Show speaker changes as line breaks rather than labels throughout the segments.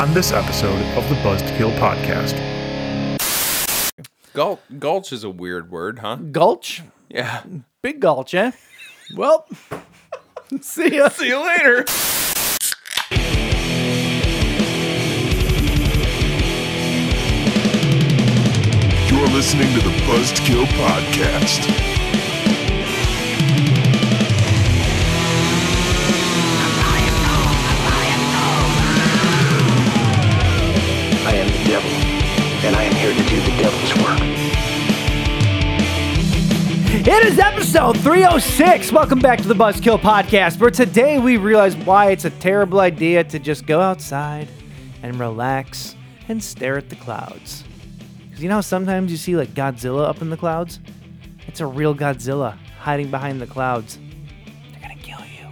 on this episode of the Buzzkill Podcast.
Gul- gulch is a weird word, huh?
Gulch.
Yeah.
Big gulch, eh? Well, see ya.
See you later.
You're listening to the Buzzkill Podcast.
I am the devil, and I am here to do the devil's work.
It is episode 306. Welcome back to the Buzzkill Podcast, where today we realize why it's a terrible idea to just go outside and relax and stare at the clouds. Because you know how sometimes you see like Godzilla up in the clouds? It's a real Godzilla hiding behind the clouds. They're gonna kill you.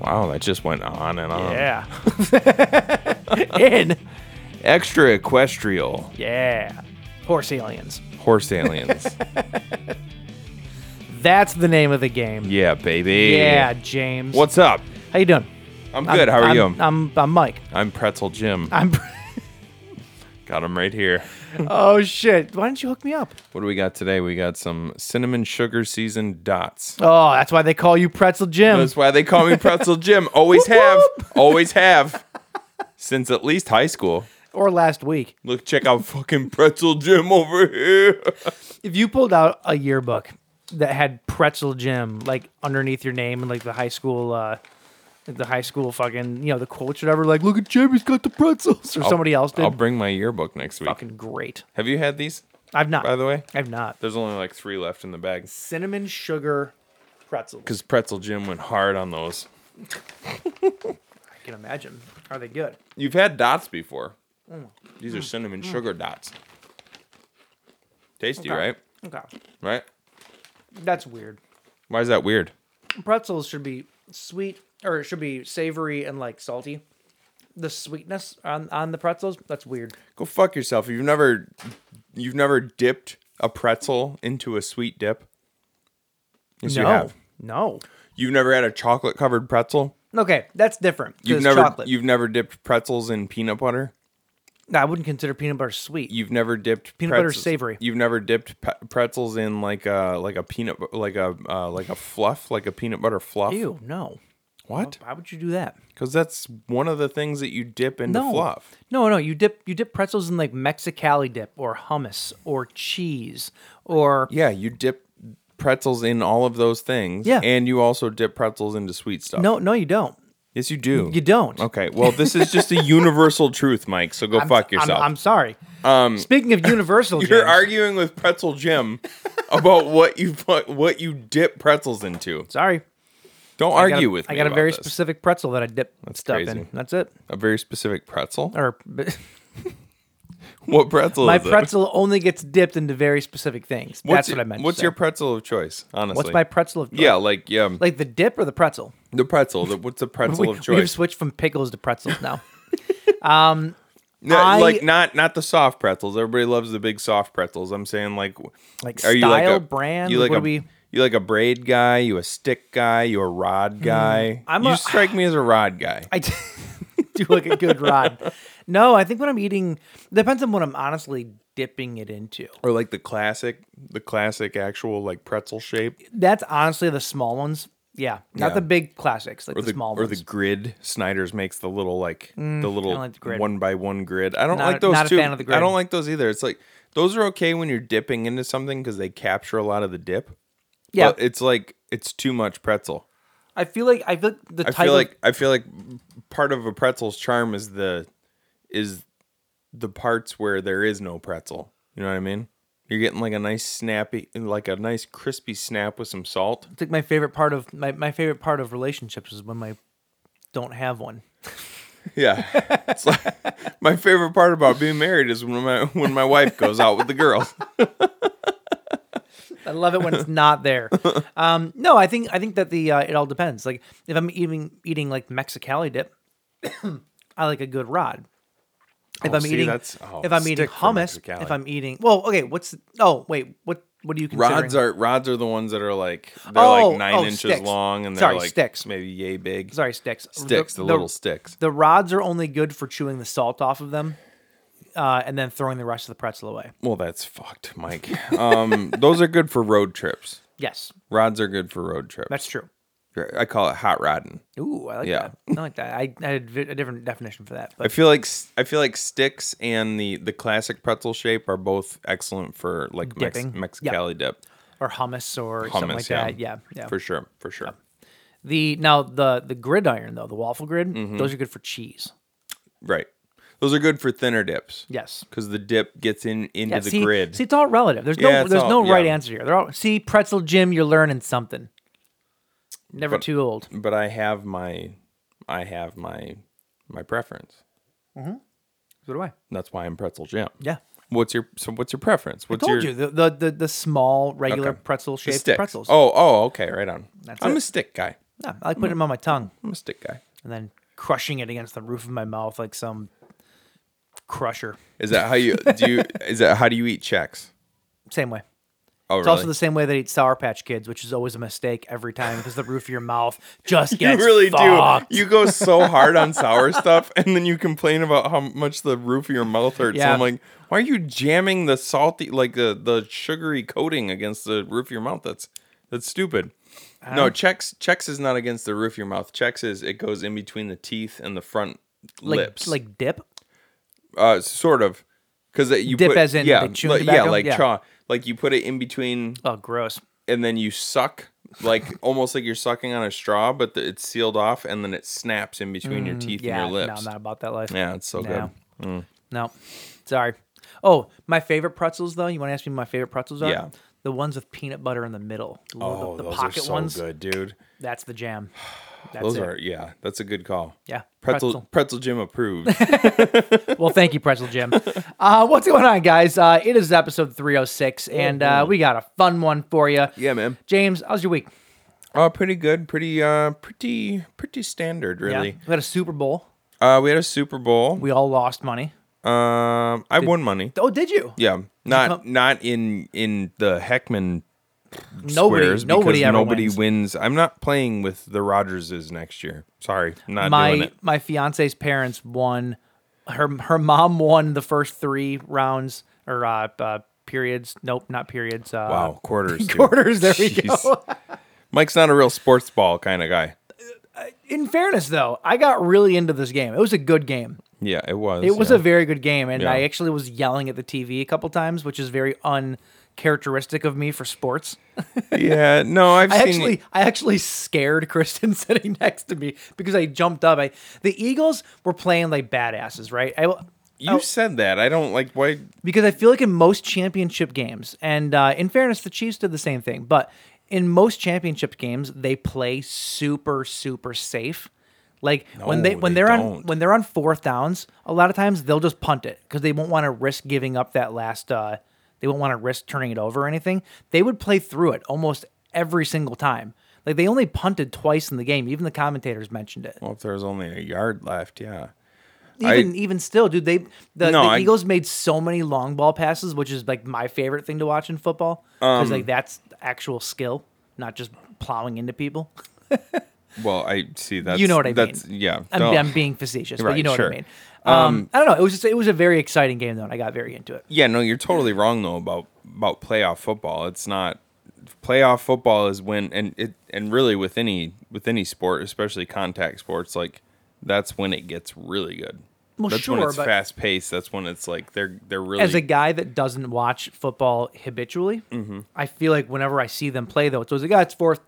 Wow, that just went on and on.
Yeah. In.
Extra equestrial
Yeah. Horse aliens.
horse aliens.
That's the name of the game.
yeah, baby.
Yeah, James.
What's up?
how you doing?
I'm good. How are
I'm,
you?
I'm, I'm I'm Mike.
I'm Pretzel Jim.
I'm.
Got him right here.
oh shit! Why didn't you hook me up?
What do we got today? We got some cinnamon sugar seasoned dots.
Oh, that's why they call you Pretzel Jim.
That's why they call me Pretzel Jim. Always have. Always have. Since at least high school.
or last week,
Look, check out fucking Pretzel Jim over here.
if you pulled out a yearbook that had Pretzel Jim like underneath your name and like the high school, uh, the high school fucking you know the quotes or whatever, like look at Jim, he's got the pretzels, or somebody else did.
I'll bring my yearbook next week.
fucking great.
Have you had these,
I've not.
by the way?
I've not.
There's only like three left in the bag.
Cinnamon sugar pretzels.
Because Pretzel Jim went hard on those.
I can imagine. Are they good?
You've had dots before. These are cinnamon sugar dots. Tasty, right?
Okay,
Right?
that's weird.
Why is that weird?
pretzels should be sweet or it should be savory and like salty. The sweetness on, on the pretzels, that's weird.
Go fuck yourself. You've never you've never dipped a pretzel into a sweet dip. Yes, you have.
No.
You've never had a chocolate covered pretzel?
Okay, that's different. 'cause
You've
it's
never
chocolate.
you've never dipped pretzels in peanut butter?
No, I wouldn't consider peanut butter sweet.
You've never dipped
Peanut butter's savory.
You've never dipped pe- pretzels in like a like a peanut bu- like a uh, like a fluff like a peanut butter fluff.
Ew, no.
What?
Why would you do that?
Because that's one of the things that you dip into
No.
fluff.
No, no, you dip you dip pretzels in like Mexicali dip or hummus or cheese or
Yeah, you dip pretzels in all of those things.
Yeah.
and you also dip pretzels into sweet stuff.
No, no you don't.
yes, you do.
You don't.
Okay, well, this is just a universal truth, Mike. So go fuck
I'm,
yourself. Um,
I'm sorry. Speaking of universal,
You're
James-
arguing with Pretzel Jim about what you fu- what you dip pretzels into.
sorry.
Don't
I got
argue
a-
with me.
I got a
about
very
this.
specific pretzel that I dip stuff in.
crazy.
That's it.
a very specific pretzel.
Or
What pretzel?
My
is it?
pretzel only gets dipped into very specific things. That's
What's-
what I meant. to
What's
say.
your pretzel of choice? Honestly,
What's my pretzel of
yeah, like yeah, like
like the dip or the pretzel?
the pretzel. The, what's the pretzel
We,
of
we've
choice?
switched from pickles to pretzels now.
No,
I-
like not not the soft pretzels. Everybody loves the big soft pretzels. I'm saying like,
Like
a-
style, brand,
You like
what
a
do we-
you like a braid guy? You a stick guy? You a rod guy?
Hmm, I'm
you
a-
strike me as a rod guy.
I do do like a good rod. No, I think when I'm eating depends on what I'm honestly dipping it into.
or like the classic, the classic actual like pretzel shape,
That's honestly the small ones. Yeah, not
Yeah.
the big classics, like
or
the, small
or
ones. Mm,
the grid. Snyder's makes the little like the little
like the grid.
one by one grid. I don't
Not-
like those
not a
too.
fan of the
I
grid.
don't like those either. It's like those are okay when you're dipping into something because they capture a lot of the dip.
yeah,
but it's like it's too much pretzel.
I feel like I feel like the
I
type
feel
of-
like I feel like part of a pretzel's charm is the is the parts where there is no pretzel. You know what I mean? You're getting like a nice snappy, like a nice crispy snap with some salt.
I think my favorite part of my, my favorite part of relationships is when I don't have one.
Yeah, it's like my favorite part about being married is when my when my wife goes out with the girls.
I love it when it's not there. Um, no, I think I think that the uh, it all depends. Like if I'm eating eating like Mexicali dip, I like a good rod. If
Oh,
I'm
see,
eating,
that's- oh,
if I'm eating
stick for
hummus,
Mexicali.
if I'm eating, well, okay, what's? Oh, wait, what? What do you consider?
Rods are rods are the ones that are like they're
Oh,
like nine
oh,
inches
sticks.
long and they're
Sorry,
like
sticks.
maybe yay big.
sorry sticks.
sticks, the, little sticks.
The rods are only good for chewing the salt off of them, uh, and then throwing the rest of the pretzel away.
Well, that's fucked, Mike. Um, those are good for road trips.
Yes,
Rods are good for road trips.
that's true.
I call it hot rodding.
Ooh, I like
Yeah.
that. I like that. I, I had vi- a different definition for that,
I
but
feel like s- I feel like sticks and the the classic pretzel shape are both excellent for like Mex-
Dipping.
Mexicali dip.
or hummus or something
Hummus,
like
yeah.
that. Yeah, yeah.
For sure, for sure.
The now the the gridiron though, the waffle grid,
Mm-hmm.
those are good for cheese.
Right. Those are good for thinner dips.
Yes.
Cuz the dip gets in into
Yeah,
the
see,
grid.
see, it's all relative. There's
Yeah,
no,
it's
there's
all-
no right
yeah.
answer here. They're all see pretzel Jim. You're learning something. Never
But-
too old.
but I have my I have my my preference.
So do I.
That's why I'm pretzel Jim.
Yeah,
What's your so what's your preference? What's
told
your
you the the the, the small regular
Okay.
pretzel
the
shaped
sticks.
pretzels.
Oh, oh, okay, right on.
That's
I'm
it.
a stick guy.
yeah, I like putting them on my tongue
I'm a stick guy.
and then crushing it against the roof of my mouth like some crusher.
Is that how you do you is that how do you eat checks?
Same way.
Oh,
It's
really?
also the same way they eat Sour Patch Kids, which is always a mistake every time because the roof of your mouth just
You
gets
really
fucked.
do. You go so hard on sour stuff, and then you complain about how much the roof of your mouth hurts. So
Yeah.
I'm like, why are you jamming the salty, like the the sugary coating against the roof of your mouth? That's that's stupid. No, checks checks is not against the roof of your mouth. Checks is it goes in between the teeth and the front
like,
lips,
like dip.
uh, sort of, because you
Dip
put,
as in
yeah,
they chew
like, yeah,
tobacco?
like
Yeah.
chaw, like you put it in between
Oh, gross.
and then you suck like almost like you're sucking on a straw, but the, it's sealed off, and then it snaps in between your teeth
Mm, Yeah,
and your lips.
no, I'm not about that life.
yeah, it's so
No.
good.
No. Sorry. Oh, my favorite pretzels though. You want to ask me what my favorite pretzels are?
Yeah.
The ones with peanut butter in the middle. The,
Oh,
little- the, the pocket ones.
dude.
That's the jam. That's
Those
it.
are yeah, that's a good call.
Yeah,
pretzel pretzel,
pretzel.
Jim approved.
well, thank you, Pretzel Jim. Uh, what's going on, guys? Uh, it is episode 306, and uh, we got a fun one for you.
Mm-hmm. yeah, man.
James, how's your week?
Oh, pretty good. Pretty uh, pretty pretty standard,
Yeah.
really.
We had a Super Bowl.
Uh, we had a Super Bowl.
We all lost money.
um, I won money.
Oh, did you?
Yeah, not
come-
not in in the Heckman
nobody,
squares
nobody
because
ever
nobody
wins.
wins. I'm not playing with the Rogerses next year. Sorry, not doing
my
it.
my fiance's parents won her her mom won the first three rounds or uh, uh periods nope not periods uh
Wow, quarters. dude.
quarters there we go
Jeez. Mike's not a real sports ball kind of guy.
in fairness though i got really into this game it was a good game
Yeah, it was.
it was
yeah.
a very good game and
Yeah.
i actually was yelling at the tv a couple times which is very uncharacteristic of me for sports
yeah. No, I've
I
seen.
actually, I actually scared Kristen sitting next to me because I jumped up. I the Eagles were playing like badasses, right? I,
you said that. I don't like why.
because I feel like in most championship games, and uh, in fairness, the Chiefs did the same thing, but in most championship games, they play super, super safe. Like when they
No,
when
they
they are on
don't.
when they're on fourth downs, a lot of times they'll just punt it because they won't want to risk giving up that last. Uh, they won't want to risk turning it over or anything. They would play through it almost every single time. Like they only punted twice in the game. Even the commentators mentioned it.
Well, if there was only a yard left, yeah. I-
Even even still, dude, they the,
No,
the
I-
Eagles made so many long ball passes, which is like my favorite thing to watch in football because like
Um,
that's actual skill, not just plowing into people.
Well, I see that.
You know what I
that's,
mean?
Yeah.
I'm,
no.
I'm being facetious, but you
Right,
know
sure.
what I mean. Um, I don't know. It was just it was a very exciting game though, and I got very into it.
Yeah, no, you're totally wrong though about about playoff football. It's not playoff football is when and it and really with any with any sport, especially contact sports, like that's when it gets really good.
Well,
that's when
sure,
it's
but-
fast paced. That's when it's like they're they're really
As a guy that doesn't watch football habitually,
Mm-hmm.
I feel like whenever I see them play though, it's always like, "Oh, it's fourth,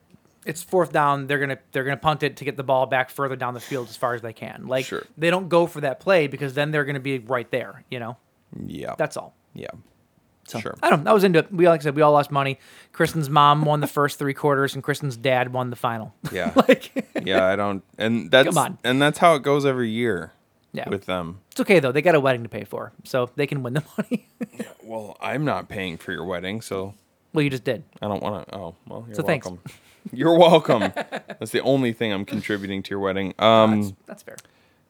it's fourth down. They're gonna they're gonna punt it to get the ball back further down the field as far as they can. Like
Sure.
they don't go for that play because then they're gonna be right there. You know,
yeah
that's all.
yeah sure
I don't. I was into it. We like I said, we all lost money. Kristen's mom won the first three quarters, and Kristen's dad won the final.
yeah
like
yeah I don't and that's
on.
and that's how it goes every year
Yeah.
with them.
it's okay though. They got a wedding to pay for, so they can win the money.
Well, I'm not paying for your wedding, so
well, you just did.
I don't want to. Oh, well, you're
So thanks.
welcome. You're welcome. That's the only thing I'm contributing to your wedding. Um,
That's fair.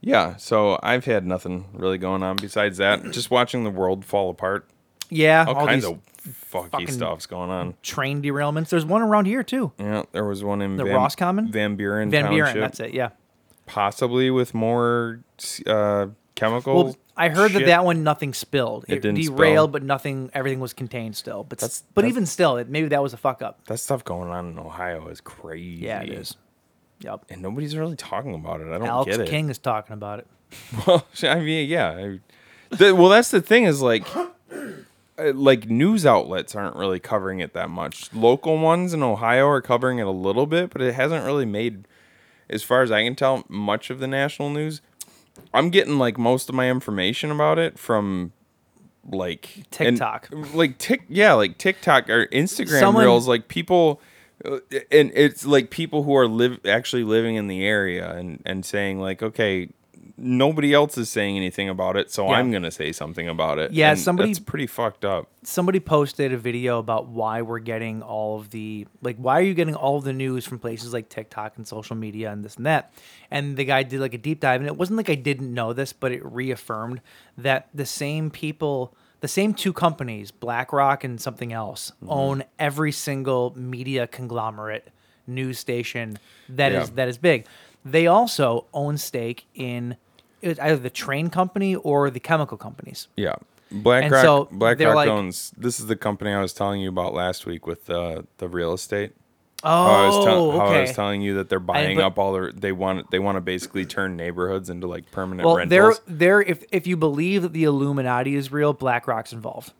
Yeah, so I've had nothing really going on besides that. Just watching the world fall apart.
Yeah,
All,
all,
kinds
these
of fucky
fucking-
stuff's going on.
train derailments. There's one around here too.
Yeah, there was one in
The
Van,
Roscommon?
Van Buren,
Van
Township,
Buren, that's it. Yeah.
Possibly with more uh, chemicals.
Well, I heard that that one nothing spilled. It,
didn't spill.
derailed, but nothing. Everything was contained still. But s-
That's-
but
that's-
even still, it, maybe that was a fuck up.
that stuff going on in Ohio is crazy.
Yeah, it is. Yep.
and nobody's really talking about it. I don't
Alex
get it.
King is talking about it.
Well, I mean, yeah. I- the- well, that's the thing is like, uh, like news outlets aren't really covering it that much. Local ones in Ohio are covering it a little bit, but it hasn't really made, as far as I can tell, much of the national news. I'm getting like most of my information about it from like and-
TikTok.
like tick, yeah, like TikTok or Instagram
Someone-
reels. Like people, uh, and it's like people who are live actually living in the area and and saying like, okay, nobody else is saying anything about it, so
Yeah.
I'm gonna say something about it.
Yeah,
And
somebody-
that's pretty fucked up.
Somebody posted a video about why we're getting all of the like why are you getting all of the news from places like TikTok and social media and this and that. And the guy did like a deep dive and it wasn't like I didn't know this, but it reaffirmed that the same people the same two companies, BlackRock and something else,
Mm-hmm.
own every single media conglomerate news station that is
Yeah.
that is big. They also own stake in it was either the train company or the chemical companies.
Yeah. BlackRock
so they're
BlackRock
like-
owns this is the company I was telling you about last week with the the real estate.
Oh,
How I was tell- how I
okay.
was telling you that they're buying
but-
up all their they want they want to basically turn neighborhoods into like permanent
well, they're,
rentals.
they're, if, if you believe that the Illuminati is real, BlackRock's involved.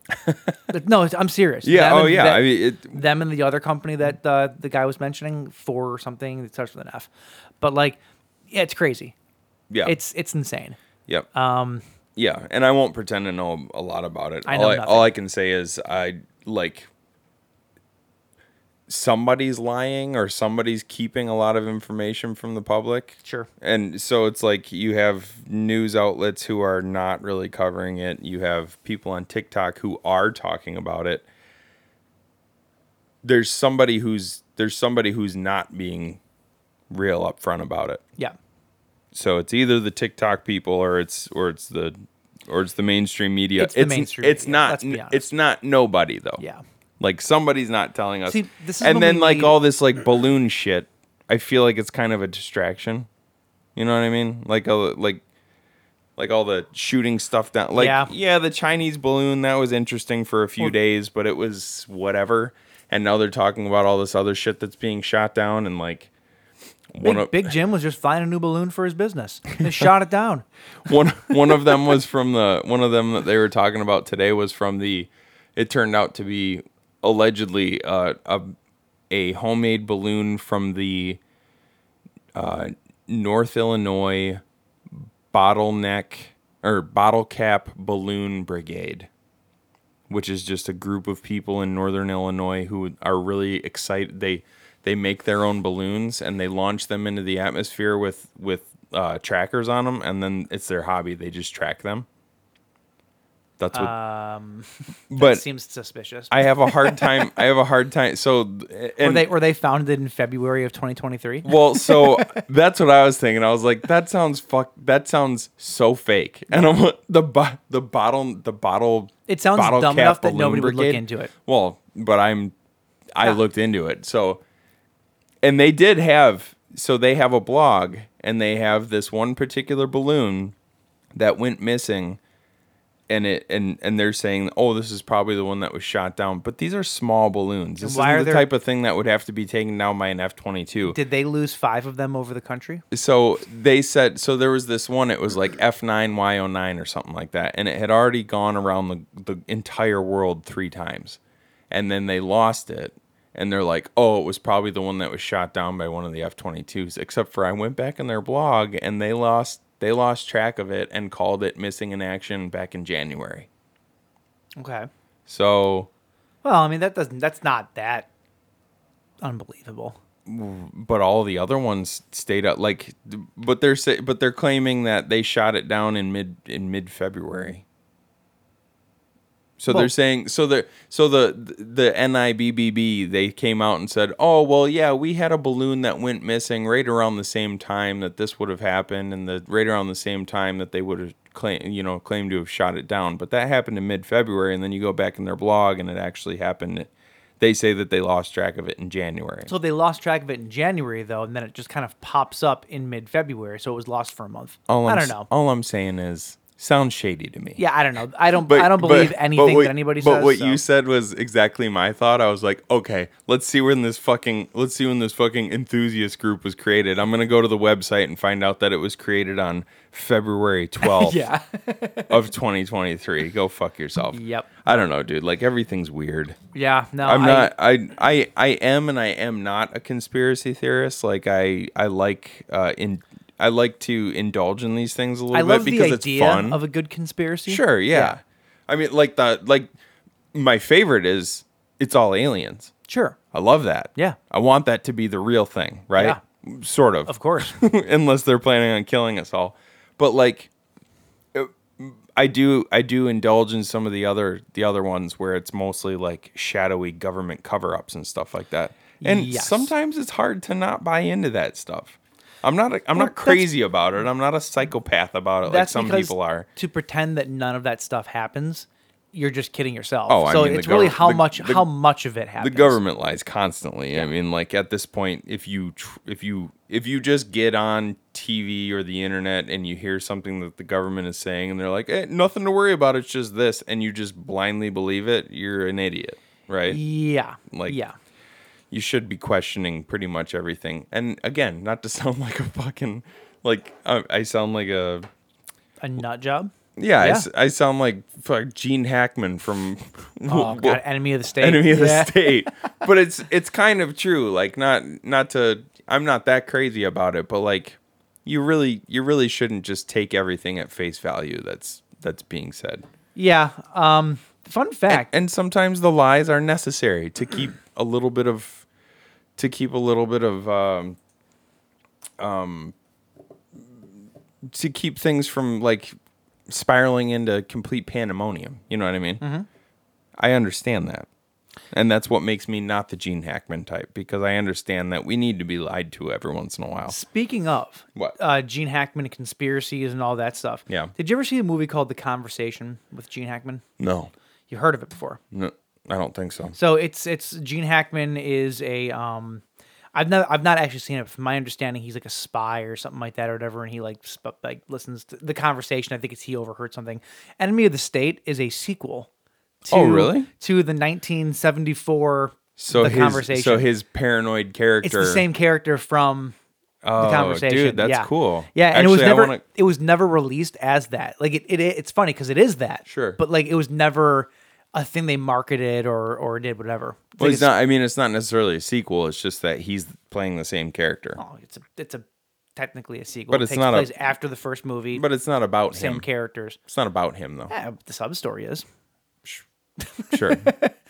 But no, it's- I'm serious.
Yeah.
Them
oh,
and
yeah.
that-
I mean, it,
them and the other company that uh, the guy was mentioning, four or something, it starts with an F. But like, yeah, it's crazy.
yeah.
It's it's insane.
yep. Um. Yeah, and I won't pretend to know a lot about it.
I
all,
know
I,
nothing.
all I can say is I like somebody's lying or somebody's keeping a lot of information from the public.
Sure.
And so it's like you have news outlets who are not really covering it. You have people on TikTok who are talking about it. There's somebody who's there's somebody who's not being real upfront about it.
Yeah.
So it's either the TikTok people or it's or it's the or it's the mainstream media.
It's the mainstream
It's
media,
not.
let's be honest.
it's not nobody though.
Yeah.
Like somebody's not telling us.
See, this is
and
when
then
we
like
need-
all this like balloon shit. I feel like it's kind of a distraction. You know what I mean? Like a like like all the shooting stuff down. Like
Yeah.
yeah, the Chinese balloon that was interesting for a few days, but it was whatever. And now they're talking about all this other shit that's being shot down and like
Big,
one of
Big Jim was just flying a new balloon for his business. They shot it down.
one one of them was from the one of them that they were talking about today was from the it turned out to be allegedly uh, a a homemade balloon from the uh, North Illinois bottleneck or bottle cap balloon brigade which is just a group of people in northern Illinois who are really excited. They they make their own balloons and they launch them into the atmosphere with with uh, trackers on them, and then it's their hobby. They just track them. That's what. Um, but
Uh, Seems suspicious.
I have a hard time. I have a hard time. So
were
and
they were they founded in February of 2023?
well, so that's what I was thinking. I was like, that sounds fuck. That sounds so fake. And I'm like, the bo- the bottle the bottle.
It sounds
bottle
dumb
cap
enough that
balloon
nobody would look
brigade.
into it.
Well, but I'm I looked into it. So and they did have so they have a blog and they have this one particular balloon that went missing and it and and they're saying oh this is probably the one that was shot down but these are small balloons this is
why are
the
there-
type of thing that would have to be taken down by an F22
Did they lose five of them over the country?
so they said so there was this one it was like f9y09 or something like that and it had already gone around the, the entire world three times and then they lost it and they're like oh it was probably the one that was shot down by one of the f22s except for i went back in their blog and they lost they lost track of it and called it missing in action back in january
Okay.
so
Well, I mean that doesn't that's not that unbelievable.
but all the other ones stayed up like but they're say, but they're claiming that they shot it down in mid in mid february So
Well-
they're saying so the so the the NIBBB they came out and said, "Oh, well, yeah, we had a balloon that went missing right around the same time that this would have happened and the right around the same time that they would have claim, you know, claimed to have shot it down, but that happened in mid-February and then you go back in their blog and it actually happened they say that they lost track of it in January.
So they lost track of it in January though, and then it just kind of pops up in mid-February, so it was lost for a month.
all
I
I'm
don't
Oh, s-
know.
All I'm saying is sounds shady to me.
yeah, I don't know. I don't. I don't believe anything
what-
that anybody
but
says.
what
so.
you said was exactly my thought. I was like, okay, let's see when this fucking let's see when this fucking enthusiast group was created. I'm gonna go to the website and find out that it was created on February 12th
Yeah.
of 2023. Go fuck yourself.
Yep.
I don't know, dude. Like everything's weird.
Yeah. No.
I'm
Uh, I-
not. I, I I am and I am not a conspiracy theorist. Like I I like uh in I like to indulge in these things a little
I love
bit because
the
it's
idea
fun.
of a good conspiracy.
Sure, yeah. I mean, like the like my favorite is it's all aliens.
Sure.
I love that.
Yeah.
I want that to be the real thing, right? Sort of.
Of course.
Unless they're planning on killing us all. But like uh, I do I do indulge in some of the other the other ones where it's mostly like shadowy government cover-ups and stuff like that. And
Yes.
sometimes it's hard to not buy into that stuff. I'm not a, I'm
Well,
not
that's-
crazy about it. I'm not a psychopath about it like
That's
some
because
people are.
To pretend that none of that stuff happens, you're just kidding yourself.
Oh, I
so
mean, the
it's really
gov-
how
the-
much
the-
how much of it
the
happens.
government lies constantly. I mean, like at this point, if you tr- if you if you just get on TV or the internet and you hear something that the government is saying, and they're like, eh, "Nothing to worry about. It's just this," and you just blindly believe it, you're an idiot, right?
Yeah.
Like-
yeah.
You should be questioning pretty much everything. And again, not to sound like a fucking like I, I sound like a
A nut job.
yeah, I
Yeah.
s- I, sound like fuck Gene Hackman from
Oh God, enemy of the state.
enemy of the
Yeah.
state but it's it's kind of true like not not to i'm not that crazy about it but like you really you really shouldn't just take everything at face value that's that's being said
Yeah. Um. Fun fact.
and sometimes the lies are necessary to keep a little bit of to keep a little bit of um um to keep things from like spiraling into complete pandemonium you know what i mean
Mm-hmm.
i understand that and that's what makes me not the gene hackman type because i understand that we need to be lied to every once in a while
Speaking of
What?
uh, Gene Hackman and conspiracies and all that stuff.
Yeah.
Did you ever see the movie called The Conversation with Gene Hackman?
no
You heard of it before?
no i don't think so
So it's it's Gene Hackman is a um I've not I've not actually seen it. From my understanding, he's like a spy or something like that or whatever, and he like sp- like listens to the conversation. I think it's he overheard something. Enemy of the State is a sequel. To,
Oh, really?
To the 1974
so
the
his
conversation.
so his paranoid character
it's the same character from the conversation.
Oh, dude, that's
yeah.
cool.
Yeah, and it was
Actually, I
never
wanna-
it was never released as that. Like it, it it's funny because it is that.
Sure.
But like it was never a thing they marketed or or did whatever. It's
Well,
like
it's
it's-
not. I mean, it's not necessarily a sequel. It's just that he's playing the same character,
Oh, it's a it's a technically a sequel.
But
it
it's
takes
not a-
place after the first movie.
but it's not about
same
him.
characters.
It's not about him, though.
Yeah, but the sub story is.
Sure,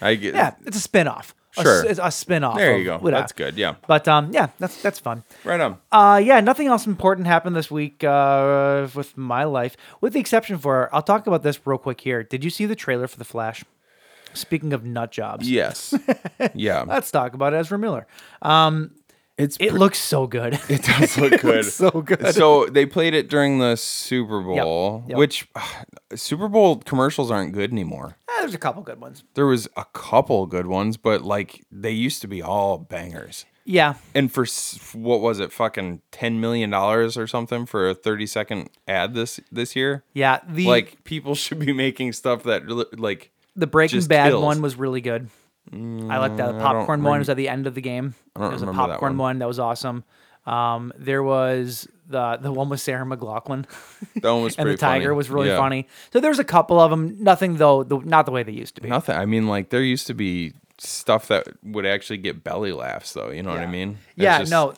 I get.
Yeah, it's a spin off.
Sure.
a, spin off.
There you go. That's good. Yeah,
But um, yeah, that's that's fun.
right on.
Uh, yeah, nothing else important happened this week uh, with my life, with the exception for I'll talk about this real quick here. Did you see the trailer for The Flash? Speaking of nut jobs,
yes. Yeah.
let's talk about Ezra Miller.
It's
It
pre-
looks so good.
it does look good.
so good.
So they played it during the Super Bowl,
yep.
which ugh, Super Bowl commercials aren't good anymore.
Ah, there's a couple good ones.
There was a couple good ones, but like they used to be all bangers.
Yeah,
And for s- what was it, fucking ten million dollars or something for a thirty second ad this this year?
yeah. The
like people should be making stuff that really- like
The Breaking
just
Bad
kills. Mm,
one was really good. I liked that. The popcorn one was at the end of the game. it was
remember
a
that
popcorn
one.
one. that was awesome. Um, there was the the one with Sarah McLaughlin
that one was
and the
pretty
tiger
funny.
was really
Yeah.
funny. So there's a couple of them. Nothing though, the, not the way they used to be.
Nothing. I mean, like there used to be stuff that would actually get belly laughs, though. You know what I
Yeah.
mean? It's
yeah,
just-
no,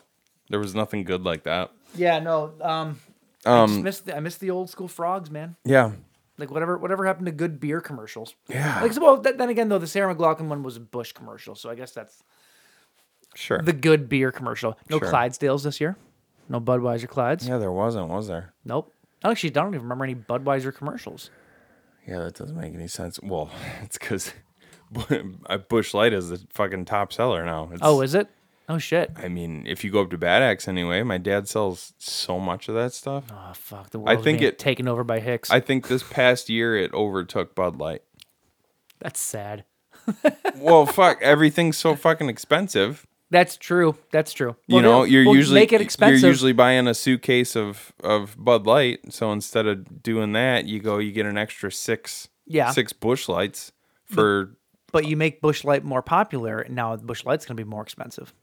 There was nothing good like that.
yeah, no. Um, I just missed the, I missed the old school frogs, man.
Yeah.
Like whatever whatever happened to good beer commercials.
Yeah.
Like so, well, th- then again though, the Sarah McLaughlin one was a Bush commercial, so I guess that's
Sure.
the good beer commercial. No
Sure.
Clydesdales this year. No Budweiser Clydes.
yeah, there wasn't, was there?
Nope. Actually, I don't even remember any Budweiser commercials.
Yeah, that doesn't make any sense. Well, it's because Bush Light is the fucking top seller now. It's,
Oh, is it? Oh shit.
I mean, if you go up to Bad Axe anyway, my dad sells so much of that stuff.
Oh fuck. The world's
think
being
it-
taken over by Hicks.
I think this past year it overtook Bud Light.
That's sad.
Well, fuck, everything's so fucking expensive.
That's true. That's true.
You
Well,
know,
yeah,
you're
well,
usually
make it expensive.
You're usually buying a suitcase of of Bud Light. So instead of doing that, you go you get an extra six
Yeah.
six Bush Lights for
but you make Bush Light more popular, and now Bush Light's going to be more expensive.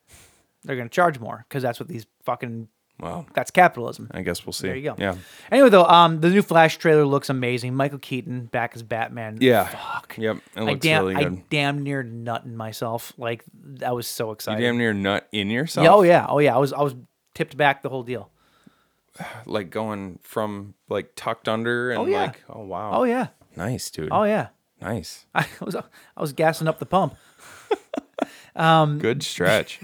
They're going to charge more because that's what these fucking
well.
that's capitalism.
I guess we'll see.
There you go.
Yeah.
Anyway, though, um, the new Flash trailer looks amazing. Michael Keaton back as Batman.
Yeah.
Fuck.
Yep. It
I
looks
damn,
really good.
I damn near nutting myself. Like I was so excited.
you damn near nut in yourself.
Yeah, oh yeah. Oh yeah. I was I was tipped back the whole deal.
Like going from like tucked under and
Oh, yeah.
like oh wow.
Oh yeah.
Nice, dude.
Oh yeah.
Nice.
I was I was gassing up the pump. Um,
Good stretch.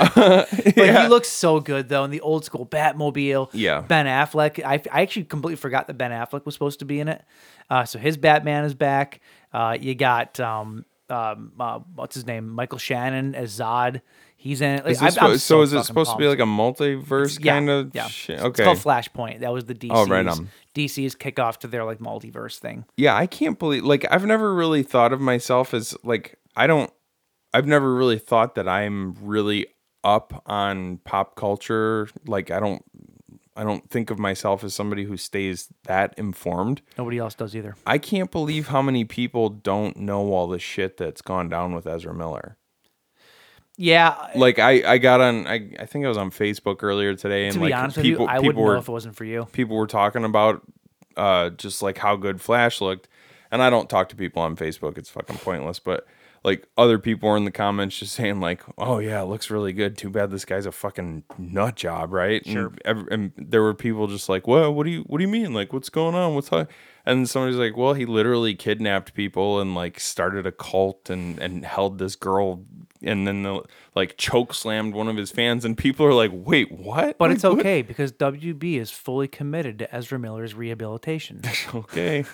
But he looks so good though in the old school Batmobile.
Yeah.
Ben Affleck. I, I actually completely forgot that Ben Affleck was supposed to be in it. Uh, so his Batman is back. Uh, you got um, um uh, what's his name? Michael Shannon as Zod. He's in it. Like,
Is this
I'm- I'm
supposed- so, is it
fucking
supposed to be
pumped.
like a multiverse
Yeah,
kind of
yeah.
shit?
It's-
Okay.
It's called Flashpoint. That was the DC's,
Oh, right on.
DC's kickoff to their like multiverse thing.
yeah, I can't believe like I've never really thought of myself as like I don't I've never really thought that I'm really up on pop culture. Like I don't I don't think of myself as somebody who stays that informed.
Nobody else does either.
I can't believe how many people don't know all the shit that's gone down with Ezra Miller.
Yeah. uh,
Like I, I got on I, I think I was on Facebook earlier today and
to be
like
honest
people
with you, I
people
wouldn't
were
know if it wasn't for you.
people were talking about uh just like how good Flash looked. And I don't talk to people on Facebook, it's fucking pointless, but like other people were in the comments just saying like, "Oh yeah, it looks really good. Too bad this guy's a fucking nut job, right?" Sure. And, ev- and there were people just like, "Well, what do you what do you mean? Like what's going on? What's up?" And somebody's like, "Well, he literally kidnapped people and like started a cult and and held this girl and then the, like choke slammed one of his fans and people are like, "Wait, what?"
But
Like,
it's
what?
okay because WB is fully committed to Ezra Miller's rehabilitation.
Okay.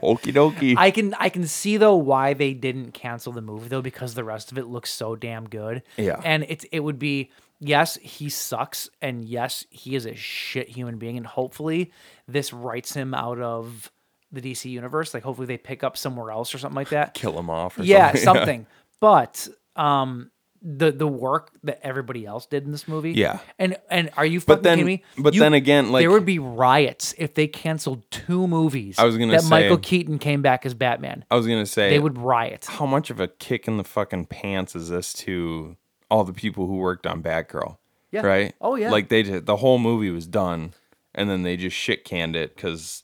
Okie dokie.
I can I can see though why they didn't cancel the movie though because the rest of it looks so damn good.
Yeah.
And it's it would be yes, he sucks and yes, he is a shit human being and hopefully this writes him out of the DC universe. Like hopefully they pick up somewhere else or something like that.
Kill him off or
yeah,
something.
something. But um the the work that everybody else did in this movie.
Yeah.
And and are you fucking
But then-
kidding me?
but
You-
then again, like-
there would be riots if they canceled two movies.
I was gonna
that
say-
Michael Keaton came back as Batman.
I was going to say,
They would riot.
how much of a kick in the fucking pants is this to all the people who worked on Batgirl?
Yeah.
Right?
Oh, yeah.
Like they did, the whole movie was done and then they just shit canned it because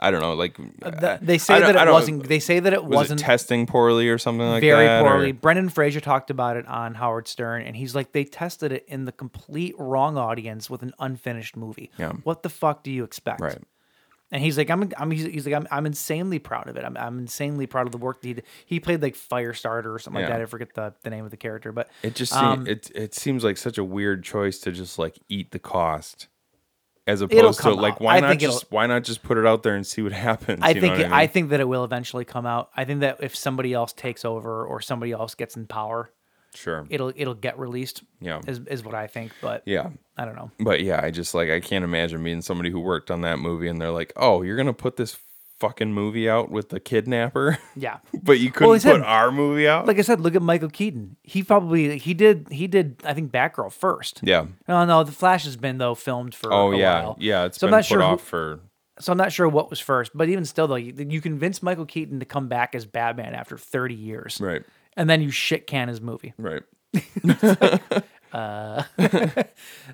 I don't know. Like
Th- Uh, they
I
say
don't-
that
I
it
don't-
wasn't. They say that it
was it
wasn't
testing poorly or something like uh,
very
that? or-
poorly. Brendan Fraser talked about it on Howard Stern, and he's like, they tested it in the complete wrong audience with an unfinished movie.
Yeah.
What the fuck do you expect?
Right.
And he's like, I'm, I'm he's, he's like, I'm, I'm insanely proud of it. I'm, I'm insanely proud of the work that he did. He played like Firestarter or something like
Yeah.
that. I forget the, the name of the character, but
It just seem,
Um,
it it seems like such a weird choice to just like eat the cost, as opposed to
come
like
out.
why
I
not
think it'll-
just why not just put it out there and see what happens.
I
you know
think
what
it- I,
mean?
think that it will eventually come out. I think that if somebody else takes over or somebody else gets in power,
sure
it'll it'll get released.
Yeah.
is, is what I think. But
yeah
I don't know.
But yeah, I just like I can't imagine being somebody who worked on that movie and they're like, "Oh, you're gonna put this fucking movie out with the kidnapper,"
Yeah.
but you couldn't
Well, he said-
put our movie out.
Like I said, look at Michael Keaton. He probably he did he did I think Batgirl first.
yeah.
Oh no, the Flash has been though filmed for.
Oh
a
yeah,
while.
yeah. It's
so
been
I'm not
put
sure. who-
off for.
so I'm not sure what was first, but even still though, you, you convince Michael Keaton to come back as Batman after 30 years,
Right.
And then you shit can his movie.
Right.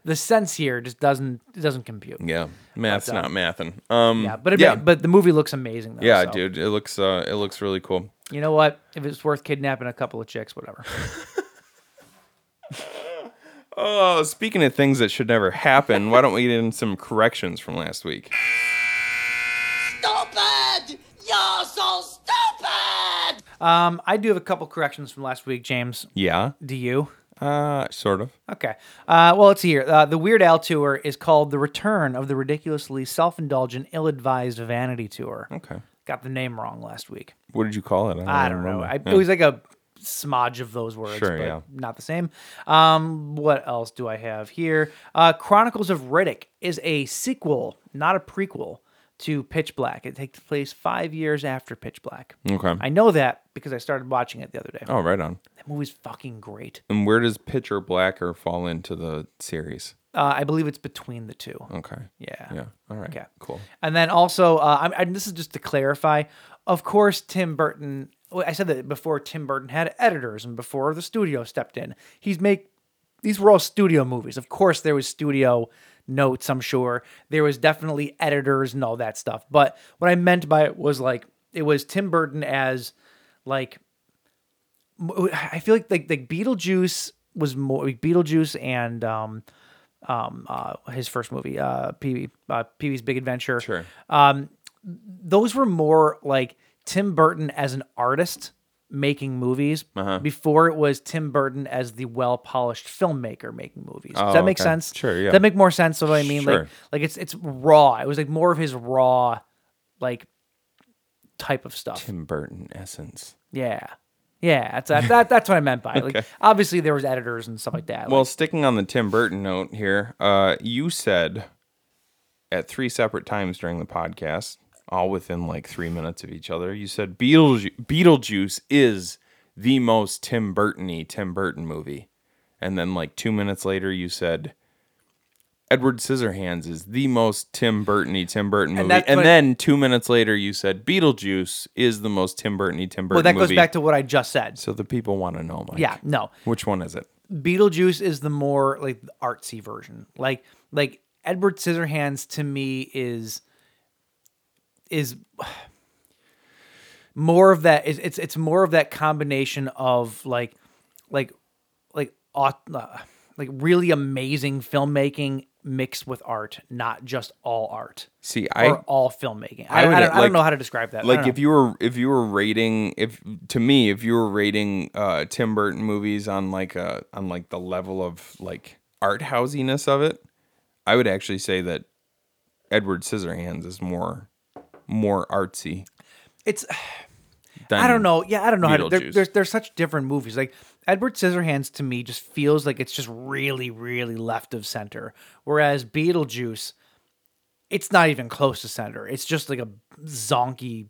The sense here just doesn't it doesn't compute.
Yeah. Math's not mathing. Um.
uh, Yeah, but it,
yeah.
but the movie looks amazing though.
yeah,
so.
dude. It looks. Uh. It looks really cool.
You know what? If it's worth kidnapping a couple of chicks, whatever.
Oh, speaking of things that should never happen, why don't we get in some corrections from last week?
stupid! You're so stupid!
um, I do have a couple corrections from last week, James.
Yeah.
Do you?
Uh. Sort of.
Okay. Uh, well, it's here. Uh, the Weird Al tour is called The Return of the Ridiculously Self Indulgent, Ill Advised Vanity Tour.
Okay.
Got the name wrong last week.
What did you call it?
I don't know. I,
remember.
It was like a smodge of those words,
Sure,
but
yeah.
not the same. Um, what else do I have here? Uh, Chronicles of Riddick is a sequel, not a prequel, to Pitch Black. It takes place five years after Pitch Black.
Okay.
I know that because I started watching it the other day.
oh, right on.
That movie's fucking great.
And where does Pitcher Blacker fall into the series?
Uh, I believe it's between the two.
Okay.
Yeah.
Oh. Yeah. All right.
Okay.
Cool.
And then also, uh, I'm, i this is just to clarify. Of course, Tim Burton. well, I said that before. Tim Burton had editors, and before the studio stepped in, he's make these were all studio movies. Of course, there was studio notes. I'm sure there was definitely editors and all that stuff. But what I meant by it was like it was Tim Burton as like m- I feel like like like Beetlejuice was more Beetlejuice and um um uh his first movie uh Pee uh, Pee-wee's Big Adventure.
Sure.
Those were more like Tim Burton as an artist making movies
Uh-huh.
before it was Tim Burton as the well-polished filmmaker making movies. Does
Oh,
that make
okay.
sense?
Sure,
Does
yeah.
that make more sense of what I mean? Like
Sure.
like it's it's raw. It was like more of his raw like type of stuff.
Tim Burton essence.
Yeah. Yeah, that's that, that, that's what I meant by it. like obviously there was editors and stuff like that. Like,
Well, sticking on the Tim Burton note here, uh, you said at three separate times during the podcast, all within like three minutes of each other, you said Beetleju- Beetlejuice is the most Tim Burton-y Tim Burton movie. And then like two minutes later, you said Edward Scissorhands is the most Tim Burton-y Tim Burton movie. And,
that's what-
then two minutes later, you said Beetlejuice is the most Tim Burton-y Tim Burton
well, that
movie.
goes back to what I just said.
so the people want to know, Mike.
yeah, no.
Which one is it?
Beetlejuice is the more like artsy version. Like like Edward Scissorhands to me is is more of that. It's it's, it's more of that combination of like like like aut- uh, like really amazing filmmaking mixed with art, not just all art
See,
or
I
all filmmaking.
I
I, I,
would,
don't, I
like-
don't know how to describe that. I
like
don't
if
know.
you were if you were rating if to me if you were rating uh Tim Burton movies on like uh on like the level of like art housiness of it, I would actually say that Edward Scissorhands is more more artsy.
it's
Than
I don't know. Yeah, I don't know how to. They're,
Beetlejuice.
they're, they're such different movies. Like Edward Scissorhands to me just feels like it's just really, really left of center. Whereas Beetlejuice, it's not even close to center. It's just like a zonky,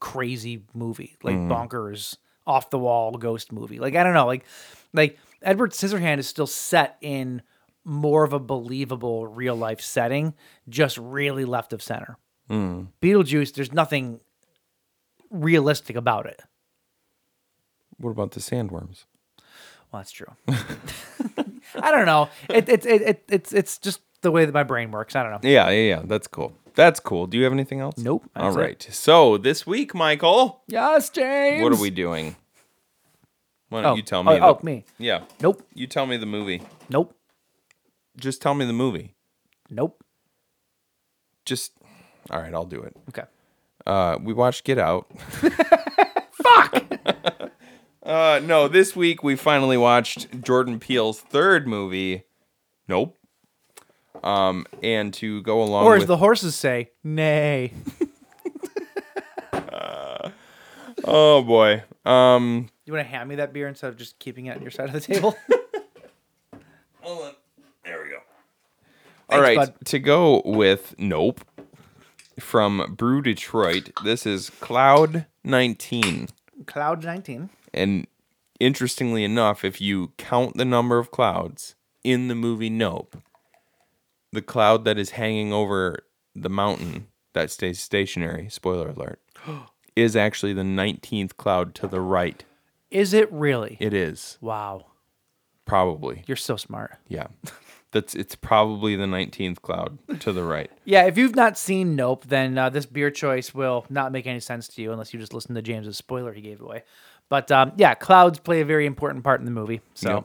crazy movie, like bonkers, off the wall ghost movie. Like I don't know. Like like Edward Scissorhand is still set in more of a believable real life setting, just really left of center. Beetlejuice, there's nothing realistic about it.
What about the sandworms?
Well, that's true. I don't know. It, it, it, it, it's it's just the way that my brain works. I don't know.
Yeah, yeah, yeah. That's cool. That's cool. Do you have anything else?
Nope,
All
that's it.
right. So this week, Michael,
Yes, James.
what are we doing? Why don't
Oh,
you tell
oh,
me?
oh,
the-
me.
Yeah.
Nope.
You tell me the movie.
Nope.
Just tell me the movie.
Nope.
Just. All right, I'll do it.
Okay.
Uh, we watched Get Out. Fuck. uh, no, this week we finally watched Jordan Peele's third movie. Nope. Um, and to go along
Or as
with
the horses say, nay.
oh boy, um,
You want to hand me that beer instead of just keeping it on your side of the table?
hold on. There we go. All right,
bud.
to go with Nope from Brew Detroit. This is Cloud Nineteen.
Cloud 19.
And interestingly enough, if you count the number of clouds in the movie Nope, the cloud that is hanging over the mountain that stays stationary, spoiler alert, is actually the 19th cloud to the right.
Is it really?
It is
wow.
probably.
You're so smart.
Yeah. That's it's probably the 19th cloud to the right.
Yeah, if you've not seen Nope, then uh, this beer choice will not make any sense to you unless you just listen to James's spoiler he gave away. But um, yeah, clouds play a very important part in the movie. So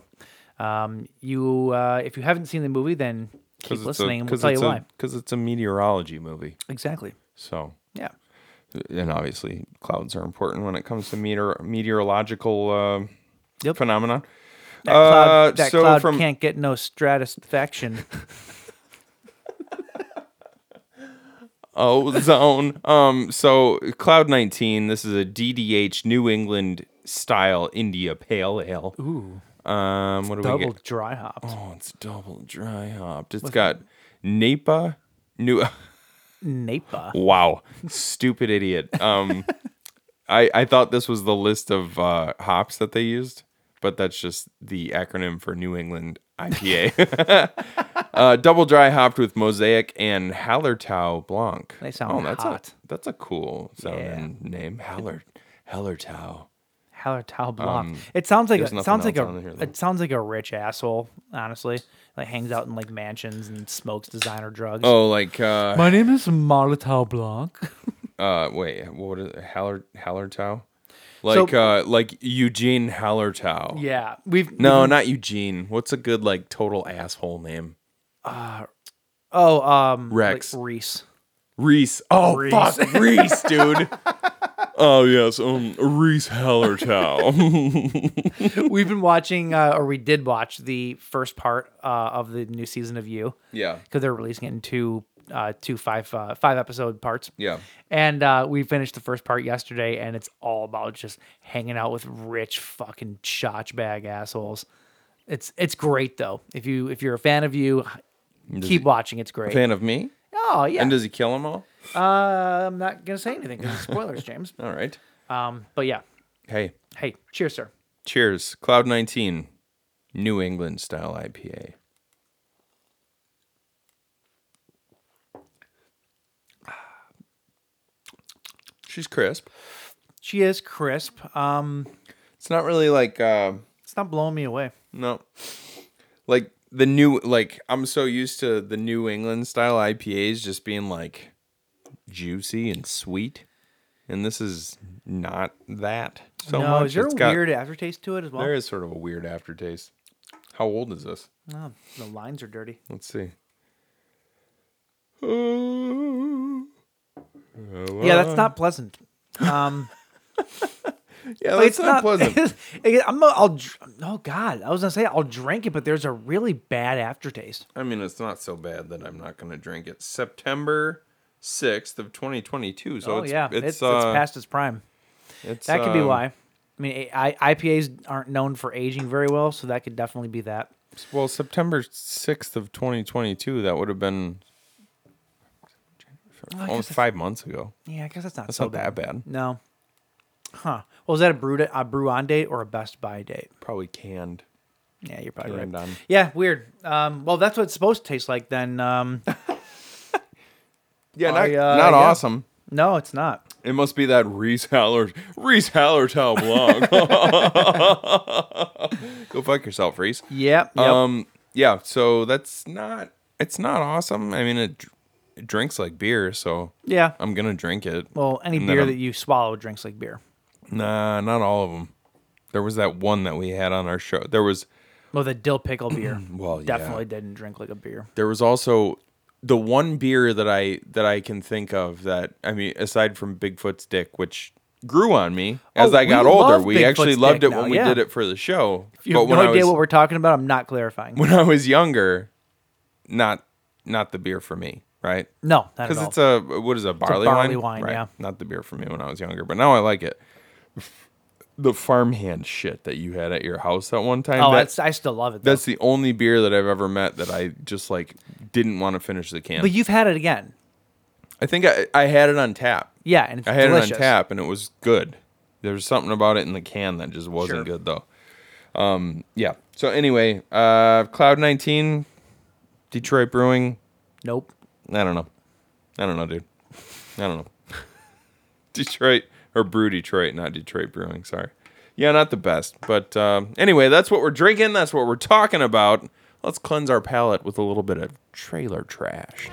um, you, uh, if you haven't seen the movie, then keep listening, and we'll tell you
it's
why.
Cuz it's a meteorology movie.
Exactly.
So
Yeah.
and obviously clouds are important when it comes to meteor meteorological uh,
Yep.
phenomenon.
That cloud,
Uh,
that
so
cloud
from-
can't get no stratisfaction.
Ozone. Um, so Cloud 19, this is a DDH New England style India Pale Ale. Ooh. Um, what do we
Double
get?
dry hopped.
Oh, it's double dry hopped. It's got Napa New
Napa.
Wow. Stupid idiot. Um I I thought this was the list of uh hops that they used, but that's just the acronym for New England IPA. uh double dry hopped with Mosaic and Hallertau Blanc. Oh,
They sound
that's
hot.
A, that's a cool sounding name. Haller Hallertau.
Hallertau Blanc. it sounds like
Um, there's
a,
nothing
it sounds like
else on
a
here, though.
it sounds like a rich asshole. Honestly, like hangs out in like mansions and smokes designer drugs.
Oh, like uh
My name is Molotov Blanc.
uh wait, what is it? Haller Hallertau? Like uh like Eugene Hallertau.
Yeah, Mm-hmm. we've
No, not Eugene. What's a good like total asshole name?
Oh, um, like
Rex.
Reese.
Reese. Oh fuck, Reese, dude. oh yes, um, Reese Hallertau.
We've been watching, uh, or we did watch the first part uh, of the new season of You.
yeah,
because they're releasing it in two, uh, two five, uh, five episode parts.
yeah.
And uh, we finished the first part yesterday, and it's all about just hanging out with rich fucking shotch bag assholes. It's it's great though. If you if you're a fan of you, keep watching. It's great.
Fan of me?
Oh yeah.
And does he kill them all?
uh, I'm not gonna say anything 'cause it's spoilers, James.
All right.
Um, but yeah.
Hey,
Hey, cheers, sir.
cheers. Cloud nineteen, New England style IPA. She's crisp.
She is crisp. Um,
It's not really like. Uh,
it's not blowing me away.
No. Like the new like I'm so used to the New England style IPAs just being like juicy and sweet. And this is not that so
no,
much.
is there
It's
a
got-
weird aftertaste to it as well?
there is sort of a weird aftertaste. How old is this?
No, the lines are dirty.
Let's see. Oh,
yeah, that's not pleasant. Um,
yeah,
like,
that's
it's
not, pleasant.
I'm a, I'll, dr- oh God, I was gonna say I'll drink it, but there's a really bad aftertaste.
I mean, it's not so bad that I'm not going to drink it. September 6th of 2022. So
oh
it's,
yeah,
it's,
it's, it's
uh,
past its prime.
it's,
That could be
um,
why. I mean, I, I- IPAs aren't known for aging very well, so that could definitely be that.
Well, September 6th of 2022, that would have been
Oh, guess
almost five months ago.
Yeah, I guess that's not
That's
so
not that bad.
No. Huh. Well, is that a brew, a brew on date or a best by date?
Probably canned.
Yeah, you're probably
Canned
right.
on.
Yeah, weird. Um, well, that's what it's supposed to taste like then. Um,
Yeah,
I, uh, yeah.
awesome.
no, it's not.
It must be that Reese Hallert, Reese Hallertau blog. Go fuck yourself, Reese.
Yep. yep.
Um, yeah. So that's not. It's not awesome. I mean, it, dr- it drinks like beer, so
yeah.
I'm gonna drink it.
well, any
um, and then um,
beer
I'm-
that you swallow drinks like beer.
Nah, not all of them. There was that one that we had on our show. There was
Well, the dill pickle beer.
Well, yeah.
definitely didn't drink like a beer.
there was also the one beer that I that I can think of that I mean, aside from Bigfoot's dick, which grew on me as
Oh,
I
we
got older.
love
We actually
Bigfoot's
loved it
dick now,
when we
yeah.
did it for the show.
If you have no
when I
idea
was,
what we're talking about, I'm not clarifying.
when I was younger, not not the beer for me, right?
no, not at
Because
all.
it's a what is it, barley,
barley
wine?
wine, yeah.
Not the beer for me when I was younger, but now I like it. The farmhand shit that you had at your house at one time.
oh,
that-
that's, I still love it. though.
that's the only beer that I've ever met that I just like didn't want to finish the can.
but you've had it again.
I think I, I had it on tap.
Yeah, and it's
I had
delicious.
it on tap and it was good. There was something about it in the can that just wasn't
Sure.
good though. Um, yeah. So anyway, uh, Cloud 19, Detroit Brewing.
Nope.
I don't know. I don't know, dude. I don't know. Detroit or Brew Detroit, not Detroit Brewing. Sorry. Yeah, not the best. But um, anyway, that's what we're drinking. That's what we're talking about. Let's cleanse our palate with a little bit of trailer trash.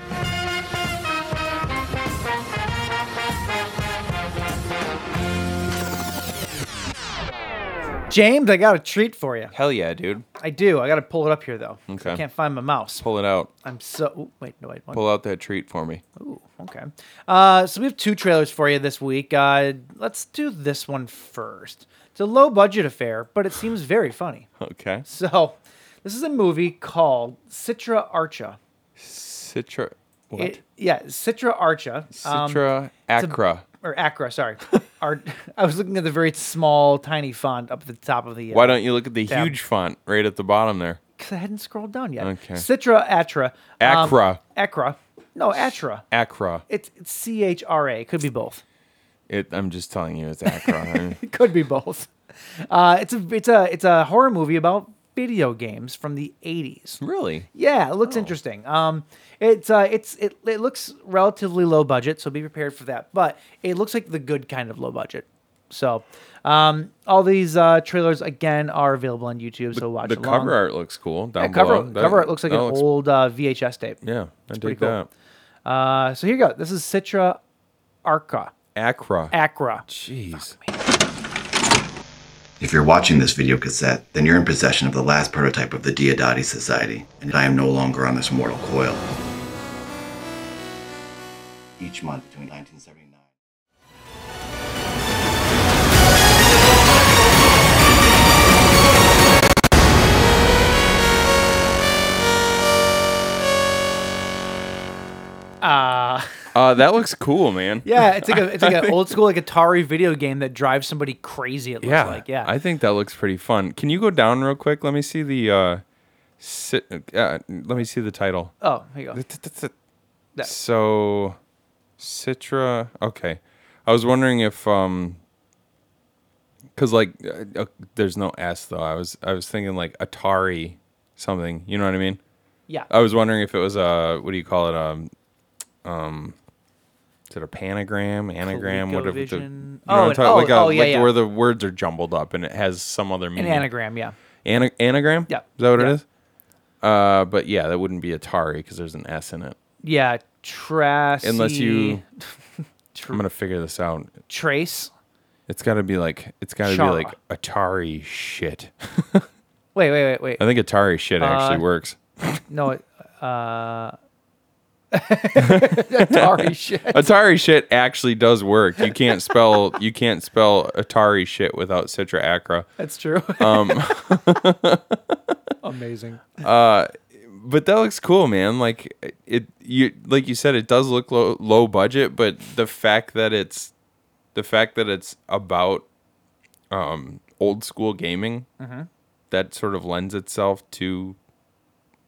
James, I got a treat for you.
Hell yeah, dude.
I do. I got to pull it up here though. 'cause
Okay.
I can't find my mouse.
Pull it out.
I'm so. Ooh, wait, no, wait. One,
Pull out that treat for me.
Ooh, okay. Uh, so we have two trailers for you this week. Uh, let's do this one first. It's a low budget affair, but it seems very funny.
Okay.
So, this is a movie called Citra Archa.
Citra. What?
It, yeah, Citra archa. um,
Citra
it's a-
acra.
or acra, sorry. Ar- I was looking at the very small, tiny font up at the top of the. Uh,
Why don't you look at the
tab.
huge font right at the bottom there?
Because I hadn't scrolled down yet.
Okay.
Citra atra. um,
Acra.
acra. No, atra.
Acra.
It's it's C H R A. Could be both.
It, I'm just telling you, it's Acra.
It could be both. Uh, it's a it's a it's a horror movie about video games from the '80s.
really?
Yeah, it
Oh.
looks interesting. Um, it's uh, it's it, it looks relatively low budget, so be prepared for that. But it looks like the good kind of low budget. So, um, all these uh, trailers again are available on YouTube. so watch
The
along.
cover art looks cool. Down
Yeah, cover,
below. That-
cover art looks like
that
an old uh, VHS tape.
Yeah, I dig
pretty cool.
that.
Uh, so here you go. This is Citra Arca
Acra.
Acra.
Jeez.
If you're watching this video cassette, then you're in possession of the last prototype of the Diodati Society, and I am no longer on this mortal coil. Each month between 1979.
Uh, that looks cool, man.
Yeah, it's like a, it's like an old school like Atari video game that drives somebody crazy. It looks
Yeah,
like yeah.
I think that looks pretty fun. Can you go down real quick? Let me see the. Uh, sit, uh, let me see the title.
oh, here you go. That-
So, Citra. Okay, I was wondering if um, cause like uh, uh, there's no S though. I was I was thinking like Atari something. You know what I mean?
Yeah.
I was wondering if it was a what do you call it? Um, um, is it a panagram, anagram, whatever? The,
ColecoVision.
you know
Oh,
what I'm
an-
talking-
oh,
like a,
oh, yeah,
like
yeah.
where the words are jumbled up and it has some other
An
meaning.
anagram, yeah.
Ana- anagram.
Yeah.
Is that what
Yeah.
it is? Uh, but yeah, that wouldn't be Atari because there's an S in it.
Yeah, trace.
Unless you, I'm gonna figure this out.
trace.
It's gotta be like it's gotta
Shaw.
be like Atari shit.
Wait, wait, wait,
I
wait.
think Atari shit actually
Uh,
works.
No, it- uh, Atari shit.
Atari shit actually does work. You can't spell you can't spell Atari shit without Citra Acra.
That's true. Amazing.
But that looks cool, man. Like it you like you said, it does look low low budget, but the fact that it's the fact that it's about um old school gaming
Mm-hmm.
that sort of lends itself to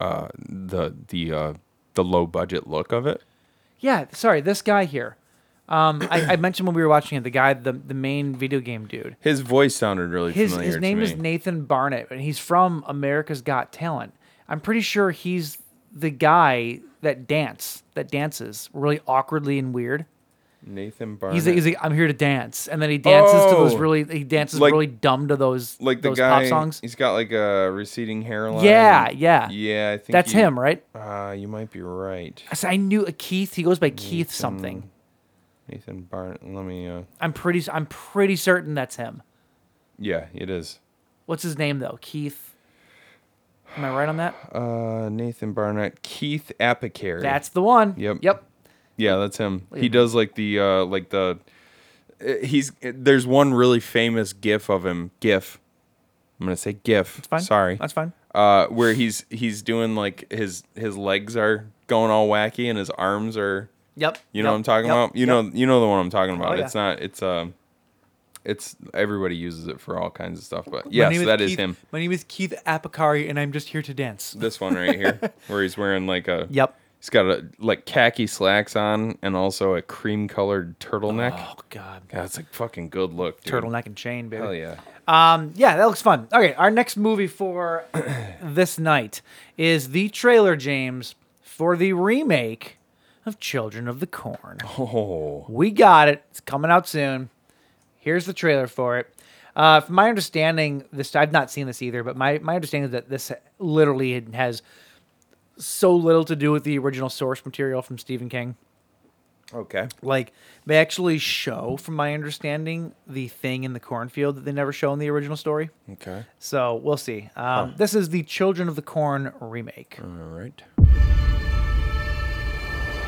uh the the uh the low budget look of it.
Yeah, sorry, this guy here. Um, I, I mentioned when we were watching it, the guy, the, the main video game dude.
His voice sounded really
His
familiar.
his
to
name is
me.
Nathan Barnett, and he's from America's Got Talent. I'm pretty sure he's the guy that dance that dances really awkwardly and weird.
Nathan Barnett.
He's, a, he's like, I'm here to dance, and then he dances to those
Oh.
really, he dances
Like-
really dumb to those
like the
those
guy
pop songs.
he's got like a receding hairline
Yeah, yeah.
yeah i think
That's
you-
him, right?
uh you might be right
I said- I knew a Keith. He goes by Keith something.
nathan barn let me uh
I'm pretty, s- I'm pretty certain that's him.
yeah it is
What's his name though? Keith. Am I right on that?
uh nathan barnett keith apicary
That's the one.
Yep.
Yep.
yeah that's him he does like the uh like the uh, he's there's one really famous gif of him gif i'm gonna say gif
Fine.
sorry
That's fine.
uh, where he's he's doing like his his legs are going all wacky and his arms are
Yep.
You know
Yep.
what I'm talking
Yep.
about? You
Yep. Oh,
know you know the one I'm talking about.
yeah.
It's not it's um it's everybody uses it for all kinds of stuff, but yes,
name
that is
Keith-
him.
My name is Keith Apicari, and I'm just here to dance.
This one right here where he's wearing like a
Yep.
He's got a like khaki slacks on and also a cream colored turtleneck.
Oh God.
God, it's a fucking good look, dude.
Turtleneck and chain, baby.
Hell yeah.
Yeah, that looks fun. Okay, our next movie for this night is the trailer, James, for the remake of Children of the Corn.
Oh.
We got it. It's coming out soon. Here's the trailer for it. Uh, from my understanding, this I've not seen this either, but my, my understanding is that this literally has so little to do with the original source material from Stephen King.
Okay.
Like they actually show, from my understanding, the thing in the cornfield that they never show in the original story.
Okay.
So we'll see. Um, This is the Children of the Corn remake.
All right.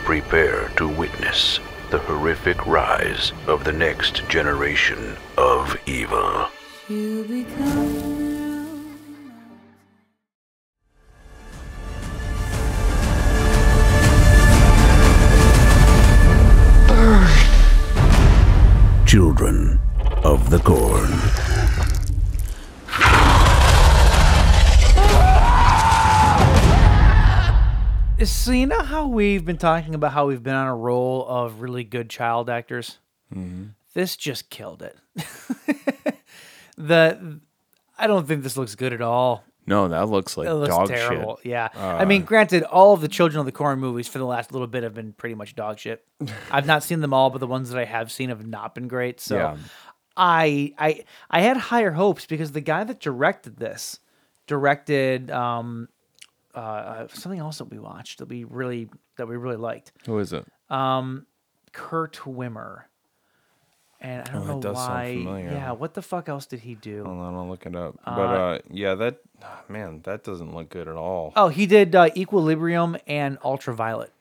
Prepare to witness the horrific rise of the next generation of evil.
You become
Children of the Corn.
So you know how we've been talking about how we've been on a roll of really good child actors. This just killed it. the I don't think this looks good at all.
No, that looks like
It looks
dog
terrible.
shit.
Yeah,
Uh,
I mean, granted, all of the Children of the Corn movies for the last little bit have been pretty much dog shit. I've not seen them all, but the ones that I have seen have not been great. So,
Yeah.
I I I had higher hopes because the guy that directed this directed um, uh, something else that we watched that we really that we really liked.
Who is it?
Kurt Wimmer. And I don't
that
know
Oh, does sound
why.
familiar.
Yeah, what the fuck else did he do?
Hold on, I'll look it up. but uh, yeah, that man, that doesn't look good at all.
Oh, he did uh, Equilibrium and Ultraviolet.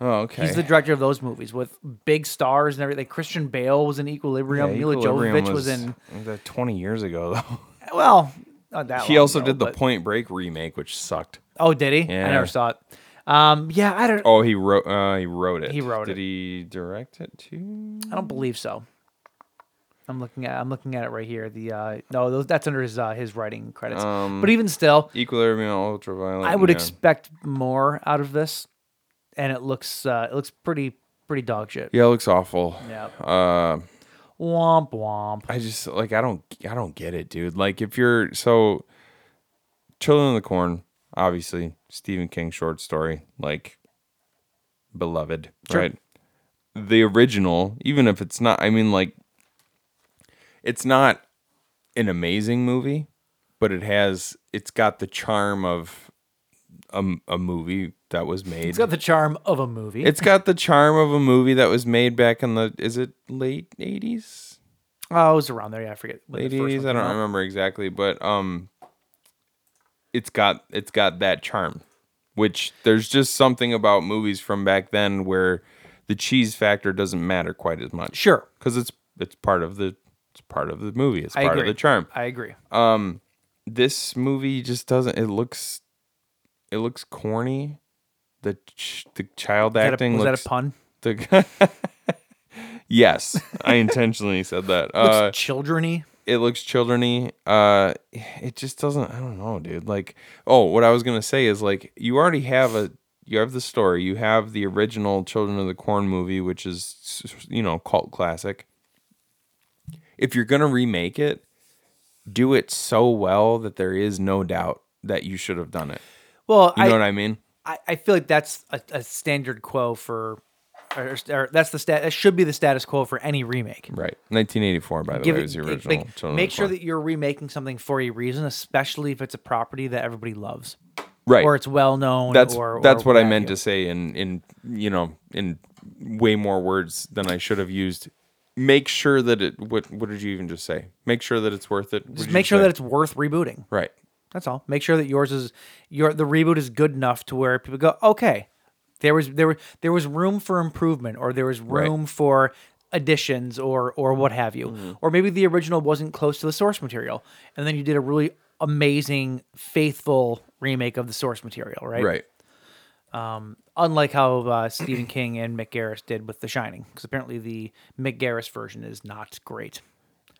Oh, okay.
He's the director of those movies with big stars and everything. Christian Bale was in Equilibrium. Mila
Equilibrium
Jovovich was, in.
that 20 years ago though.
Well, not that.
he
long
also
ago,
did the
but-
Point Break remake, which sucked.
Oh, did he? I
Yeah.
never saw it. Um, yeah, I don't.
Oh, he wrote. Uh, he wrote it.
He wrote
did
it.
he direct it too?
I don't believe so. I'm looking at. I'm looking at it right here. The uh, no, those, that's under his uh, his writing credits. but even still,
Equilibrium, Ultraviolet.
I would
Um, yeah.
expect more out of this, and it looks uh, it looks pretty pretty dog shit.
Yeah, it looks awful.
Yeah.
Uh,
Womp womp.
I just like I don't I don't get it, dude. Like if you're so Children of the Corn, obviously Stephen King short story, like beloved, right? The original, even if it's not, I mean, like it's not an amazing movie, but it has it's got the charm of a, a movie that was made.
It's got the charm of a movie.
it's got the charm of a movie that was made back in the is it late eighties?
oh, it was around there. Yeah, I forget. when the first one
ladies i
came
don't
out.
remember exactly but um it's got it's got that charm which there's just something about movies from back then where the cheese factor doesn't matter quite as much
Sure.
because it's it's part of the it's part of the movie it's
I
part
agree.
of the charm
I agree.
this movie just doesn't it looks it looks corny the ch- the child
Was that a-
acting
was
looks
that a pun?
the yes i intentionally said that
Looks
uh
childreny.
it looks childreny. Uh, it just doesn't. I don't know, dude. Like, oh, what I was gonna say is like, you already have a, you have the story. You have the original Children of the Corn movie, which is, s- s- you know, cult classic. If you're gonna remake it, do it so well that there is no doubt that you should have done it.
Well,
You
I,
know what I mean?
I, I feel like that's a, a standard quo for, or, or that's the stat. That should be the status quo for any remake.
Right. 1984, by the
Give
way,
it-
was the
it-
original.
like,
Children of
make
the
sure
Corn.
that you're remaking something for a reason, especially if it's a property that everybody loves
right.
or it's well known.
that's
or,
that's
or
what I
have
meant
you.
to say in in you know in way more words than I should have used. Make sure that it. What what did you even just say? Make sure that it's worth it. What did
Just
you
make sure
say?
that it's worth rebooting.
right.
That's all. Make sure that yours is your the reboot is good enough to where people go, okay, there was there were there was room for improvement, or there was room for additions, or or what have you,
Mm-hmm.
or maybe the original wasn't close to the source material, and then you did a really amazing, faithful remake of the source material, right?
Right.
Unlike how uh, Stephen King and Mick Garris did with The Shining, because apparently the Mick Garris version is not great.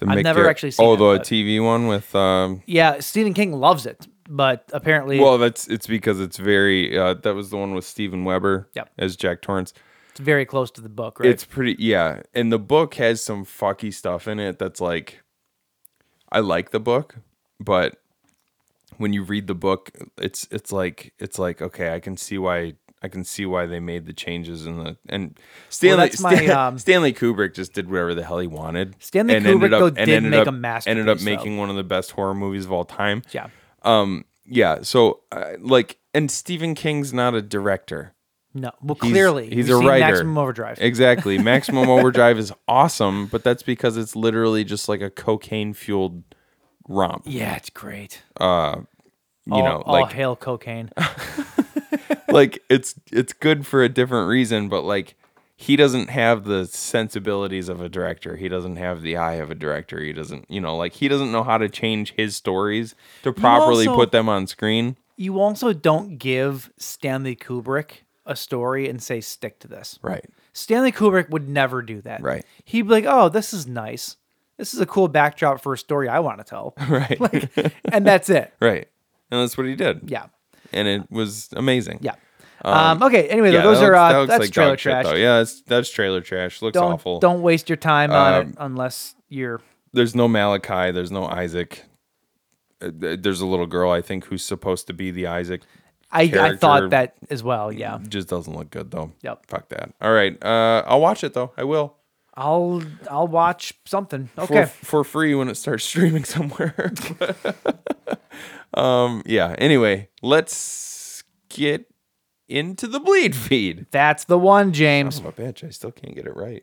The
I've never
Gar-
actually seen
Oh,
it,
the
but-
TV one with. Um,
Yeah, Stephen King loves it, but apparently
well, that's it's because it's very. Uh, that was the one with Steven Weber.
Yep.
As Jack Torrance.
it's very close to the book, right?
It's pretty, yeah. And the book has some fucky stuff in it that's like, I like the book, but when you read the book, it's it's like it's like okay, I can see why I can see why they made the changes in the and Stanley
that's my,
Stan-
um,
Stanley Kubrick just did whatever the hell he wanted.
Stanley
and ended
Kubrick,
up-
though,
and
did
ended
make
up-
a
Ended up
masterpiece, though.
making one of the best horror movies of all time.
yeah.
Um. Yeah. So uh, like, and Stephen King's not a director.
No, well,
He's-
clearly
he's
we've
a
seen
writer.
Maximum Overdrive.
Exactly. Maximum Overdrive is awesome, but that's because it's literally just like a cocaine fueled romp.
yeah, it's great.
You
all,
know,
all
like
hail cocaine.
like it's it's good for a different reason, but like he doesn't have the sensibilities of a director. He doesn't have the eye of a director. He doesn't, you know, like he doesn't know how to change his stories to properly
also-
put them on screen.
you also don't give Stanley Kubrick a story and say stick to this.
Right.
Stanley Kubrick would never do that.
Right.
He'd be like, "Oh, this is nice. This is a cool backdrop for a story I want to tell."
Right.
Like, and that's it.
Right. And that's what he did.
Yeah.
And it was amazing.
Yeah. Um, okay. Anyway, those
that
are
looks- that
uh,
looks
that's
like
trailer
dog shit,
trash.
though. yeah, that's, that's trailer trash. Looks
don't
awful. Um,
don't waste your time on it unless you're
There's no Malachi. There's no Isaac. Uh, th- There's a little girl I think who's supposed to be the Isaac.
I, I
character-
thought that as well. Yeah.
Just doesn't look good though.
Yep.
Fuck that. All right. Uh, I'll watch it though. I will.
I'll I'll watch something. Okay.
For, for free when it starts streaming somewhere. um. Yeah. Anyway, let's get into the bleed feed.
That's the one, James.
Oh, bitch, I still can't get it right.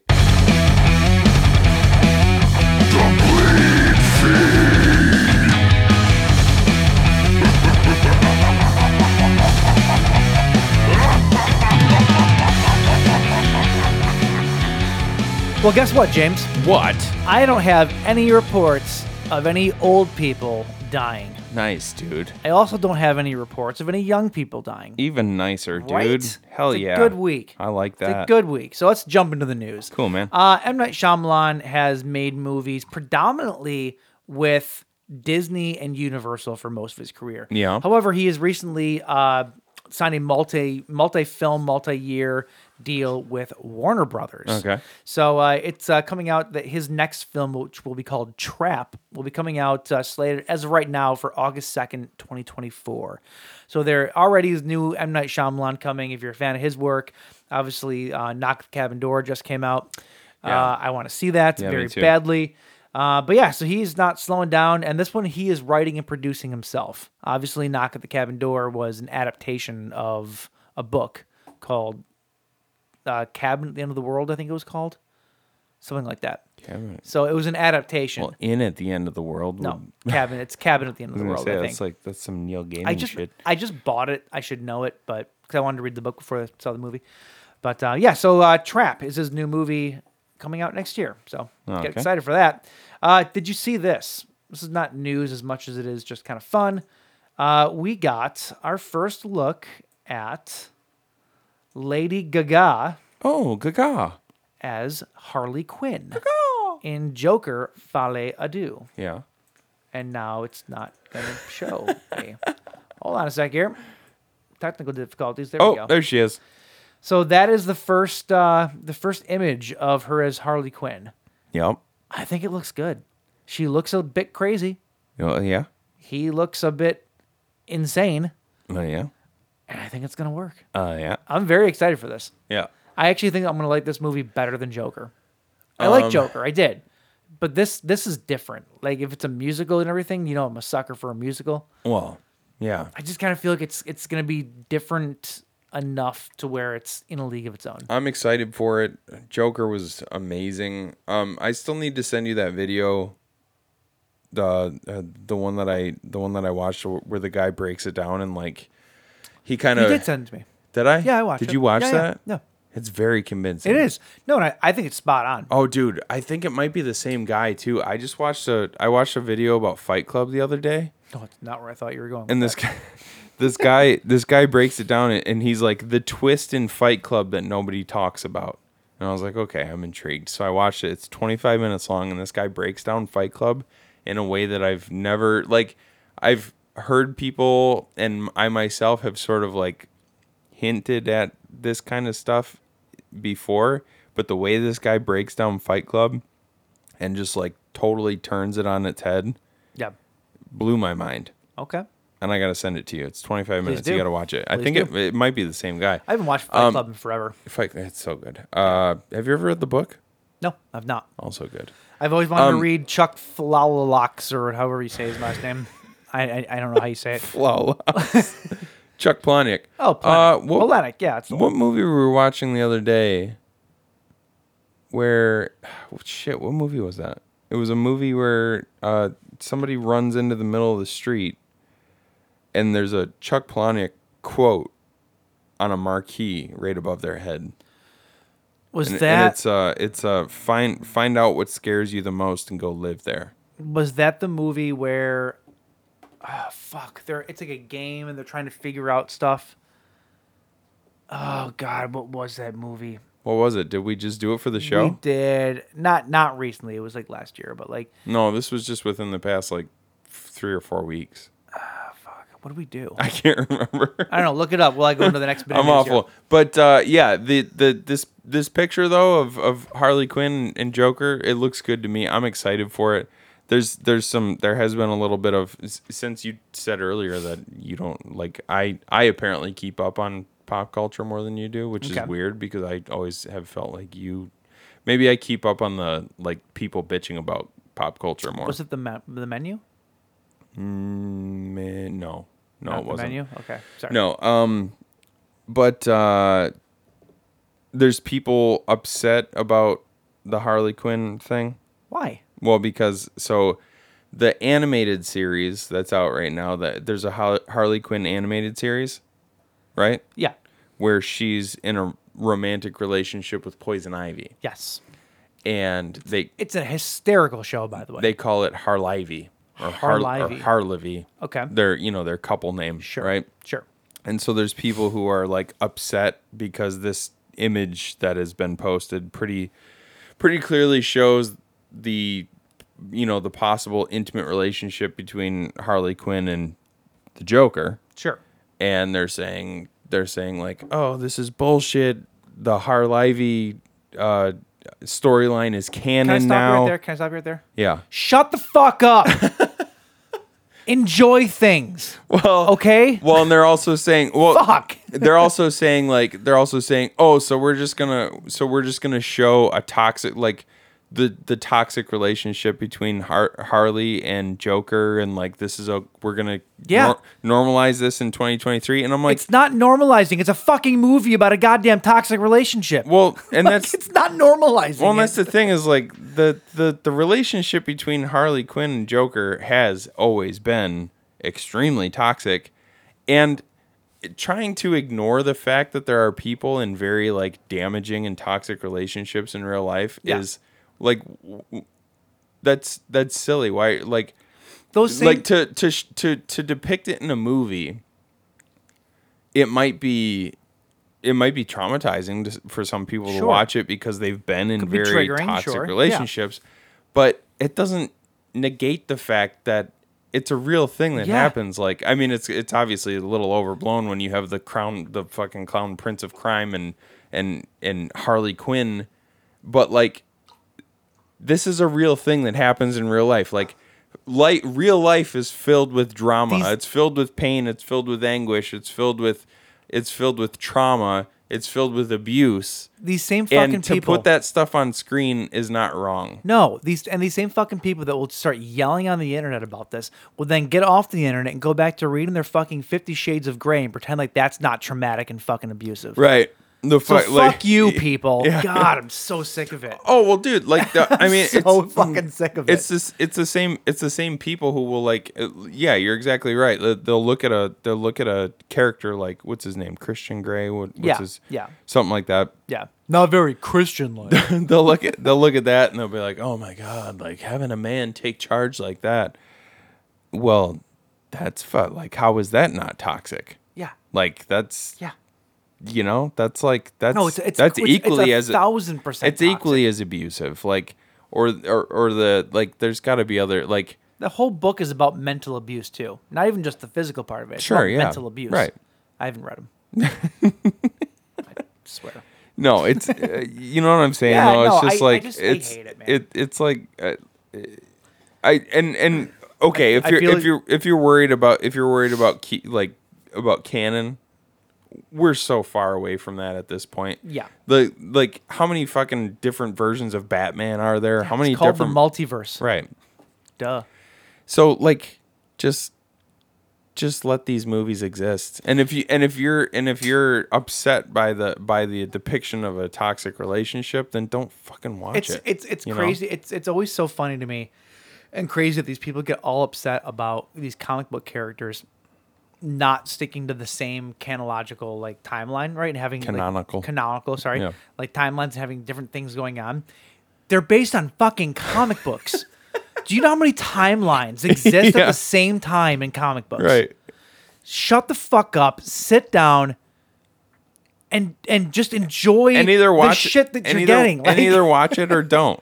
Well, guess what, James?
What?
I don't have any reports of any old people dying.
Nice, dude.
I also don't have any reports of any young people dying.
Even nicer, dude.
Right?
Hell
It's a
yeah.
good week.
I like
It's
that.
a good week. So let's jump into the news.
Cool, man.
Uh, M. Night Shyamalan has made movies predominantly with Disney and Universal for most of his career.
Yeah.
However, he has recently uh, signed a multi multi film multi year deal with Warner Brothers.
Okay.
So uh, it's uh, coming out that his next film, which will be called Trap, will be coming out uh, slated as of right now for August 2nd, 2024. So there already is new M. Night Shyamalan coming. If you're a fan of his work, obviously uh, Knock at the Cabin Door just came out. Uh, I want to see that
Yeah, me
very
too.
badly. Uh, but yeah, so he's not slowing down. And this one, he is writing and producing himself. Obviously, Knock at the Cabin Door was an adaptation of a book called uh, Cabin at the End of the World, I think it was called. Something like that.
Cabin-
So it was an adaptation.
Well, in at the end of the world.
no,
would-
cabin. It's cabin at the end of
I
the
was gonna
world.
say
I
that's
think.
like that's some Neil Gaiman
I just
shit.
I just bought it. I should know it, but because I wanted to read the book before I saw the movie. But uh, yeah, so uh, Trap is his new movie coming out next year. So
Okay.
get excited for that. Uh, did you see this? This is not news as much as it is just kind of fun. Uh, we got our first look at Lady Gaga
Oh, Gaga.
as Harley Quinn in Joker Fale Adieu.
Yeah.
And now it's not going to show. me. Hold on a sec here. Technical difficulties. There we
Oh,
go.
there she is.
So that is the first uh, the first image of her as Harley Quinn.
Yep.
I think it looks good. She looks a bit crazy.
Oh, yeah.
He looks a bit insane.
Oh, yeah.
And I think it's going to work.
Uh, yeah.
I'm very excited for this.
Yeah.
I actually think I'm going to like this movie better than Joker. I
Um,
like Joker. I did. But this this is different. Like if it's a musical and everything, you know I'm a sucker for a musical.
Well, yeah.
I just kind of feel like it's it's going to be different enough to where it's in a league of its own.
I'm excited for it. Joker was amazing. Um, I still need to send you that video. The uh, the one that I the one that I watched wh- where the guy breaks it down and like he kind
You
of
did send it to me.
Did I?
Yeah, I watched
Did
it.
you watch
Yeah, yeah.
that?
No.
It's very convincing.
It is. No, and I, I think it's spot on.
Oh, dude, I think it might be the same guy too. I just watched a I watched a video about Fight Club the other day,
No, it's not where I thought you were going. with
and
that.
this guy, this guy, this guy breaks it down, and he's like the twist in Fight Club that nobody talks about. And I was like, okay, I'm intrigued. So I watched it. It's 25 minutes long, and this guy breaks down Fight Club in a way that I've never like. I've heard people, and I myself have sort of like hinted at this kind of stuff before, but the way this guy breaks down Fight Club and just like totally turns it on its head
Yeah.
blew my mind.
Okay.
And I got to send it to you. It's 25 minutes.
do.
You got to watch it. I
Please
think it,
do.
it might be the same guy.
I haven't watched Fight
Um,
Club in forever.
Fight, it's so good. Uh, have you ever read the book?
No, I've not.
Also good.
I've always wanted to
Um,
read Chuck Flalalox or however you say his last name. I, I I don't know how you say it.
Well, Chuck Palahniuk.
Oh,
Uh,
Planet.
what,
Planet, Yeah, it's the
What movie were we watching the other day? Where, shit, what movie was that? It was a movie where uh, somebody runs into the middle of the street, and there's a Chuck Palahniuk quote on a marquee right above their head.
Was
And, and
that
it's uh, it's uh, find find out what scares you the most and go live there.
was that the movie where? ah, fuck! They're it's like a game and they're trying to figure out stuff. Oh God, what was that movie?
What was it? Did we just do it for the show?
We did not not recently. It was like last year, but like
No, this was just within the past like f- three or four weeks.
what do we do?
I can't remember.
I don't know. Look it up while I go into the next bit. of
I'm
news
awful. But uh, yeah, the the this this picture though of, of Harley Quinn and Joker, it looks good to me. I'm excited for it. There's there's some there has been a little bit of s- since you said earlier that you don't like I I apparently keep up on pop culture more than you do, which
Okay.
is weird because I always have felt like you maybe I keep up on the like people bitching about pop culture more.
Here. Was it the me- the menu?
Meh, no. No,
Not
it
the
wasn't.
menu. Okay, sorry.
No. Um, but uh, there's people upset about the Harley Quinn thing.
Why?
Well, because so the animated series that's out right now, that there's a Har- Harley Quinn animated series, right?
Yeah.
Where she's in a romantic relationship with Poison Ivy,
Yes.
and they
It's a hysterical show, by the way.
they call it Harlivy or Har-
Harlivy.
or Harlivy.
Okay.
Their you know their couple name,
sure.
right?
Sure.
And so there's people who are like upset because this image that has been posted pretty pretty clearly shows the you know the possible intimate relationship between Harley Quinn and the Joker
Sure.
and they're saying they're saying like oh this is bullshit the Harlivy uh storyline is canon
Can I stop you
now
right there? Can I stop you right there?
yeah
Shut the fuck up. Enjoy things.
well
Okay.
well and they're also saying well
Fuck.
they're also saying like they're also saying oh so we're just gonna so we're just gonna show a toxic like the the toxic relationship between Har- harley and joker and like this is a we're gonna
Yeah.
nor- normalize this in 2023 and i'm like
It's not normalizing. It's a fucking movie about a goddamn toxic relationship.
well and
Like,
that's
it's not normalizing.
well and that's
it.
the thing is like the the the relationship between harley quinn and joker has always been extremely toxic and trying to ignore the fact that there are people in very like damaging and toxic relationships in real life
Yeah.
is like w- w- that's that's silly why like
those same,
like to to sh- to to depict it in a movie it might be it might be traumatizing to, s- for some people to
Sure.
watch it because they've been in
Could be
very
triggering,
toxic
sure, yeah.
relationships but it doesn't negate the fact that it's a real thing that
Yeah.
happens like i mean it's it's obviously a little overblown when you have the crown the fucking clown prince of crime and and and harley quinn but like this is a real thing that happens in real life. Like, light real life is filled with drama.
These-
it's filled with pain. It's filled with anguish. It's filled with, it's filled with trauma. It's filled with abuse.
these same fucking
And to
people
put that stuff on screen is not wrong.
No, these and these same fucking people that will start yelling on the internet about this will then get off the internet and go back to reading their fucking Fifty Shades of Grey and pretend like that's not traumatic and fucking abusive.
Right. The fu-
So fuck
like-
you, people. God, I'm so sick of it.
Oh well, dude. Like, the, I mean,
so
it's
fucking sick of
it's
it.
this it's the same it's the same people who will like uh, yeah you're exactly right They- they'll look at a they'll look at a character like what's his name christian gray what, what's
Yeah,
his
yeah.
something like that
Yeah, not very Christian like.
they'll look at they'll look at that and they'll be like oh my god like having a man take charge like that well that's fu- like how is that not toxic
yeah,
like that's
yeah.
you know that's like that's
No, it's it's
that's
it's- it's
equally
a
as
thousand percent.
it's
toxic.
equally as abusive like or or or the like there's got to be other like
The whole book is about mental abuse too. Not even just the physical part of it. It's
Sure,
about
yeah.
Mental abuse.
Right.
I haven't read them. I swear.
No, it's uh, you know what I'm saying.
Yeah,
though? it's
no, I-
just
I
like
just- I
it's
hate it, man.
it's like uh, I and and okay if
I
you're
feel
if
like-
you're if you're worried about if you're worried about key, like about canon, we're so far away from that at this point.
Yeah.
the like how many fucking different versions of Batman are there? how many
It's called
different
the multiverse.
right?
Duh.
So like just just let these movies exist. And if you and if you're and if you're upset by the by the depiction of a toxic relationship, then don't fucking watch
It's
it.
it's it's
you know?
crazy. It's it's always so funny to me and crazy that these people get all upset about these comic book characters not sticking to the same canological like timeline, right? And having like,
Canonical.
canonical, sorry.
Yeah.
Like timelines and having different things going on. They're based on fucking comic books. Do you know how many timelines exist at
Yeah.
the same time in comic books?
Right.
shut the fuck up, sit down, and and just enjoy
and either
the
watch
shit that
and
you're
either-
getting.
and either watch it or don't.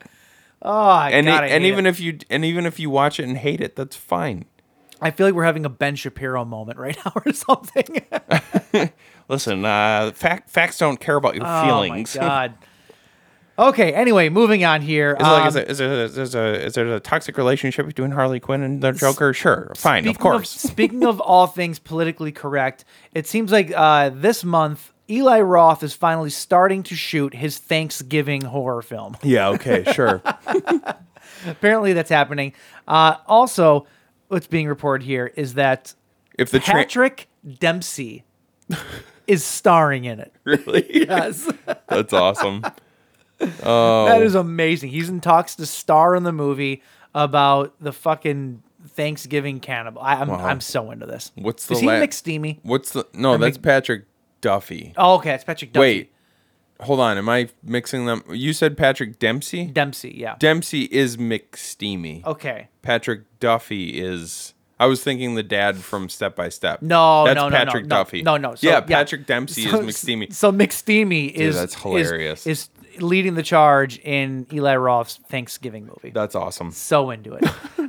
oh, God,
and
I
e-
hate
and
it.
even if you and even if you watch it and hate it, that's fine.
I feel like we're having a Ben Shapiro moment right now or something. Oh
Listen, uh, fact, facts don't care about your feelings.
Oh my god. Okay. Anyway, moving on here.
It's like,
Um,
is, there, is, there, is, there, is there a toxic relationship between Harley Quinn and the Joker? Sure, fine, of
speaking
course.
speaking of all things politically correct, it seems like uh, this month Eli Roth is finally starting to shoot his Thanksgiving horror film.
yeah, okay, sure.
Apparently, that's happening. Uh, also, what's being reported here is that
If the tra-
Patrick Dempsey is starring in it.
really,
Yes.
that's awesome.
That
Oh.
is amazing. He's in talks to star in the movie about the fucking Thanksgiving cannibal. I, I'm I'm so into this.
What's
is
the
he
la-
McSteamy?
What's the no? That's Patrick Duffy.
Oh, okay, it's Patrick Dempsey.
Wait, hold on. Am I mixing them? You said Patrick Dempsey.
Dempsey, yeah.
Dempsey is McSteamy.
okay.
Patrick Duffy is. I was thinking the dad from Step by Step.
No,
that's
no, no, no,
Patrick
no,
Duffy.
No, no. So,
yeah, Patrick Dempsey
So-
is McSteamy.
So McSteamy is
that's
is-
hilarious.
Is, leading the charge in Eli Roth's Thanksgiving movie.
That's awesome.
so into it.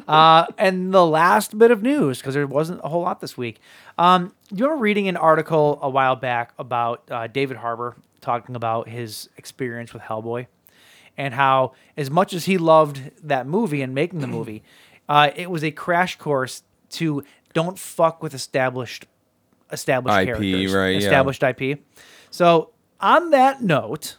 uh, and the last bit of news, because there wasn't a whole lot this week. Um, you remember reading an article a while back about uh, David Harbour talking about his experience with Hellboy and how, as much as he loved that movie and making the movie, uh, it was a crash course to don't fuck with established established
IP,
characters,
right, yeah.
established IP. So on that note,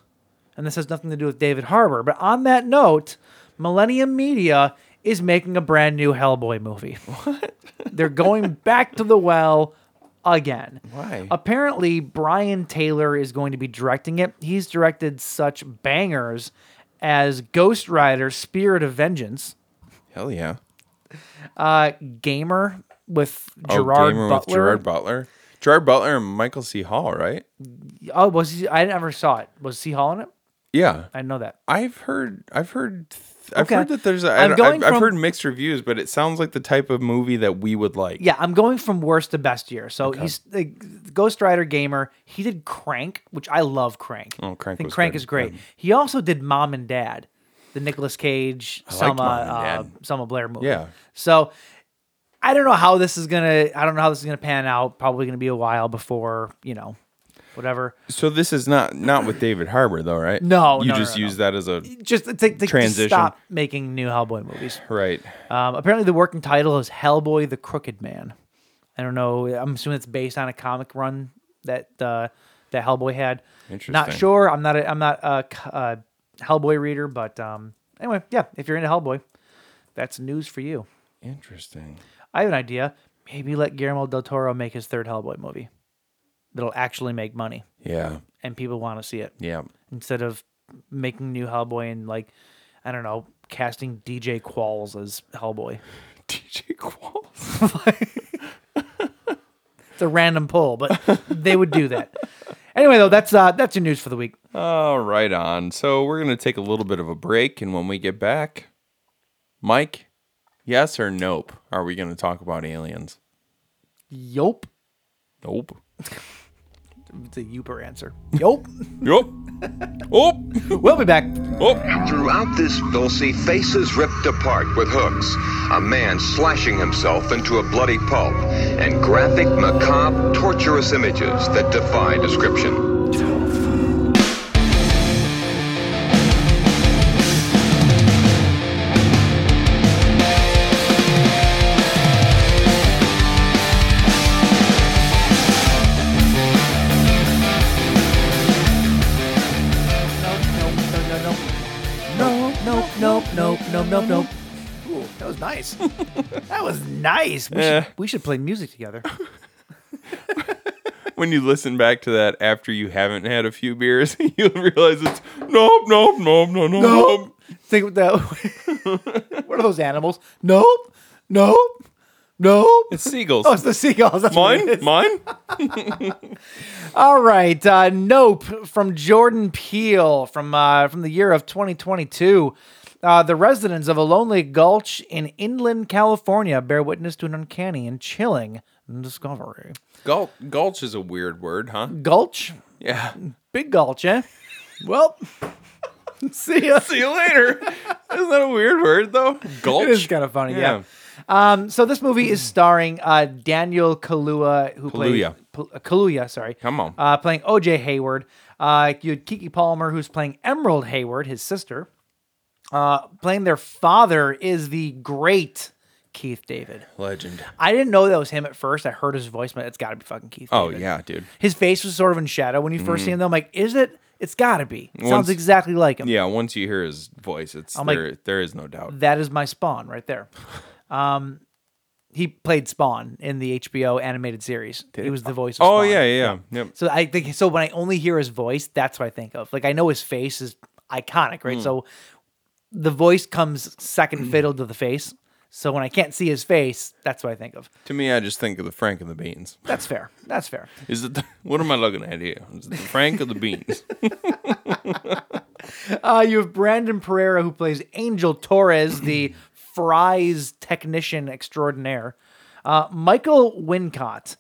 and this has nothing to do with David Harbour, but on that note, Millennium Media is making a brand new Hellboy movie. What? They're going back to the well again.
Why?
Apparently, Brian Taylor is going to be directing it. He's directed such bangers as Ghost Rider, Spirit of Vengeance,
Hell yeah.
uh, Gamer with Gerard
Oh, Gamer
Butler.
with Gerard Butler. Gerard Butler and Michael C. Hall, right?
oh, was he? I never saw it. Was he Hall in it?
Yeah.
I didn't know that.
I've heard I've heard I've
Okay.
heard that there's a,
I'm
I'm
going
I've,
from-
I've heard mixed reviews, but it sounds like the type of movie that we would like.
Yeah, I'm going from worst to best year. So he's the Ghost Rider gamer. He did Crank, which I love Crank.
Oh, Crank
I think
was
Crank
good.
is great.
Yeah.
He also did Mom and Dad, the Nicolas Cage, Selma,
Mom and
uh,
Dad.
Selma Blair movie.
Yeah.
So I don't know how this is gonna. I don't know how this is gonna pan out. Probably gonna be a while before you know, whatever.
So this is not not with David Harbour though, right?
No,
You
no,
just
no, no,
use that as a
Just to, to,
Transition.
stop making new Hellboy movies.
right.
Um, apparently, the working title is Hellboy the Crooked Man. I don't know. I'm assuming it's based on a comic run that uh, that Hellboy had. Not
Interesting.
sure. I'm not. A, I'm not a, c- a Hellboy reader, but um, anyway, yeah. If you're into Hellboy, that's news for you.
Interesting.
I have an idea. Maybe let Guillermo del Toro make his third Hellboy movie. That'll actually make money,
Yeah.
and people want to see it
Yeah.
instead of making new Hellboy and like, I don't know, casting DJ Qualls as Hellboy.
DJ Qualls.
It's a random poll, but they would do that. Anyway, though, that's uh, that's your news for the week.
All right on. So we're gonna take a little bit of a break and when we get back, Mike, yes or nope, are we gonna talk about aliens?
Yup.
Nope.
It's a youper answer. Yup.
Yup. oh,
we'll be back.
oh.
Throughout this, they'll see faces ripped apart with hooks, a man slashing himself into a bloody pulp, and graphic, macabre, torturous images that defy description.
Nope. Nope. Nope. Nope. Nope. Nope. Nope. Ooh, that was nice. that was nice. We,
Yeah.
should, we should play music together.
When you listen back to that after you haven't had a few beers, you'll realize it's nope, nope, nope, no, no, nope.
Think of that. what are those animals? Nope. Nope. Nope.
It's seagulls.
Oh, it's the seagulls. That's what it
mine,
is.
mine.
All right, uh, nope from Jordan Peele from uh, from the year of 2022. Uh, the residents of a lonely gulch in inland California bear witness to an uncanny and chilling discovery.
Gul- gulch is a weird word, huh?
Gulch,
Yeah.
Big gulch, eh? Well, see ya.
See you later. Isn't that a weird word though? Gulch.
It is kind of funny, yeah. Um, so this movie is starring uh, Daniel Kaluuya, who
Mm-hmm. Kaluuya.
played Pal- uh, Kaluuya. Sorry,
Come on.
uh, playing O.J. Hayward. Uh, you had Kiki Palmer, who's playing Emerald Hayward, his sister. Uh, playing their father is the great Keith David.
Legend.
I didn't know that was him at first. I heard his voice, but it's got to be fucking Keith.
Oh
David.
yeah, Mm-hmm. dude.
His face was sort of in shadow when you first see him. Though I'm like, is it? It's got to be. It sounds
Once-
exactly like him.
Yeah. Once you hear his voice, it's
I'm like-
there. there is no doubt.
That is my Spawn right there. Um, he played Spawn in the HBO animated series. he was the voice. Of
Oh
Spawn.
yeah, yeah, yeah. Yep.
So I think so. When I only hear his voice, that's what I think of. Like I know his face is iconic,
Hmm.
right? So the voice comes second fiddle to the face. So when I can't see his face, that's what I think of.
To me, I just think of the Frank and the Beans.
That's fair. That's fair.
Is it? The, what am I looking at here? Is it the Frank or the Beans?
Uh, you have Brandon Pereira who plays Angel Torres, the fries technician extraordinaire. Uh, Michael Wincott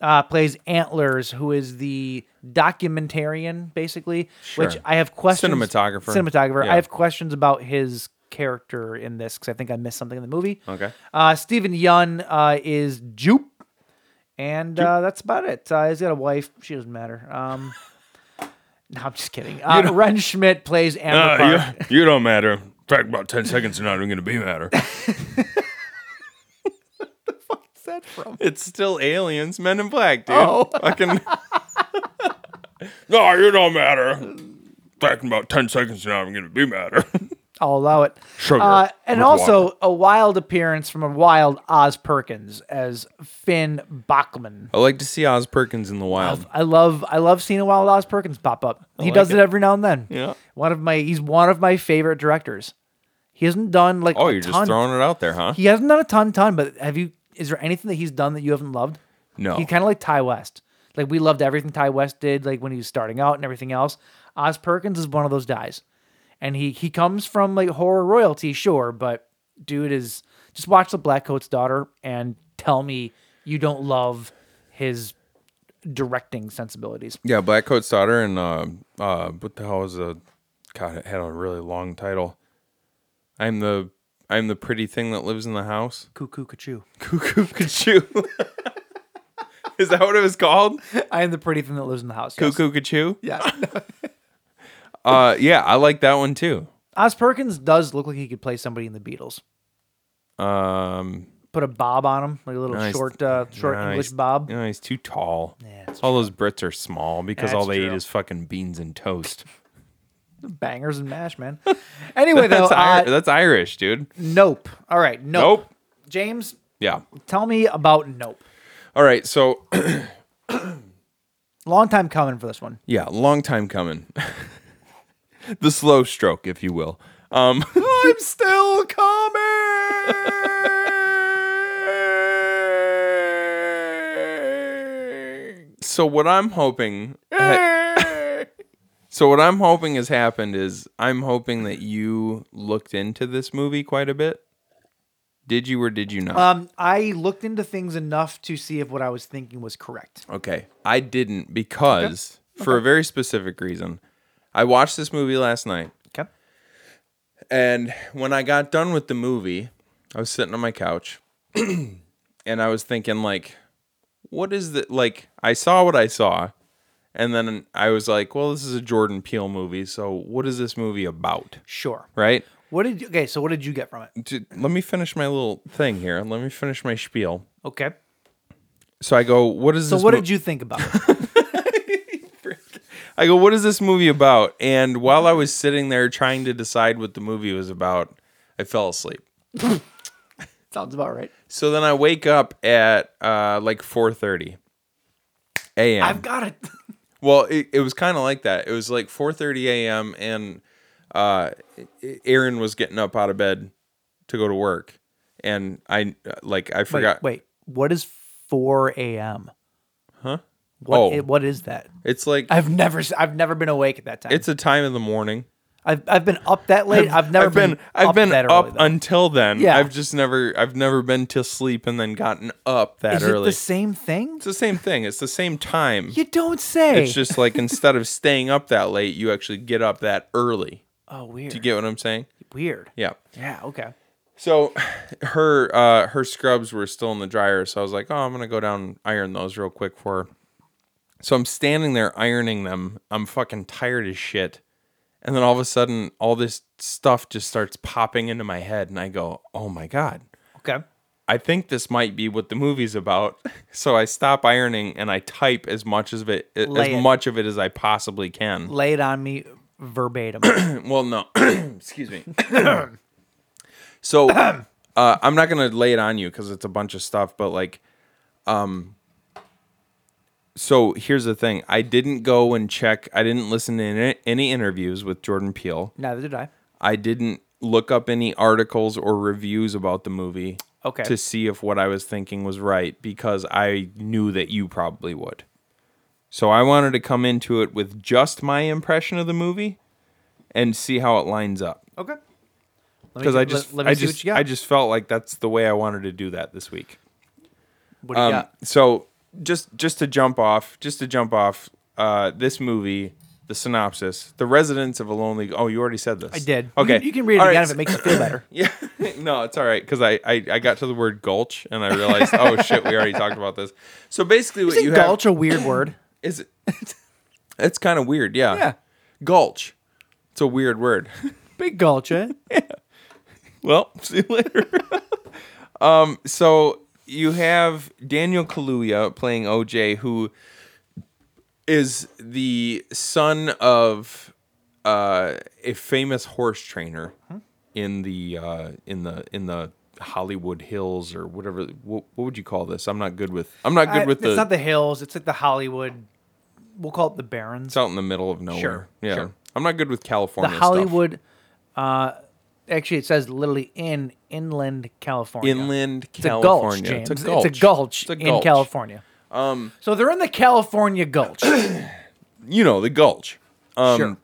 uh, plays Antlers, who is the documentarian, basically. Which
Sure.
I have questions.
Cinematographer.
Cinematographer.
Yeah.
I have questions about his character in this because I think I missed something in the movie.
Okay.
Uh, Stephen Yun uh, is Jupe, and uh, that's about it. Uh, he's got a wife. She doesn't matter. Um, no, I'm just kidding. Uh, Ren Schmidt plays Amber Park.
Uh, you, you don't matter. In fact, about ten seconds, you're not even going to be matter.
that from? Oh.
It's still aliens, Men in Black, dude. Fucking. no, you don't matter. In fact, in about ten seconds, you're not even going to be matter.
I'll allow it.
Sugar
Uh, and
with
also
water.
a wild appearance from a wild Oz Perkins as Finn Bachman.
I like to see Oz Perkins in the wild.
I love I love seeing a wild Oz Perkins pop up. He does
like
it.
it.
every now and then.
Yeah.
One of my he's one of my favorite directors. He hasn't done like
Oh,
a
you're
ton.
just throwing it out there, huh?
He hasn't done a ton ton, but have you is there anything that he's done that you haven't loved?
No.
He kind of like Ty West. Like we loved everything Ty West did, like when he was starting out and everything else. Oz Perkins is one of those guys, and he he comes from like horror royalty, sure, but dude is just watch the Black Coat's Daughter and tell me you don't love his directing sensibilities.
Yeah, Black Coat's Daughter and uh, uh, what the hell is the? God, it had a really long title. I'm the I'm the pretty thing that lives in the house.
Cuckoo, cuckoo.
Cuckoo Cachoo. is that what it was called?
I am the pretty thing that lives in the house. yes.
Cuckoo Cachoo.
Yeah.
Uh, yeah, I like that one too.
Oz Perkins does look like he could play somebody in the Beatles.
Um,
Put a bob on him, like a little
Nice.
short, uh, short
nah,
English
he's-
bob.
No, he's too tall.
that's
all those Brits are small because all
That's
they
true.
eat is fucking beans and toast.
Bangers and mash, man. Anyway, though,
that's, Ir-
uh,
that's Irish, dude.
Nope. All right. Nope.
Nope.
James,
Yeah.
tell me about Nope.
All right. So
Long time coming for this one.
yeah, long time coming. the slow stroke, if you will. Um, I'm still coming. so what I'm hoping. So what I'm hoping has happened is I'm hoping that you looked into this movie quite a bit. Did you or did you not?
Um, I looked into things enough to see if what I was thinking was correct.
Okay. I didn't because for a very specific reason. I watched this movie last night
Okay.
and when I got done with the movie, I was sitting on my couch and I was thinking like what is the like I saw what I saw and then I was like, well, this is a Jordan Peele movie, so what is this movie about?
Sure.
Right?
What did you, okay? So what did you get from it?
Dude, let me finish my little thing here. Let me finish my spiel.
Okay.
So I go, what is
So
this
what
mo-
did you think about it?
I go, what is this movie about? And while I was sitting there trying to decide what the movie was about, I fell asleep.
Sounds about right.
So then I wake up at uh, like 4:30
I've
a.m.
got it.
Well, it, it was kind of like that. It was like 4:30 a.m. and uh, Aaron was getting up out of bed to go to work, and I uh, like I forgot.
Wait, wait. What is 4 a.m.?
Huh?
What?
Oh.
i- what is that?
It's like
I've never s- I've never been awake at that time.
it's a time in the morning.
I've I've been up that late. I've, never
I've been,
up
I've been
that
up
early, though.
until then.
Yeah.
I've just never I've never been to sleep and then gotten up that
Is
early.
it the same thing?
it's the same thing. It's the same time.
You don't say.
It's just like instead of staying up that late, you actually get up that early.
oh weird.
Do you get what I'm saying?
weird.
Yeah.
Yeah. Okay.
So her uh her scrubs were still in the dryer, so I was like, "Oh, I'm going to go down and iron those real quick for her." So I'm standing there ironing them. I'm fucking tired as shit. And then all of a sudden, all this stuff just starts popping into my head and I go, "Oh my god.
Okay.
I think this might be what the movie's about." So I stop ironing and I type as much of it as
Lay it.
much of it as I possibly can.
Lay it on me verbatim.
Well, no. Excuse me. so, uh, I'm not gonna lay it on you because it's a bunch of stuff, but like, um, so here's the thing: I didn't go and check. I didn't listen to any, any interviews with Jordan Peele.
Neither did I.
I didn't look up any articles or reviews about the movie.
Okay.
To see if what I was thinking was right because I knew that you probably would. So I wanted to come into it with just my impression of the movie and see how it lines up
Okay. Let me
because
see-
I
let-
just
let, me
I
see
just
what you got.
I just felt like that's the way I wanted to do that this week.
what do you
Um,
got?
So just just to jump off, just to jump off, uh, this movie, the synopsis, the residents of a lonely. Oh, you already said this.
I did. You can-
Okay,
You, can read it
All right,
again if it makes you feel better.
yeah, no, it's all right because I, I I got to the word gulch and I realized oh shit we already talked about this. So basically, what
Isn't
you
gulch
have
a weird word?
is it, it's kind of weird. Yeah.
Yeah.
Gulch. It's a weird word.
Big gulch, eh?
Well, see you later. um, so you have Daniel Kaluuya playing OJ, who is the son of uh, a famous horse trainer in the uh, in the in the Hollywood Hills or whatever. What, what would you call this? I'm not good with. I'm not good
I-
with the.
Uh, It's not the hills. It's like the Hollywood. We'll call it the Barrens.
it's out in the middle of nowhere.
Sure,
yeah,
sure.
I'm not good with
the
California. stuff.
Hollywood. Uh, actually, it says literally in inland California.
inland
It's a gulch,
California.
James.
It's a gulch.
It's a gulch,
It's a
in
gulch.
California. Um, so they're in the California Gulch.
You know the gulch. Um,
sure.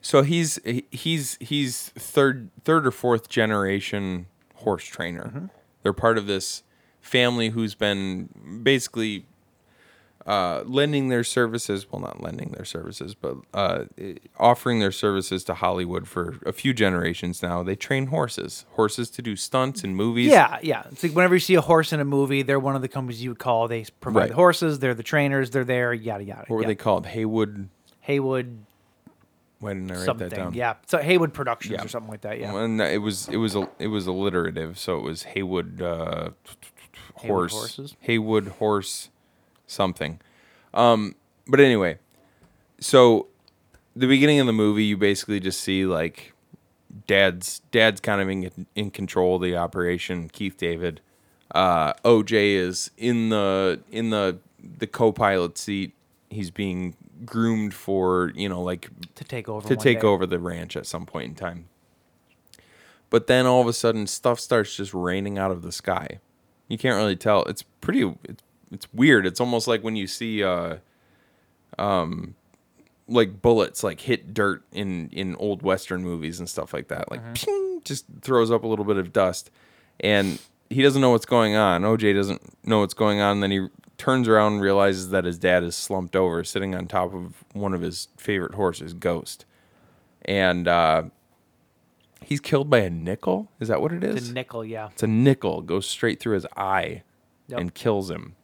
So he's he- he's he's third third or fourth generation horse trainer.
Mm-hmm.
They're part of this family who's been basically uh, lending their services, well, not lending their services, but uh, i- offering their services to Hollywood for a few generations now. They train horses, horses to do stunts in movies.
Yeah, yeah. It's like whenever you see a horse in a movie, they're one of the companies you would call. They provide
Right.
the horses. They're the trainers. They're there. Yada yada.
What were
yeah.
they called? Haywood.
Haywood
Why didn't I write that
something.
down?
Yeah. So Haywood Productions
Yeah.
or something like that. Yeah.
Well, Um, and it was it was it was alliterative, so it was Haywood uh, horse,
horses?
Haywood horse, something. Um, but anyway, so the beginning of the movie, you basically just see like dad's dad's kind of in, in control of the operation. Keith David, uh, OJ is in the in the the co-pilot seat. He's being groomed for you know like
To take over.
to
one
take
day.
over the ranch at some point in time. But then all of a sudden, stuff starts just raining out of the sky. You can't really tell. It's pretty. It's, it's weird. It's almost like when you see, uh, um, like bullets like hit dirt in in old western movies and stuff like that.
Mm-hmm.
Like, ping, just throws up a little bit of dust, and he doesn't know what's going on. OJ doesn't know what's going on. Then he turns around and realizes that his dad is slumped over, sitting on top of one of his favorite horses, Ghost and uh, he's killed by a nickel. Is that what it is?
The nickel. Yeah.
it's a nickel goes straight through his eye
Yep.
and kills him.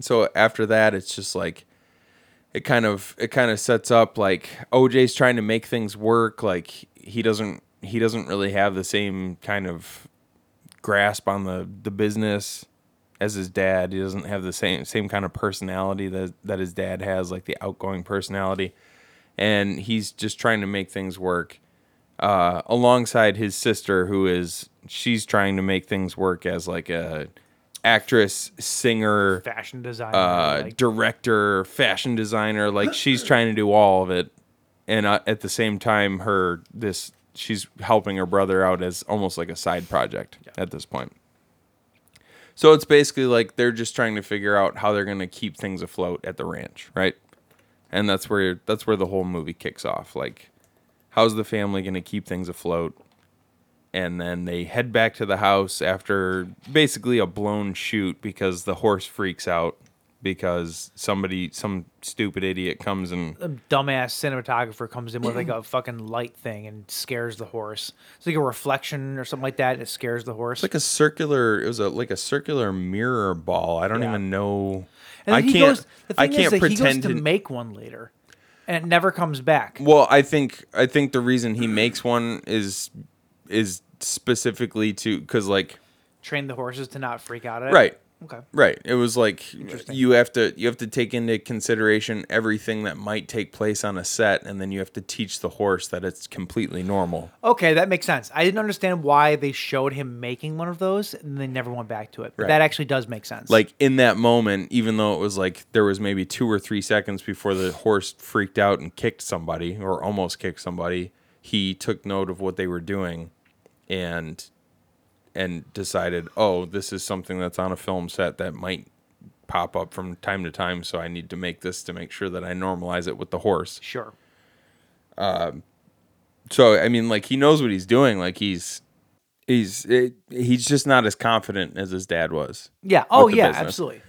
So after that, it's just like it kind of it kind of sets up like OJ's trying to make things work. Like he doesn't he doesn't really have the same kind of grasp on the the business as his dad. He doesn't have the same same kind of personality that that his dad has, like the outgoing personality. And he's just trying to make things work uh, alongside his sister, who is she's trying to make things work as like a actress, singer,
Fashion designer.
uh,
like-
director, fashion designer. Like she's trying to do all of it, and uh, at the same time, her this she's helping her brother out as almost like a side project at this point. So it's basically like they're just trying to figure out how they're gonna keep things afloat at the ranch, right? And that's where that's where the whole movie kicks off. Like how's the family going to keep things afloat? And then they head back to the house after basically a blown shoot because the horse freaks out because somebody, some stupid idiot comes and
a dumbass cinematographer comes in with like a fucking light thing and scares the horse. It's like a reflection or something like that. And it scares the horse.
It's like a circular. It was a like a circular mirror ball. I don't
Yeah.
even know.
and
I
then he
can't.
Goes, the
I
thing is
can't
that
pretend
he goes to
to-
make one later, and it never comes back.
Well, I think I think the reason he makes one is is specifically to because like
Train the horses to not freak out at it.
right
Okay.
right it was like you have to you have to take into consideration everything that might take place on a set and then you have to teach the horse that it's completely normal
Okay, that makes sense. I didn't understand why they showed him making one of those and they never went back to it. But
Right.
that actually does make sense.
like in that moment even though it was like there was maybe two or three seconds before the horse freaked out and kicked somebody or almost kicked somebody he took note of what they were doing and and decided oh this is something that's on a film set that might pop up from time to time so i need to make this to make sure that i normalize it with the horse
sure.
so i mean like he knows what he's doing like he's he's it, he's just not as confident as his dad was
Yeah. Oh
the
yeah,
business.
absolutely.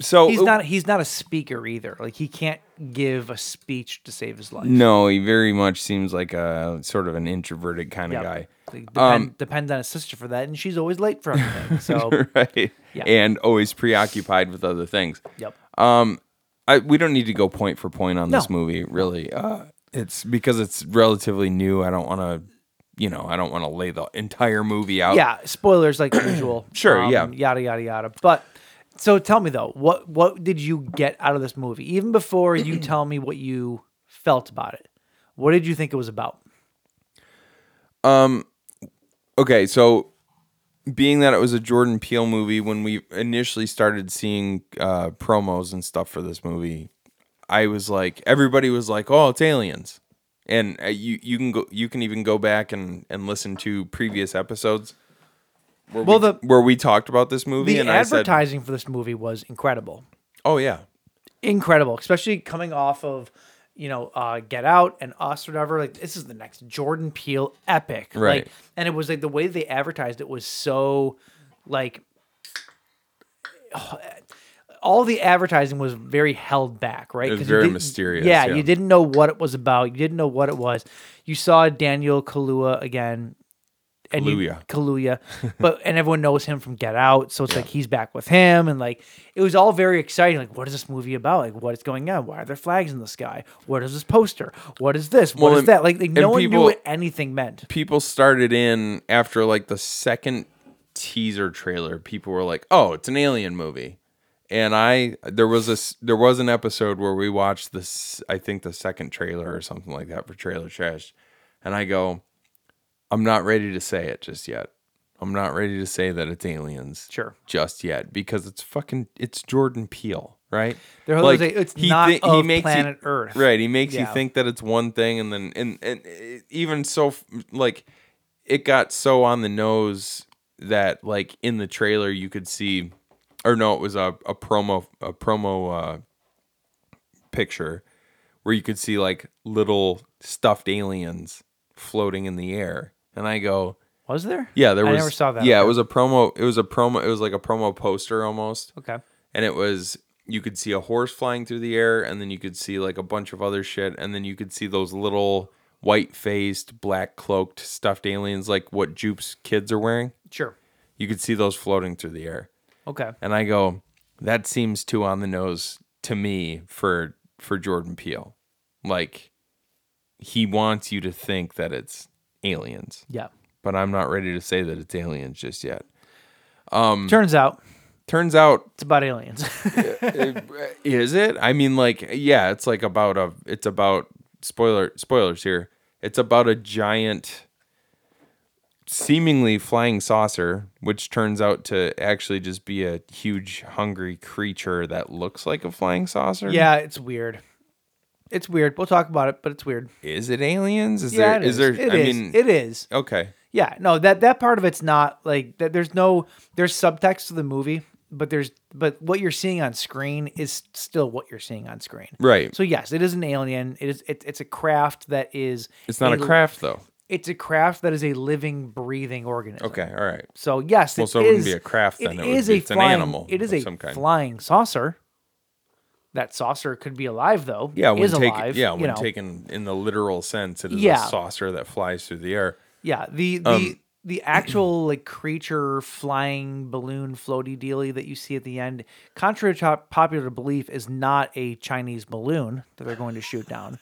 so uh,
He's not he's not a speaker either. Like he can't give a speech to save his life.
No, he very much seems like a sort of an introverted kind
Yeah.
of guy. Um,
Like, depend, depends on his sister for that, and she's always late for everything. So,
Right.
Yeah.
And always preoccupied with other things.
yep.
Uh, I, we don't need to go point for point on this
No.
movie, really. Uh, it's because it's relatively new. I don't want to, you know, I don't want to lay the entire movie out.
yeah, spoilers like usual. Um,
Sure, yeah.
Yada yada yada. But so tell me though, what what did you get out of this movie? Even before you tell me what you felt about it, what did you think it was about?
Okay, so being that it was a Jordan Peele movie, when we initially started seeing uh, promos and stuff for this movie, I was like, everybody was like, "Oh, it's aliens," and uh, you you can go you can even go back and and listen to previous episodes. Where
Well,
we,
the-
where we talked about this movie,
The
and I said,
advertising for this movie was incredible.
"Oh yeah,
incredible, especially coming off of you know uh, Get Out and Us or whatever. Like this is the next Jordan Peele epic,
Right.
Like, and it was like the way they advertised it was so like all the advertising was very held back, right?
It was
'Cause you
very
didn't-
mysterious,
Yeah,
yeah.
you didn't know what it was about. You didn't know what it was. You saw Daniel Kaluuya again. And you-
Kaluuya.
Kaluuya, but and everyone knows him from Get Out, so it's like he's back with him, and like it was all very exciting. Like, what is this movie about? Like, what is going on? Why are there flags in the sky? What is this poster? What is this? What is
Well, and-
that? Like, like,
and
no one knew
people-
what anything meant.
people started in after like the second teaser trailer people were like oh it's an alien movie and i there was this there was an episode where we watched this i think the second trailer or something like that for trailer trash and i go i'm not ready to say it just yet i'm not ready to say that it's aliens
Sure.
just yet because it's fucking it's jordan peele right
They're like, it's not of planet
you,
Earth.
right he makes you
Yeah.
think that it's one thing and then and, and uh, even so f- like it got so on the nose that like in the trailer you could see or no it was a, a promo a promo uh picture where you could see like little stuffed aliens floating in the air and i go
Was there?
yeah there was
I never saw that.
yeah
Okay.
it was a promo it was a promo it was like a promo poster almost
okay.
and it was you could see a horse flying through the air and then you could see like a bunch of other shit and then you could see those little white faced black cloaked stuffed aliens like what jupe's kids are wearing
Sure.
you could see those floating through the air
Okay.
and i go that seems too on the nose to me for for jordan peele like he wants you to think that it's aliens
Yeah.
but i'm not ready to say that it's aliens just yet Mm.
Turns out
turns out
it's about aliens.
Is it? I mean, like, yeah, it's like about a. It's about spoiler spoilers here. It's about a giant, seemingly flying saucer, which turns out to actually just be a huge, hungry creature that looks like a flying saucer.
yeah, it's weird. It's weird. We'll talk about it, but it's weird.
Is it aliens? Is
yeah,
there?
it
Is there?
It
I
is.
mean,
it is.
okay.
Yeah, no, that that part of it's not like that. There's no there's subtext to the movie, but there's but what you're seeing on screen is still what you're seeing on screen.
Right.
So yes, it is an alien. It is it, it's a craft that is
It's not a craft though.
It's a craft that is a living, breathing organism.
Okay. All right.
So yes,
Well,
it
so it wouldn't
is-
be a craft then. It would
is
be-
a
it's an
flying-
animal
It is
of
a
some kind.
flying saucer. That saucer could be alive though.
Yeah. When
is
taken.
alive.
yeah.
you
When
know.
taken in the literal sense, it is
Yeah.
a saucer that flies through the air.
Yeah, the the
Um,
the actual like creature flying balloon floaty dealy that you see at the end, contrary to popular belief, is not a Chinese balloon that they're going to shoot down.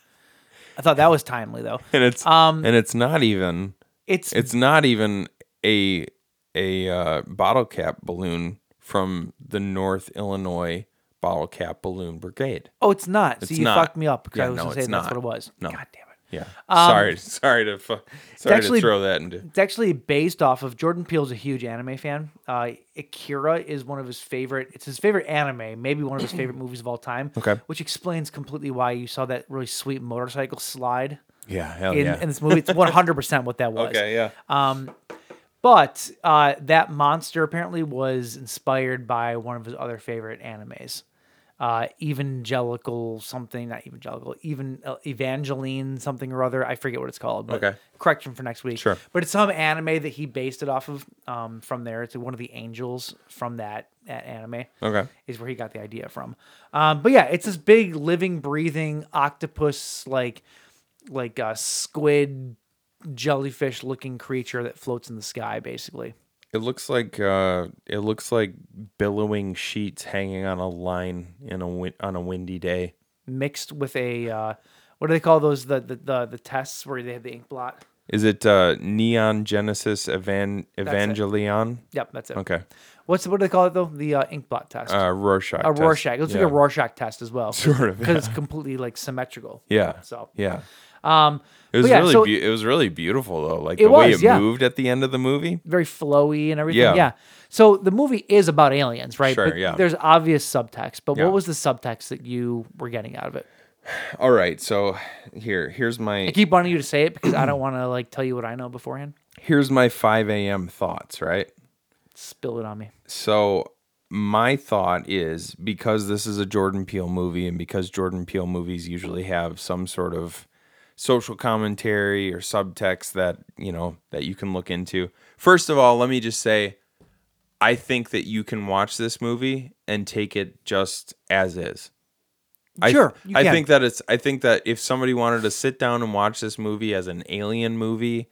I thought that was timely though.
And it's
Um,
and it's not even
It's,
it's not even a a uh, bottle cap balloon from the North Illinois Bottle Cap Balloon Brigade.
oh, it's not.
it's
so you
not.
fucked me up because
Yeah,
I was
no,
going to
it's
say that's
not.
what it was.
No.
God damn it.
Yeah. sorry, sorry to fu- sorry
actually-
to throw that into.
Um, It's actually based off of Jordan Peele's a huge anime fan. Uh, Akira is one of his favorite. It's his favorite anime, maybe one of his favorite movies of all time.
Okay.
which explains completely why you saw that really sweet motorcycle slide
Yeah, hell
in,
Oh, yeah.
in this movie. It's 100% what that was.
okay, yeah.
But uh, that monster apparently was inspired by one of his other favorite animes. Uh, evangelical something, not evangelical, even uh, Evangeline something or other. I forget what it's called. But
Okay.
Correction for next week.
Sure.
But it's some anime that he based it off of um, from there. It's one of the angels from that, that anime
okay.
is where he got the idea from. Um, but yeah, it's this big living, breathing octopus like like a squid jellyfish looking creature that floats in the sky basically.
It looks like uh, it looks like billowing sheets hanging on a line in a win- on a windy day.
Mixed with a uh, what do they call those the the, the, the tests where they have the ink blot?
Is it uh, Neon Genesis Evan- Evangelion?
Yep, that's it.
Okay.
What's what do they call it though? The uh, ink blot test.
Uh, Rorschach.
a
test.
Rorschach. It looks
Yeah.
like a Rorschach test as well.
Sort of,
Because it's completely like symmetrical.
Yeah.
So
yeah.
um
It was
yeah,
really
so-
beau- it was really beautiful though. Like
It
the way
was,
it
yeah.
moved at the end of the movie.
very flowy and everything. Yeah.
Yeah.
So the movie is about aliens, right?
Sure,
but
yeah.
There's obvious subtext, but
Yeah.
what was the subtext that you were getting out of it?
All right, so here here's my
I keep wanting you to say it because I don't want to like tell you what I know beforehand.
here's my 5 a.m. thoughts, right?
Spill it on me.
So my thought is because this is a Jordan Peele movie and because Jordan Peele movies usually have some sort of social commentary or subtext that, you know, that you can look into. First of all, let me just say I think that you can watch this movie and take it just as is. I,
Sure, you
I
can.
think that it's I think that if somebody wanted to sit down and watch this movie as an alien movie,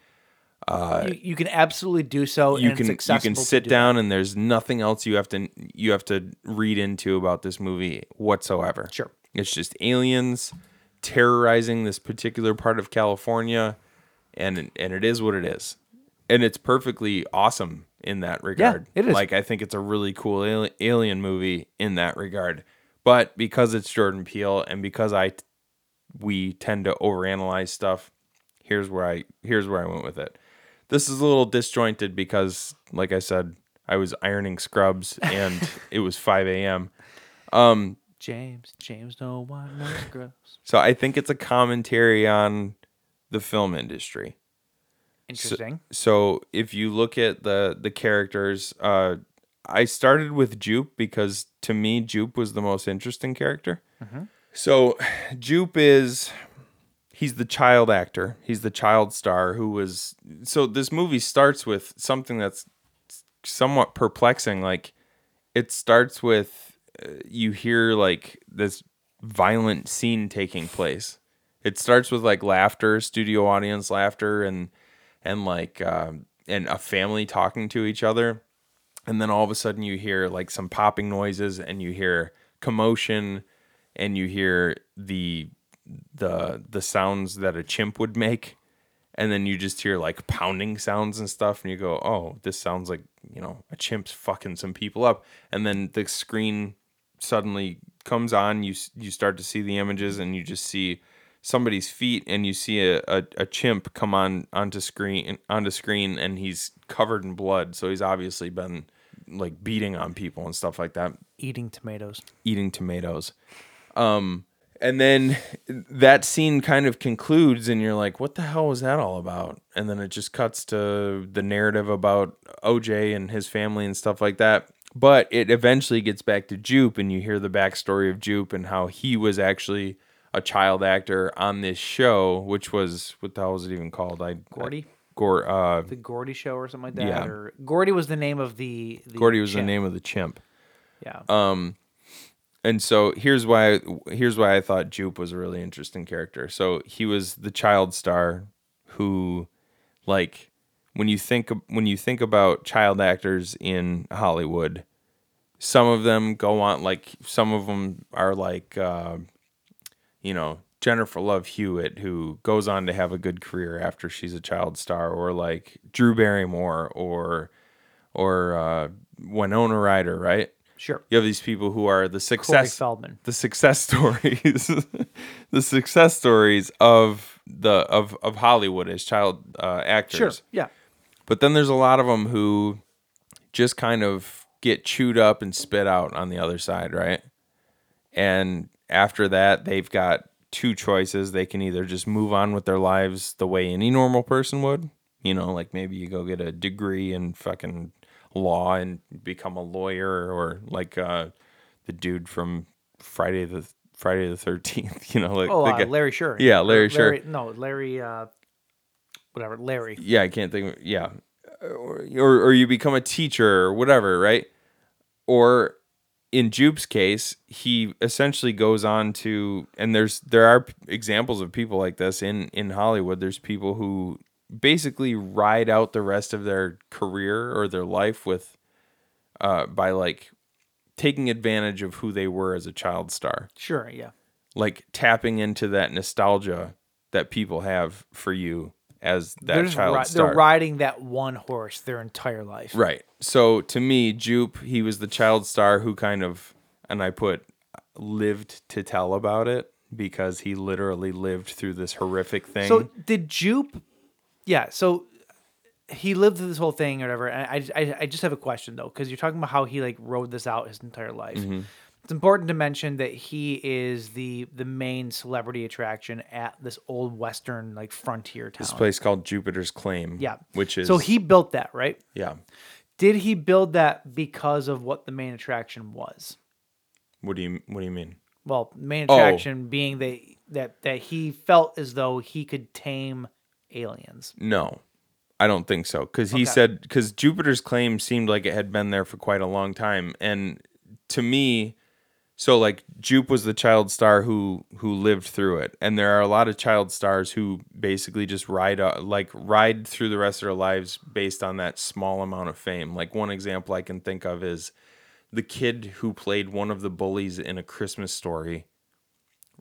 you, you can absolutely do so.
you
and
can
it's
you
accessible
can
to
sit
do.
down and there's nothing else you have to you have to read into about this movie whatsoever.
Sure.
It's just aliens terrorizing this particular part of California and and it is what it is. And it's perfectly awesome in that regard.
it is.
Like I think it's a really cool ali- alien movie in that regard. But because it's Jordan Peele and because I t- we tend to overanalyze stuff, here's where I here's where I went with it. This is a little disjointed because, like I said, I was ironing scrubs and it was 5 a.m.
James, James, no one knows gross.
So I think it's a commentary on the film industry.
Interesting.
So if you look at the the characters, uh, I started with Jupe because to me Jupe was the most interesting character. So Jupe is he's the child actor. He's the child star who was so this movie starts with something that's somewhat perplexing like it starts with uh, you hear like this violent scene taking place. It starts with like laughter, studio audience laughter and and like um and a family talking to each other and then all of a sudden you hear like some popping noises and you hear commotion and you hear the the the sounds that a chimp would make and then you just hear like pounding sounds and stuff and you go oh this sounds like you know a chimp's fucking some people up and then the screen suddenly comes on you s- you start to see the images and you just see somebody's feet and you see a, a, a chimp come on onto screen onto screen and he's covered in blood so he's obviously been like beating on people and stuff like that
Eating tomatoes.
eating tomatoes. Um, and then that scene kind of concludes, and you're like, what the hell was that all about? And then it just cuts to the narrative about OJ and his family and stuff like that. But it eventually gets back to Jupe, and you hear the backstory of Jupe and how he was actually a child actor on this show, which was what the hell was it even called? I
Gordy?
Gore. Uh,
The Gordy Show or something like that.
Yeah.
Or Gordy was the name of the. the
Gordy was
channel.
the name Um, of the chimp.
Yeah.
and so here's why here's why I thought Jupe was a really interesting character. So he was the child star who like when you think when you think about child actors in Hollywood, some of them go on like some of them are like uh, you know Jennifer Love Hewitt who goes on to have a good career after she's a child star or like Drew Barrymore or or uh, Winona Ryder, right?
sure.
You have these people who are the
Corey
success
Feldman.
the success stories the success stories of the of of Hollywood as child uh, actors.
Sure. Yeah.
But then there's a lot of them who just kind of get chewed up and spit out on the other side, right? And after that, they've got two choices. They can either just move on with their lives the way any normal person would, you know, like maybe you go get a degree in fucking law and become a lawyer or like uh the dude from Friday the Friday the 13th, you know, like
Oh,
the
uh,
guy-
Larry Sure.
Yeah, Larry Sher.
No, Larry. Uh, whatever. Larry.
yeah, I can't think. Of, yeah, or, or or you become a teacher or whatever, right? Or in Jupe's case, he essentially goes on to, and there's there are p- examples of people like this in in Hollywood. There's people who basically ride out the rest of their career or their life with, uh, by like taking advantage of who they were as a child star
Sure. Yeah.
like tapping into that nostalgia that people have for you as that
they're, just
child
ri-
star.
they're riding that one horse their entire life.
Right. So to me, Jupe, he was the child star who kind of, and I put, lived to tell about it because he literally lived through this horrific thing.
So did Jupe? Yeah. So he lived through this whole thing or whatever. And I, I, I just have a question though, because you're talking about how he like rode this out his entire life.
Mm-hmm.
It's important to mention that he is the the main celebrity attraction at this old western like frontier town.
this place called Jupiter's Claim.
Yeah.
Which is
so he built that right.
Yeah.
Did he build that because of what the main attraction was?
What do you What do you mean?
Well, main
Oh.
attraction being that that that he felt as though he could tame aliens.
No, I don't think so. Because he said because Jupiter's claim seemed like it had been there for quite a long time, and to me, so like Jupe was the child star who who lived through it, and there are a lot of child stars who basically just ride uh, like ride through the rest of their lives based on that small amount of fame. Like one example I can think of is the kid who played one of the bullies in a Christmas story.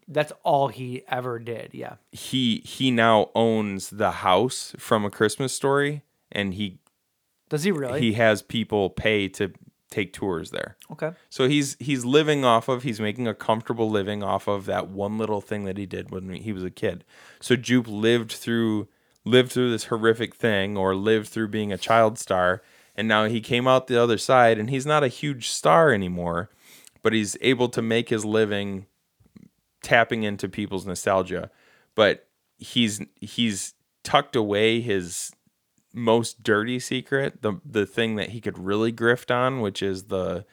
That's all he ever did. Yeah.
He he now owns the house from a Christmas story, and he
Does he really?
he has people pay to take tours there.
okay.
So he's he's living off of he's making a comfortable living off of that one little thing that he did when he was a kid. So Jupe lived through lived through this horrific thing or lived through being a child star and now he came out the other side and he's not a huge star anymore, but he's able to make his living tapping into people's nostalgia. But he's he's tucked away his most dirty secret, the the thing that he could really grift on, which is the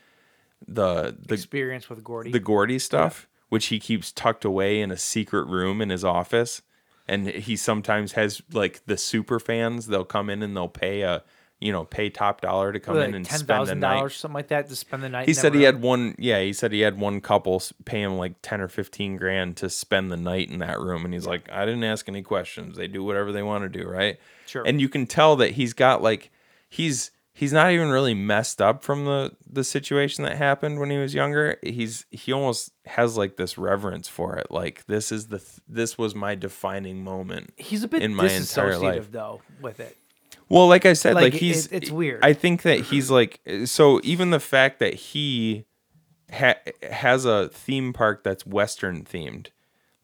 the the
Experience with Gordy.
the Gordy stuff, which he keeps tucked away in a secret room in his office. And he sometimes has like the super fans, they'll come in and they'll pay a you know, pay top dollar to come
Like
in and
ten
spend the
thousand
night.
dollars, something like that, to spend the night.
He
in that
said he
room.
had one. Yeah, he said he had one couple s- pay him like ten or fifteen grand to spend the night in that room, and he's like, I didn't ask any questions. They do whatever they want to do, right?
Sure.
And you can tell that he's got like he's he's not even really messed up from the the situation that happened when he was younger. He's he almost has like this reverence for it. Like this is the th- this was my defining moment.
He's a bit
in my entire
disassociative
life.
though with it.
Well, like I said,
Like,
like, he's e,
it- it's weird.
I think that he's like so. Even the fact that he ha- has a theme park that's Western themed,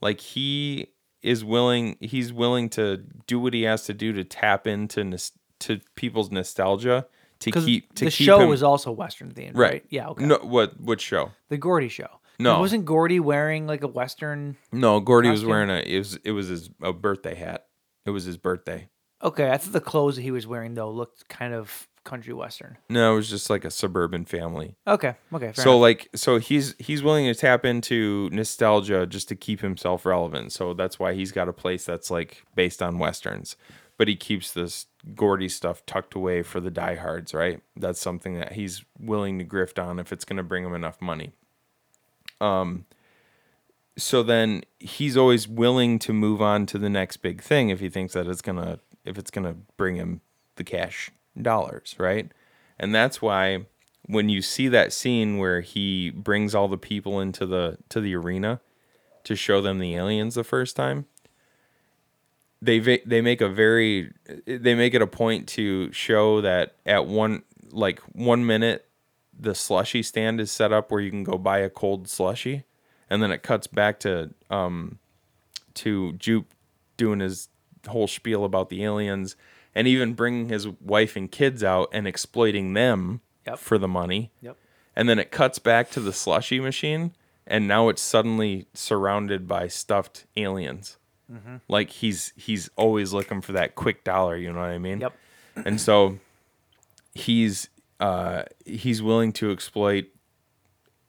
like he is willing, he's willing to do what he has to do to tap into nos- to people's nostalgia to
Because
keep to
the
keep
show
him,
was also Western themed, right? Yeah. Okay.
No, what what show?
The Gordy show.
No.
Wasn't Gordy wearing like a Western?
No, Gordy was
Costume?
wearing a it was it was his a birthday hat. It was his birthday.
Okay, I thought the clothes that he was wearing though looked kind of country western.
No, it was just like a suburban family.
Okay, okay, fair
so
enough.
like so he's he's willing to tap into nostalgia just to keep himself relevant. So that's why he's got a place that's like based on westerns. But he keeps this Gordy stuff tucked away for the diehards, right? That's something that he's willing to grift on if it's going to bring him enough money. Um so then he's always willing to move on to the next big thing if he thinks that it's going to if it's going to bring him the cash dollars, right? And that's why when you see that scene where he brings all the people into the to the arena to show them the aliens the first time they ve- they make a very they make it a point to show that at one like 1 minute the slushy stand is set up where you can go buy a cold slushy and then it cuts back to um to Jupe doing his whole spiel about the aliens and even bringing his wife and kids out and exploiting them
Yep.
for the money
Yep.
and then it cuts back to the slushy machine and now it's suddenly surrounded by stuffed aliens
Mm-hmm.
like he's he's always looking for that quick dollar you know what i mean
Yep.
and so he's uh he's willing to exploit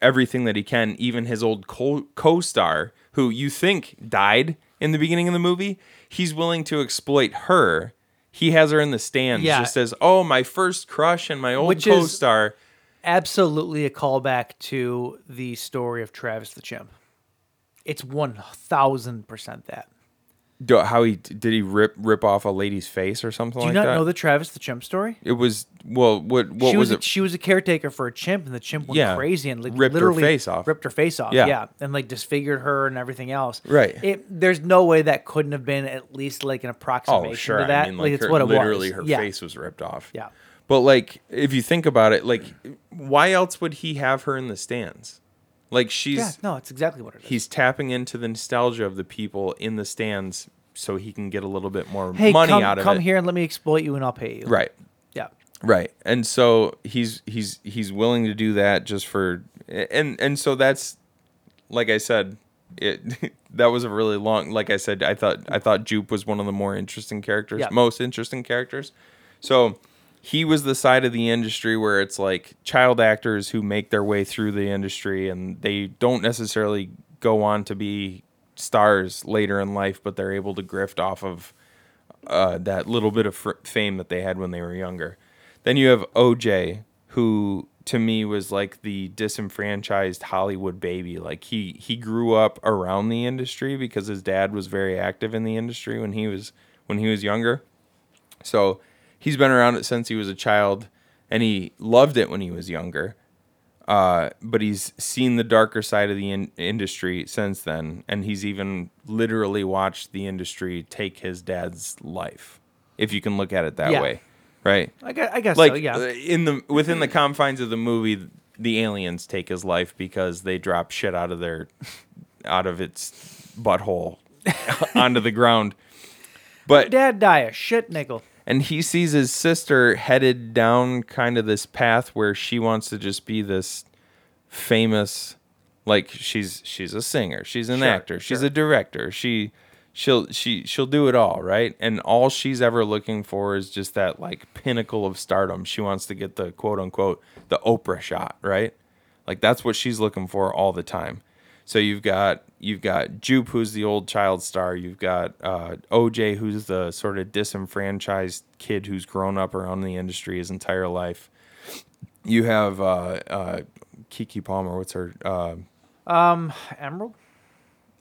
everything that he can even his old co- co-star who you think died in the beginning of the movie he's willing to exploit her he has her in the stands
Yeah.
just as oh my first crush and my old
Which is-
co-star
absolutely a callback to the story of Travis the Chimp. It's one thousand percent that.
Do- how he did he rip rip off a lady's face or something
Do you
like
not
that?
know the Travis the Chimp story?
it was well, what what
she
was,
was, a,
it?
she was a caretaker for a chimp, and the chimp went
Yeah.
crazy and like
Ripped her
literally
face off.
ripped her face off, yeah.
Yeah.
and like disfigured her and everything else.
Right.
It, there's no way that couldn't have been at least like an approximation
oh, sure.
to that.
I mean,
like,
like,
it's
her-
what it
literally
was.
her
yeah.
face was ripped off.
Yeah.
But like, if you think about it, like, why else would he have her in the stands? Like she's
Yeah. No, it's exactly what it is.
he's tapping into the nostalgia of the people in the stands, so he can get a little bit more
hey,
money
come,
out of
come
it.
here and let me exploit you, and I'll pay you.
Right.
Yeah.
Right. And so he's he's he's willing to do that just for and and so that's like I said it that was a really long like I said I thought I thought Jupe was one of the more interesting characters,
Yeah.
most interesting characters. So he was the side of the industry where it's like child actors who make their way through the industry and they don't necessarily go on to be stars later in life, but they're able to grift off of uh, that little bit of fr- fame that they had when they were younger. Then you have OJ, who to me was like the disenfranchised Hollywood baby. Like he he grew up around the industry because his dad was very active in the industry when he was when he was younger. So he's been around it since he was a child, and he loved it when he was younger. Uh, but he's seen the darker side of the in- industry since then, and he's even literally watched the industry take his dad's life, if you can look at it that
Yeah.
way, right?
I guess, I guess
Like
so. Yeah.
uh, in the within the confines of the movie, the aliens take his life because they drop shit out of their out of its butthole onto the ground. But
Dad die a shit nickel.
and he sees his sister headed down kind of this path where she wants to just be this famous like she's she's a singer she's an actor she's a director she she'll she she'll do it all right and all she's ever looking for is just that like pinnacle of stardom she wants to get the quote unquote the oprah shot right like that's what she's looking for all the time so you've got you've got Jupe, who's the old child star. You've got uh, OJ, who's the sort of disenfranchised kid who's grown up around the industry his entire life. You have uh, uh, Kiki Palmer. What's her? Uh,
Emerald.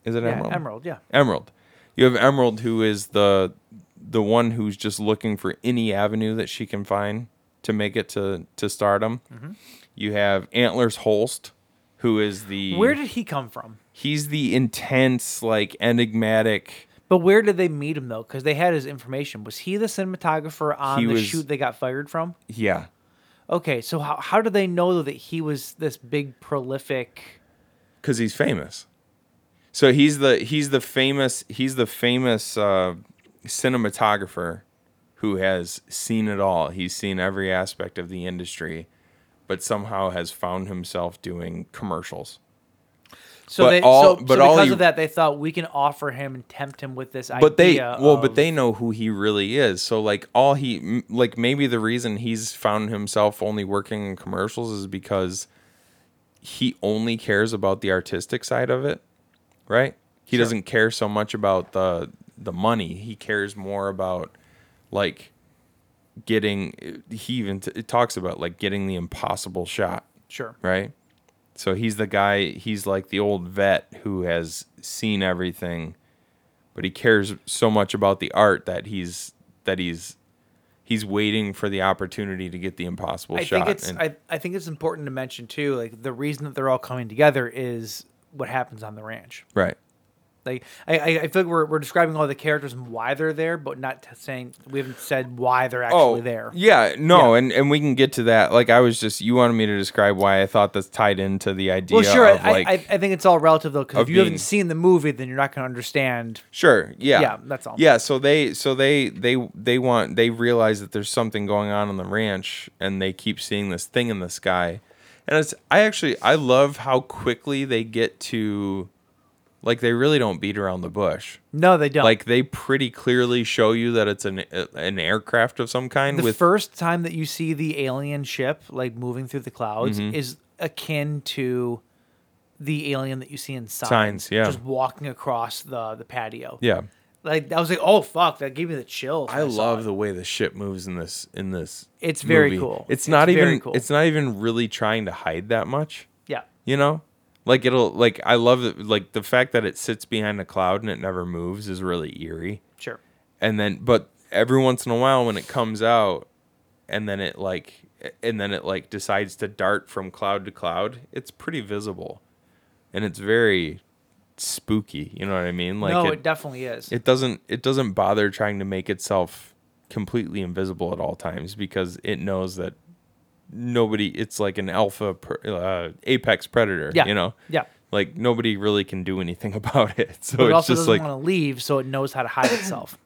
is it
Yeah,
Emerald?
Emerald. Yeah.
Emerald. You have Emerald, who is the the one who's just looking for any avenue that she can find to make it to to stardom.
Mm-hmm.
You have Antlers Holst, who is the
Where did he come from?
he's the intense, like enigmatic.
But where did they meet him though? Because they had his information. Was he the cinematographer on
He
the
was-
shoot they got fired from?
Yeah,
Okay, so how how do they know though that he was this big prolific?
because he's famous. So he's the he's the famous he's the famous uh, cinematographer who has seen it all. He's seen every aspect of the industry, but somehow has found himself doing commercials.
So
But
they
all-
so,
but
so
all
because
you-
of that, they thought we can offer him and tempt him with this idea.
but they well
of-
but they know who he really is so like all he m- like maybe the reason he's found himself only working in commercials is because he only cares about the artistic side of it right he doesn't care so much about the the money he cares more about like getting he even t- it talks about like getting the impossible shot
sure.
right? So he's the guy, he's like the old vet who has seen everything, but he cares so much about the art that he's that he's he's waiting for the opportunity to get the impossible
I
shot.
think it's
and-
I, I think it's important to mention too, like the reason that they're all coming together is what happens on the ranch.
right.
Like I, I I feel like we're, we're describing all the characters and why they're there, but not t- saying we haven't said why they're actually there.
Oh, Yeah, no, and and we can get to that. Like I was just you wanted me to describe why I thought that's tied into the idea
Well, sure.
of
I,
like
I, I think it's all relative though, because if
of
you
being-
haven't seen the movie, then you're not going to understand.
Sure. Yeah.
Yeah, that's all.
Yeah. So they, so they, they, they want, they realize that there's something going on on the ranch, and they keep seeing this thing in the sky, and it's. I actually, I love how quickly they get to, like, they really don't beat around the bush.
No, they don't.
Like they pretty clearly show you that it's an an aircraft of some kind.
the
with
first time that you see the alien ship like moving through the clouds
Mm-hmm.
is akin to the alien that you see in signs,
Signs, yeah.
just walking across the the patio.
yeah,
like I was like, oh fuck, that gave me the chills. when
I
saw
love
it.
the way the ship moves in this in this.
It's very
movie.
cool.
It's
It's
not
very
even.
cool.
It's not even really trying to hide that much.
yeah.
you know like it'll like i love it like the fact that it sits behind a cloud and it never moves is really eerie
Sure.
and then but every once in a while when it comes out and then it like and then it like decides to dart from cloud to cloud it's pretty visible and it's very spooky you know what i mean like
no, it,
it,
definitely is.
it doesn't it doesn't bother trying to make itself completely invisible at all times because it knows that nobody it's like an alpha pr- uh, apex predator
Yeah.
you know
Yeah.
like nobody really can do anything about it so
but it
it's
also
just
doesn't
like
want to leave, so it knows how to hide itself.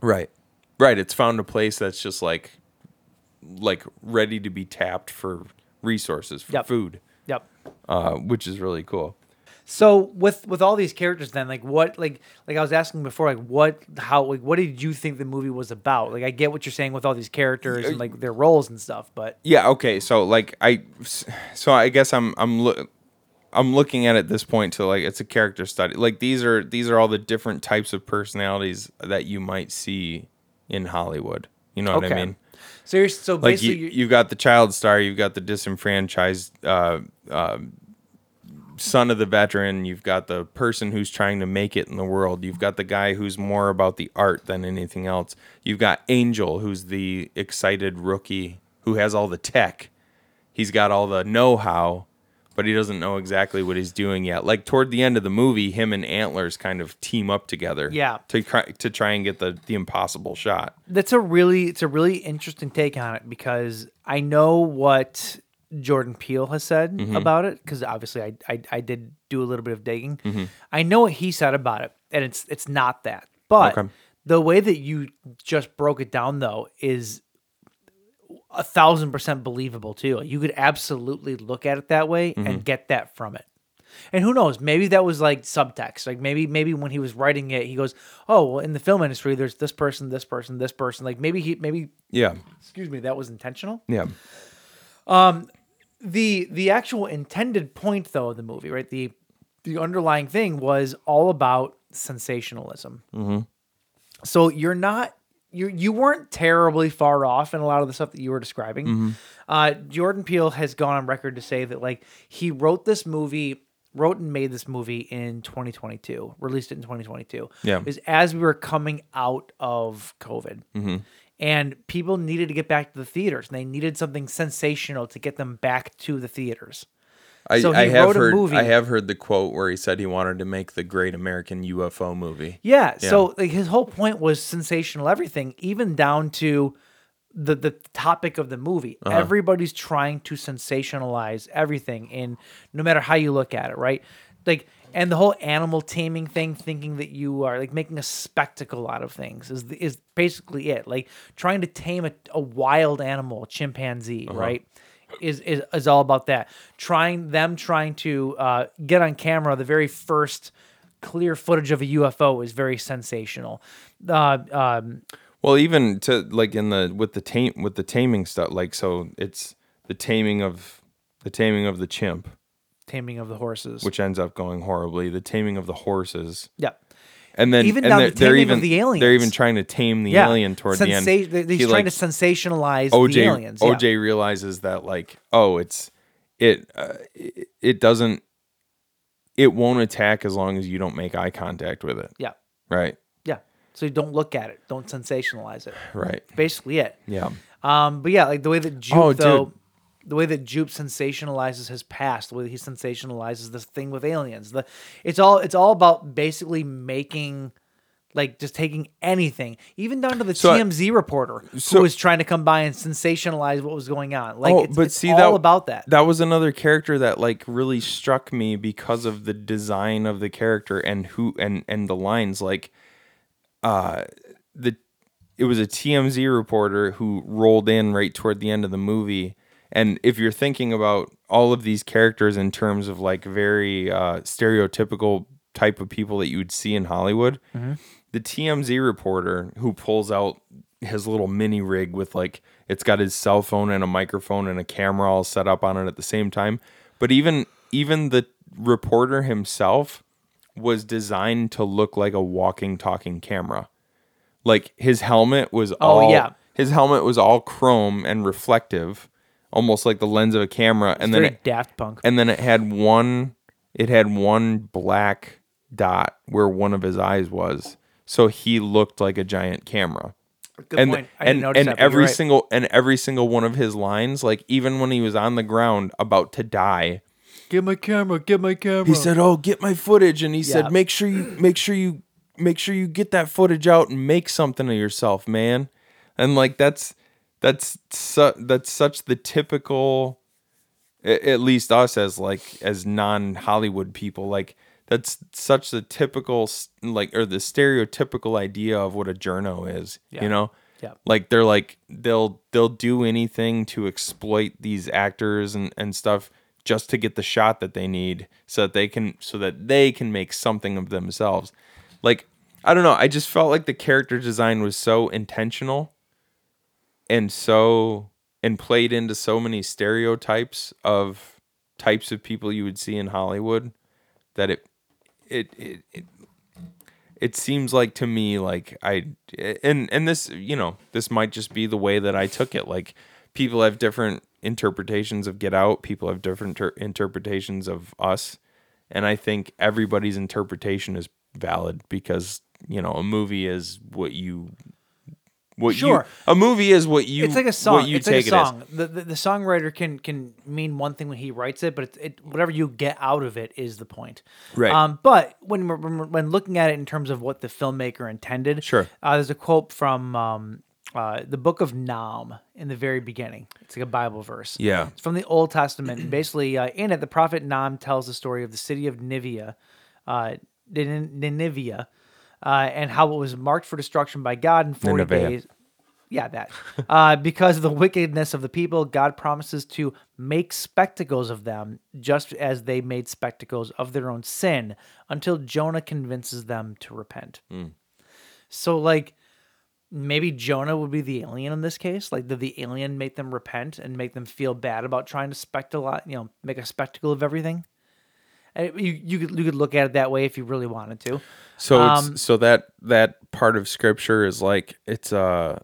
right right it's found a place that's just like like ready to be tapped for resources for
Yep.
food
Yep.
uh, which is really cool
So with with all these characters, then like what like like I was asking before, like what how like what did you think the movie was about? Like I get what you're saying with all these characters and like their roles and stuff, but
yeah okay so like i so i guess i'm i'm look i'm looking at it this point to like it's a character study like these are these are all the different types of personalities that you might see in hollywood you know what i
Okay.
mean
so you're so
like you,
basically you,
you've got the child star you've got the disenfranchised uh, uh, son of the veteran you've got the person who's trying to make it in the world you've got the guy who's more about the art than anything else you've got angel who's the excited rookie who has all the tech he's got all the know-how but he doesn't know exactly what he's doing yet like toward the end of the movie him and antlers kind of team up together
Yeah.
to, cry- to try and get the, the impossible shot
that's a really it's a really interesting take on it because I know what Jordan Peele has said about it because obviously I, I I did do a little bit of digging. I know what he said about it, and it's it's not that, but
Okay.
the way that you just broke it down though is a thousand percent believable too. You could absolutely look at it that way and get that from it. And who knows? Maybe that was like subtext. Like maybe maybe when he was writing it, he goes, "Oh, well, in the film industry, there's this person, this person, this person." Like maybe he maybe
yeah
excuse me, that was intentional.
yeah
The the actual intended point though of the movie, right? The the underlying thing was all about sensationalism. So you're not you you weren't terribly far off in a lot of the stuff that you were describing. Uh, Jordan Peele has gone on record to say that like he wrote this movie, wrote and made this movie in 2022, released it in 2022.
Yeah.
is as we were coming out of COVID. And people needed to get back to the theaters, and they needed something sensational to get them back to the theaters.
I,
So he
I have
wrote a
heard,
movie.
I have heard the quote where he said he wanted to make the great American UFO movie.
Yeah. So like his whole point was sensational everything, even down to the the topic of the movie. Everybody's trying to sensationalize everything in no matter how you look at it, right? Like and the whole animal taming thing, thinking that you are like making a spectacle out of things is is basically it. Like trying to tame a, a wild animal, a chimpanzee, right? is is, is all about that. Trying them trying to uh, get on camera the very first clear footage of a UFO is very sensational. Uh, um,
Well, even to like in the with the tame with the taming stuff, like so it's the taming of the taming of the chimp,
taming of the horses.
which ends up going horribly. The taming of the horses,
yep.
and then
Even
and
down
they're,
to
they're
taming of
even
the
They're
aliens.
even trying to tame the alien toward the end.
Sensa- th- He's
He, like,
trying to sensationalize
OJ
the aliens. yeah.
OJ realizes that like oh it's it uh, it, it doesn't it won't attack as long as you don't make eye contact with it.
Yeah.
Right.
Yeah. So you don't look at it. Don't sensationalize it.
Right.
Basically it.
Yeah.
Um, but yeah, like the way that Jupe
Oh, dude.
though, the way that Jupe sensationalizes his past, the way that he sensationalizes this thing with aliens, the it's all it's all about basically making, like just taking anything, even down to the
So I-
TMZ reporter
so-
who was trying to come by and sensationalize what was going on. Like,
oh,
it's,
but
it's
see
all
that
about that.
That was another character that like really struck me because of the design of the character and who and and the lines like uh the it was a TMZ reporter who rolled in right toward the end of the movie and if you're thinking about all of these characters in terms of like very uh stereotypical type of people that you would see in Hollywood the TMZ reporter who pulls out his little mini rig with like it's got his cell phone and a microphone and a camera all set up on it at the same time. But even even the reporter himself was designed to look like a walking talking camera. Like his helmet was all
Oh, yeah.
his helmet was all chrome and reflective, almost like the lens of a camera and then
Very
it,
Daft Punk.
and then it had one it had one black dot where one of his eyes was so he looked like a giant camera
Good
and
point. I didn't
and,
notice
and
that, but you're
every
right.
single and every single one of his lines like even when he was on the ground about to die
get my camera, get my camera.
he said oh get my footage and he
Yeah.
said make sure you make sure you make sure you get that footage out and make something of yourself man and like that's that's su- that's such the typical a- at least us as like as non Hollywood people, like that's such the typical s- like or the stereotypical idea of what a journo is. You know,
Yeah.
Like they're like they'll they'll do anything to exploit these actors and and stuff just to get the shot that they need so that they can so that they can make something of themselves. Like I don't know, I just felt like the character design was so intentional and so and played into so many stereotypes of types of people you would see in Hollywood that it it it it, it seems like to me like I and and this you know this might just be the way that I took it like people have different interpretations of Get Out people have different ter- interpretations of Us and I think everybody's interpretation is valid because you know a movie is what you what
Sure.
you a movie is what you
it's like a song.
what you
it's
take
like a
it
song. The, the the songwriter can can mean one thing when he writes it, but it's it, whatever you get out of it is the point.
Right.
Um. But when we're, when we're- when looking at it in terms of what the filmmaker intended,
Sure.
Uh, there's a quote from um uh the book of Nam in the very beginning. It's like a Bible verse.
Yeah.
It's from the Old Testament. Basically, uh, in it, the prophet Nam tells the story of the city of Nivea, uh, Nin- Nineveh, uh, and how it was marked for destruction by God in 40
Nineveh.
days. Yeah, that. Uh, because of the wickedness of the people, God promises to make spectacles of them, just as they made spectacles of their own sin, until Jonah convinces them to repent. So, like, maybe Jonah would be the alien in this case. Like, did the alien make them repent and make them feel bad about trying to spectacle, you know, make a spectacle of everything? And You, you could you could look at it that way if you really wanted to.
So
Um,
it's, so that that part of scripture is like it's uh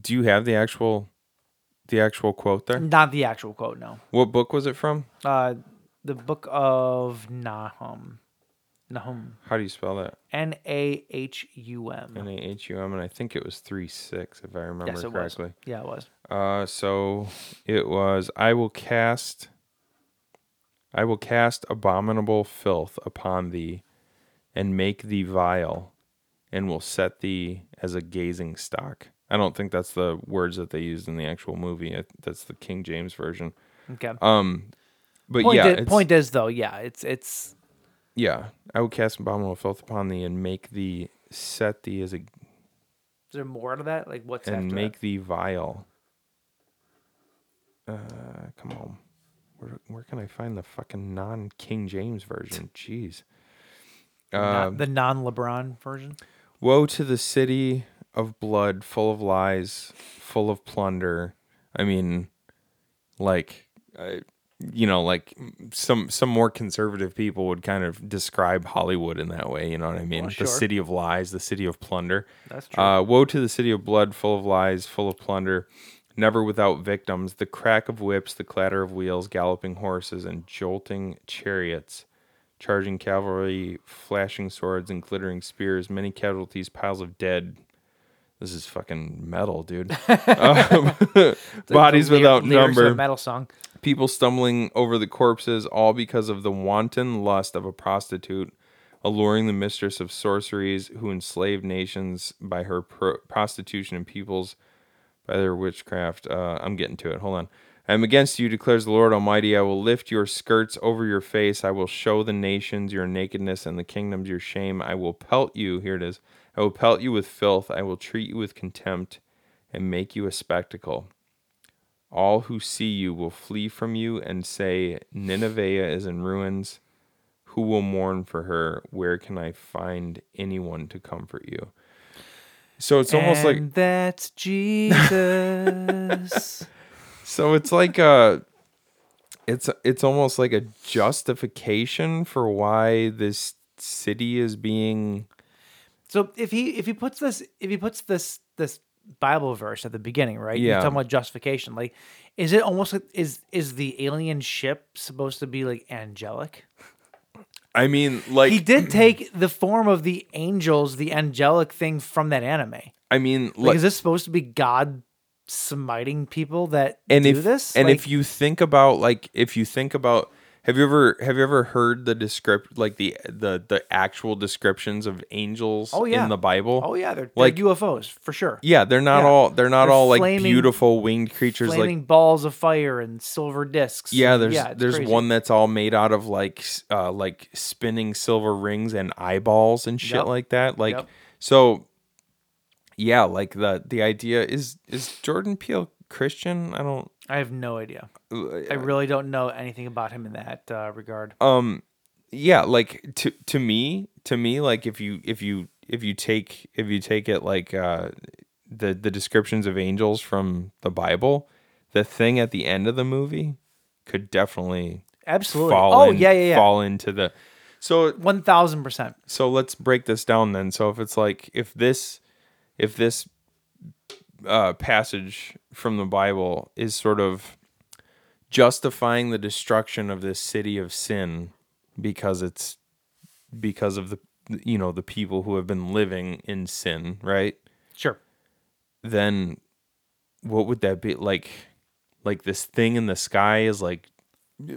do you have the actual the actual quote there?
Not the actual quote, no.
What book was it from?
Uh, the book of Nahum. Nahum.
How do you spell that?
N A H U M.
N A H U M and I think it was 3 6 if I remember
Yes, it was.
correctly.
Yeah, it was.
Uh so it was I will cast I will cast abominable filth upon thee and make thee vile and will set thee as a gazing stock. I don't think that's the words that they used in the actual movie. I, that's the King James version.
Okay.
But
point,
Um, yeah,
i-
it's-
point is though, yeah, it's it's
yeah, I will cast abominable filth upon thee and make thee set thee as a
is there more to that? Like what's
and
after
make
that?
thee vile. Uh, Uh, come on. Where, where can I find the fucking non King James version? Jeez.
Not
um,
the non LeBron version.
Woe to the city of blood, full of lies, full of plunder. I mean, like, I, you know, like some some more conservative people would kind of describe Hollywood in that way. You know what I mean? The city of lies, the city of plunder. That's true. Uh, Woe to the city of blood, full of lies, full of plunder. Never without victims, the crack of whips, the clatter of wheels, galloping horses, and jolting chariots charging cavalry, flashing swords, and glittering spears, many casualties, piles of dead. This is fucking metal, dude. Um, bodies
The ly-
without
lyrics of a
number,
Metal song.
people stumbling over the corpses, all because of the wanton lust of a prostitute, alluring the mistress of sorceries who enslaved nations by her pro- prostitution and peoples by their witchcraft. Uh, I'm getting to it. Hold on. I am against you, declares the Lord Almighty. I will lift your skirts over your face. I will show the nations your nakedness and the kingdoms your shame. I will pelt you. Here it is. I will pelt you with filth. I will treat you with contempt and make you a spectacle. All who see you will flee from you and say, Nineveh is in ruins. Who will mourn for her? Where can I find anyone to comfort you? So it's almost like
And that's Jesus.
So it's like a it's it's almost like a justification for why this city is being
so if he if he puts this if he puts this this Bible verse at the beginning, right? You're
Yeah.
talking about justification. Like, is it almost like is is the alien ship supposed to be like angelic?
I mean like
he did take the form of the angels, the angelic thing from that anime. Like,
I mean like
is this supposed to be God smiting people that
and
do
if
this?
and
Like,
if you think about like if you think about have you ever have you ever heard the descript like the the the actual descriptions of angels
Oh, yeah.
in the Bible?
oh yeah, they're,
like-
like UFOs for sure.
Yeah, they're not
Yeah.
all they're not
They're
all like
flaming-
beautiful winged creatures like
flaming balls of fire and silver discs.
Yeah,
and-
there's
it's
there's
crazy.
one that's all made out of like s- uh like spinning silver rings and eyeballs and shit
Yep.
like that. Like
Yep.
so yeah, like the the idea is is Jordan Peele Christian? I don't
I have no idea. I really don't know anything about him in that uh, regard.
um yeah, like to to me, to me like if you if you if you take if you take it like uh the the descriptions of angels from the Bible, the thing at the end of the movie could definitely
Absolutely.
fall
oh
in-
yeah, yeah, yeah.
fall into the so
One thousand percent.
so let's break this down then so if it's like if this if this uh, passage from the bible is sort of justifying the destruction of this city of sin because it's because of the you know the people who have been living in sin right
Sure.
then what would that be like like this thing in the sky is like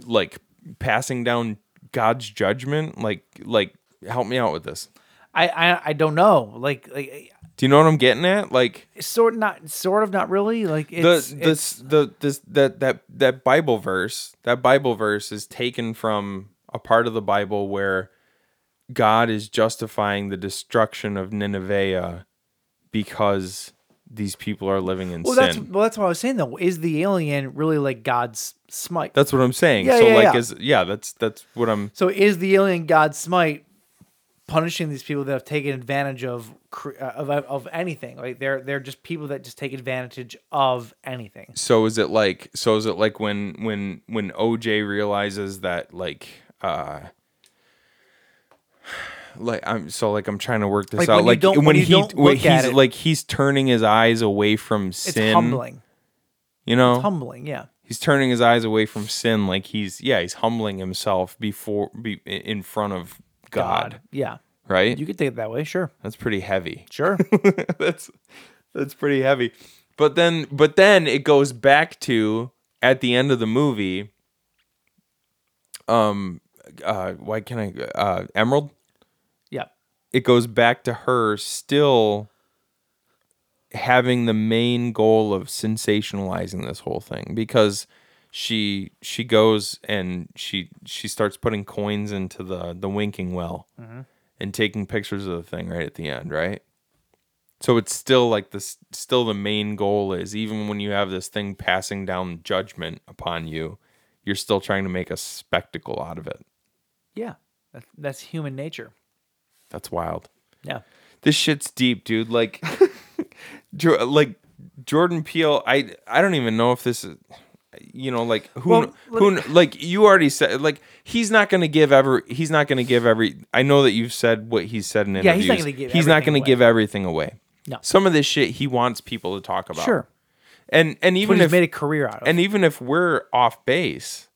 like passing down god's judgment like like help me out with this
I, I I don't know. Like like
do you know what I'm getting at? Like
sort not sort of not really. Like
the
it's,
this the this that that that Bible verse that Bible verse is taken from a part of the Bible where God is justifying the destruction of Nineveh uh, because these people are living in
Well,
sin.
that's well, that's what I was saying though. Is the alien really like God's smite?
That's what I'm saying.
Yeah,
so
yeah,
like
yeah.
is yeah, that's that's what I'm
so is the alien God's smite punishing these people that have taken advantage of cre- uh, of of anything? Like they're they're just people that just take advantage of anything.
so is it like so is it like when when when OJ realizes that like uh like I'm so like I'm trying to work this
Like,
out
when you
like
don't-
when,
when you
he
don't
when
look at
he's
it-
like he's turning his eyes away from
It's
sin
humbling.
you know
Humbling, yeah.
he's turning his eyes away from sin like he's yeah he's humbling himself before be, in front of God,
Yeah.
right
You could take it that way, sure.
that's pretty heavy
Sure.
that's that's pretty heavy. But then but then it goes back to at the end of the movie um uh why can I uh Emerald
yeah.
it goes back to her still having the main goal of sensationalizing this whole thing because she she goes and she she starts putting coins into the the winking well and taking pictures of the thing right at the end right So it's still like this still the main goal is even when you have this thing passing down judgment upon you, you're still trying to make a spectacle out of it.
Yeah, that's, that's human nature.
That's wild.
Yeah.
This shit's deep, dude. Like Jo- like Jordan Peele, I I don't even know if this is you know like who
Well,
kn-
let
who
me-
kn- like you already said like he's not going to give ever he's not going to give every I know that you've said what he's said in
Yeah,
interviews.
he's not gonna give
He's not
everything
gonna
away.
give everything away.
No.
Some of this shit he wants people to talk about.
Sure.
And and
Even
even
he's
if
made a career out of
and even if we're off base,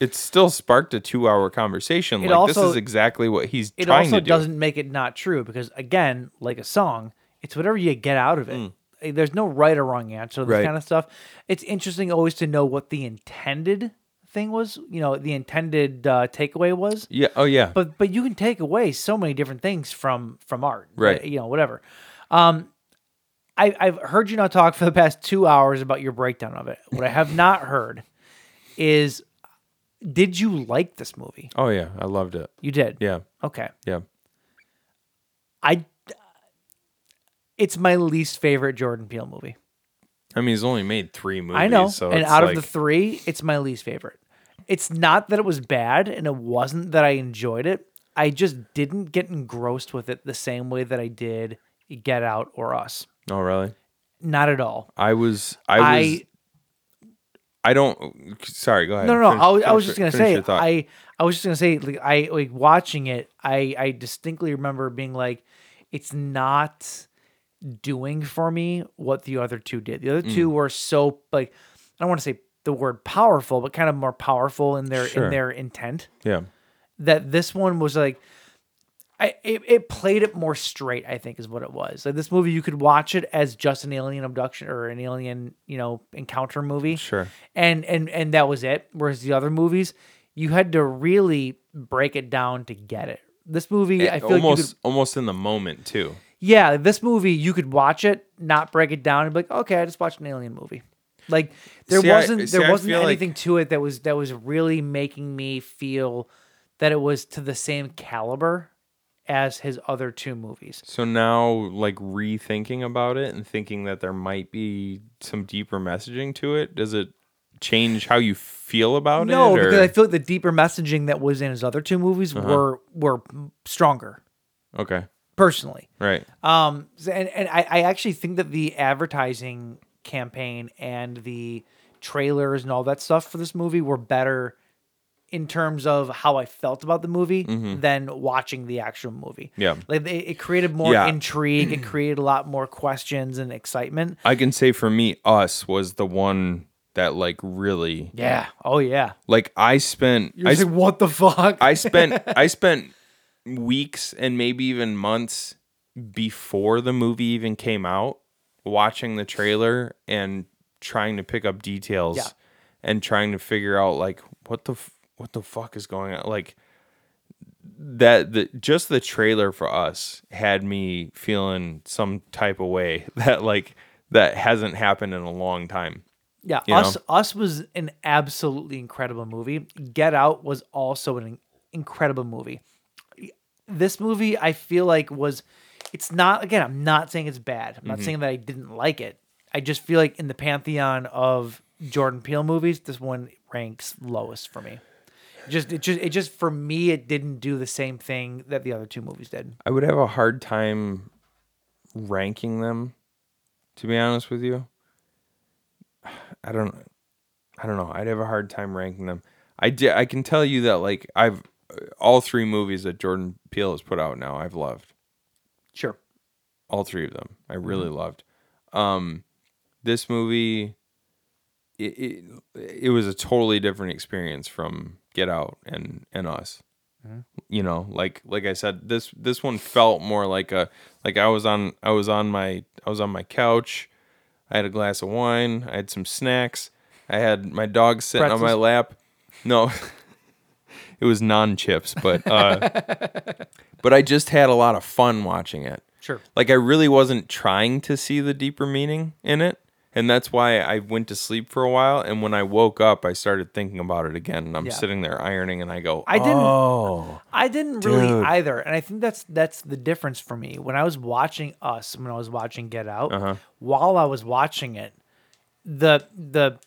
it still sparked a two-hour conversation.
It
like
also-
this is exactly what he's
it
trying
also
to do.
doesn't make it not true because again like a song it's whatever you get out of it Eh, there's no right or wrong answer to this
Mm. Right.
kind of stuff it's interesting always to know what the intended thing was you know the intended uh, takeaway was
yeah. Oh yeah.
but but you can take away so many different things from from art
Right.
you know whatever um I, I've heard you now talk for the past two hours about your breakdown of it. What I have not heard is, did you like this movie?
oh yeah. I loved it.
You did.
Yeah.
Okay.
Yeah.
I it's my least favorite Jordan Peele movie.
I mean, he's only made three movies.
I know.
So
and
it's
out
like-
of the three, it's my least favorite. It's not that it was bad and it wasn't that I enjoyed it. I just didn't get engrossed with it the same way that I did Get Out or Us.
Oh really?
Not at all.
I was. I was.
I,
I, don't. Sorry. Go ahead.
no no no.
Finish-
I was, I was
finish
just
your-
gonna
finish
say
your thought.
I I was just gonna say like I like watching it. I I distinctly remember being like, it's not doing for me what the other two did. The other
Mm.
two were so like I don't want to say the word powerful, but kind of more powerful in their in
Sure.
their intent.
Yeah.
That this one was like. I, it, it played it more straight, I think, is what it was. Like this movie, you could watch it as just an alien abduction or an alien, you know, encounter movie
Sure.
and and and that was it whereas the other movies you had to really break it down to get it this movie i feel like you
almost.
could,
almost in the moment too.
yeah this movie you could watch it not break it down and be like okay i just watched an alien movie like there
See, I-
wasn't
see,
there
I
wasn't
feel like-
anything to it that was that was really making me feel that it was to the same caliber as his other two movies
So now, like rethinking about it and thinking that there might be some deeper messaging to it, does it change how you feel about
no
it? or- Uh-huh.
because i feel like the deeper messaging that was in his other two movies were were stronger
okay,
personally
right,
Um, so- and and I, I actually think that the advertising campaign and the trailers and all that stuff for this movie were better in terms of how I felt about the movie than watching the actual movie.
Mm-hmm. Yeah.
like it, it created more
Yeah.
intrigue. It created a lot more questions and excitement.
I can say for me, us was the one that like really,
Yeah. Oh yeah.
like I spent,
You're
I,
just
sp-
like, what the fuck?
I spent, I spent weeks and maybe even months before the movie even came out, watching the trailer and trying to pick up details
Yeah.
and trying to figure out like what the f- what the fuck is going on, like. that the just the trailer for us had me feeling some type of way that like that hasn't happened in a long time.
Yeah,
you
Us
know?
Us was an absolutely incredible movie. Get Out was also an incredible movie. This movie I feel like was it's not again, I'm not saying it's bad. I'm not saying that I didn't like it. I just feel like in the pantheon of Jordan Peele movies, this one ranks lowest for me. Just it just it just for me it didn't do the same thing that the other two movies did.
I would have a hard time ranking them to be honest with you. I don't I don't know. I'd have a hard time ranking them. I di- I can tell you that like I've all three movies that Jordan Peele has put out now I've loved.
Sure.
all three of them i really loved um this movie it, it it was a totally different experience from get out and and us you know like like i said this this one felt more like a like i was on i was on my i was on my couch i had a glass of wine i had some snacks i had my dog sitting on my
Pretzels?
lap no it was non chips but uh but i just had a lot of fun watching it
Sure.
like I really wasn't trying to see the deeper meaning in it. And that's why I went to sleep for a while. And when I woke up, I started thinking about it again. And I'm
Yeah.
sitting there ironing, and I go,
I didn't-
Oh,
I didn't really
Dude.
either, and I think that's that's the difference for me. When I was watching Us, when I was watching Get Out,
Uh-huh.
while I was watching it, the the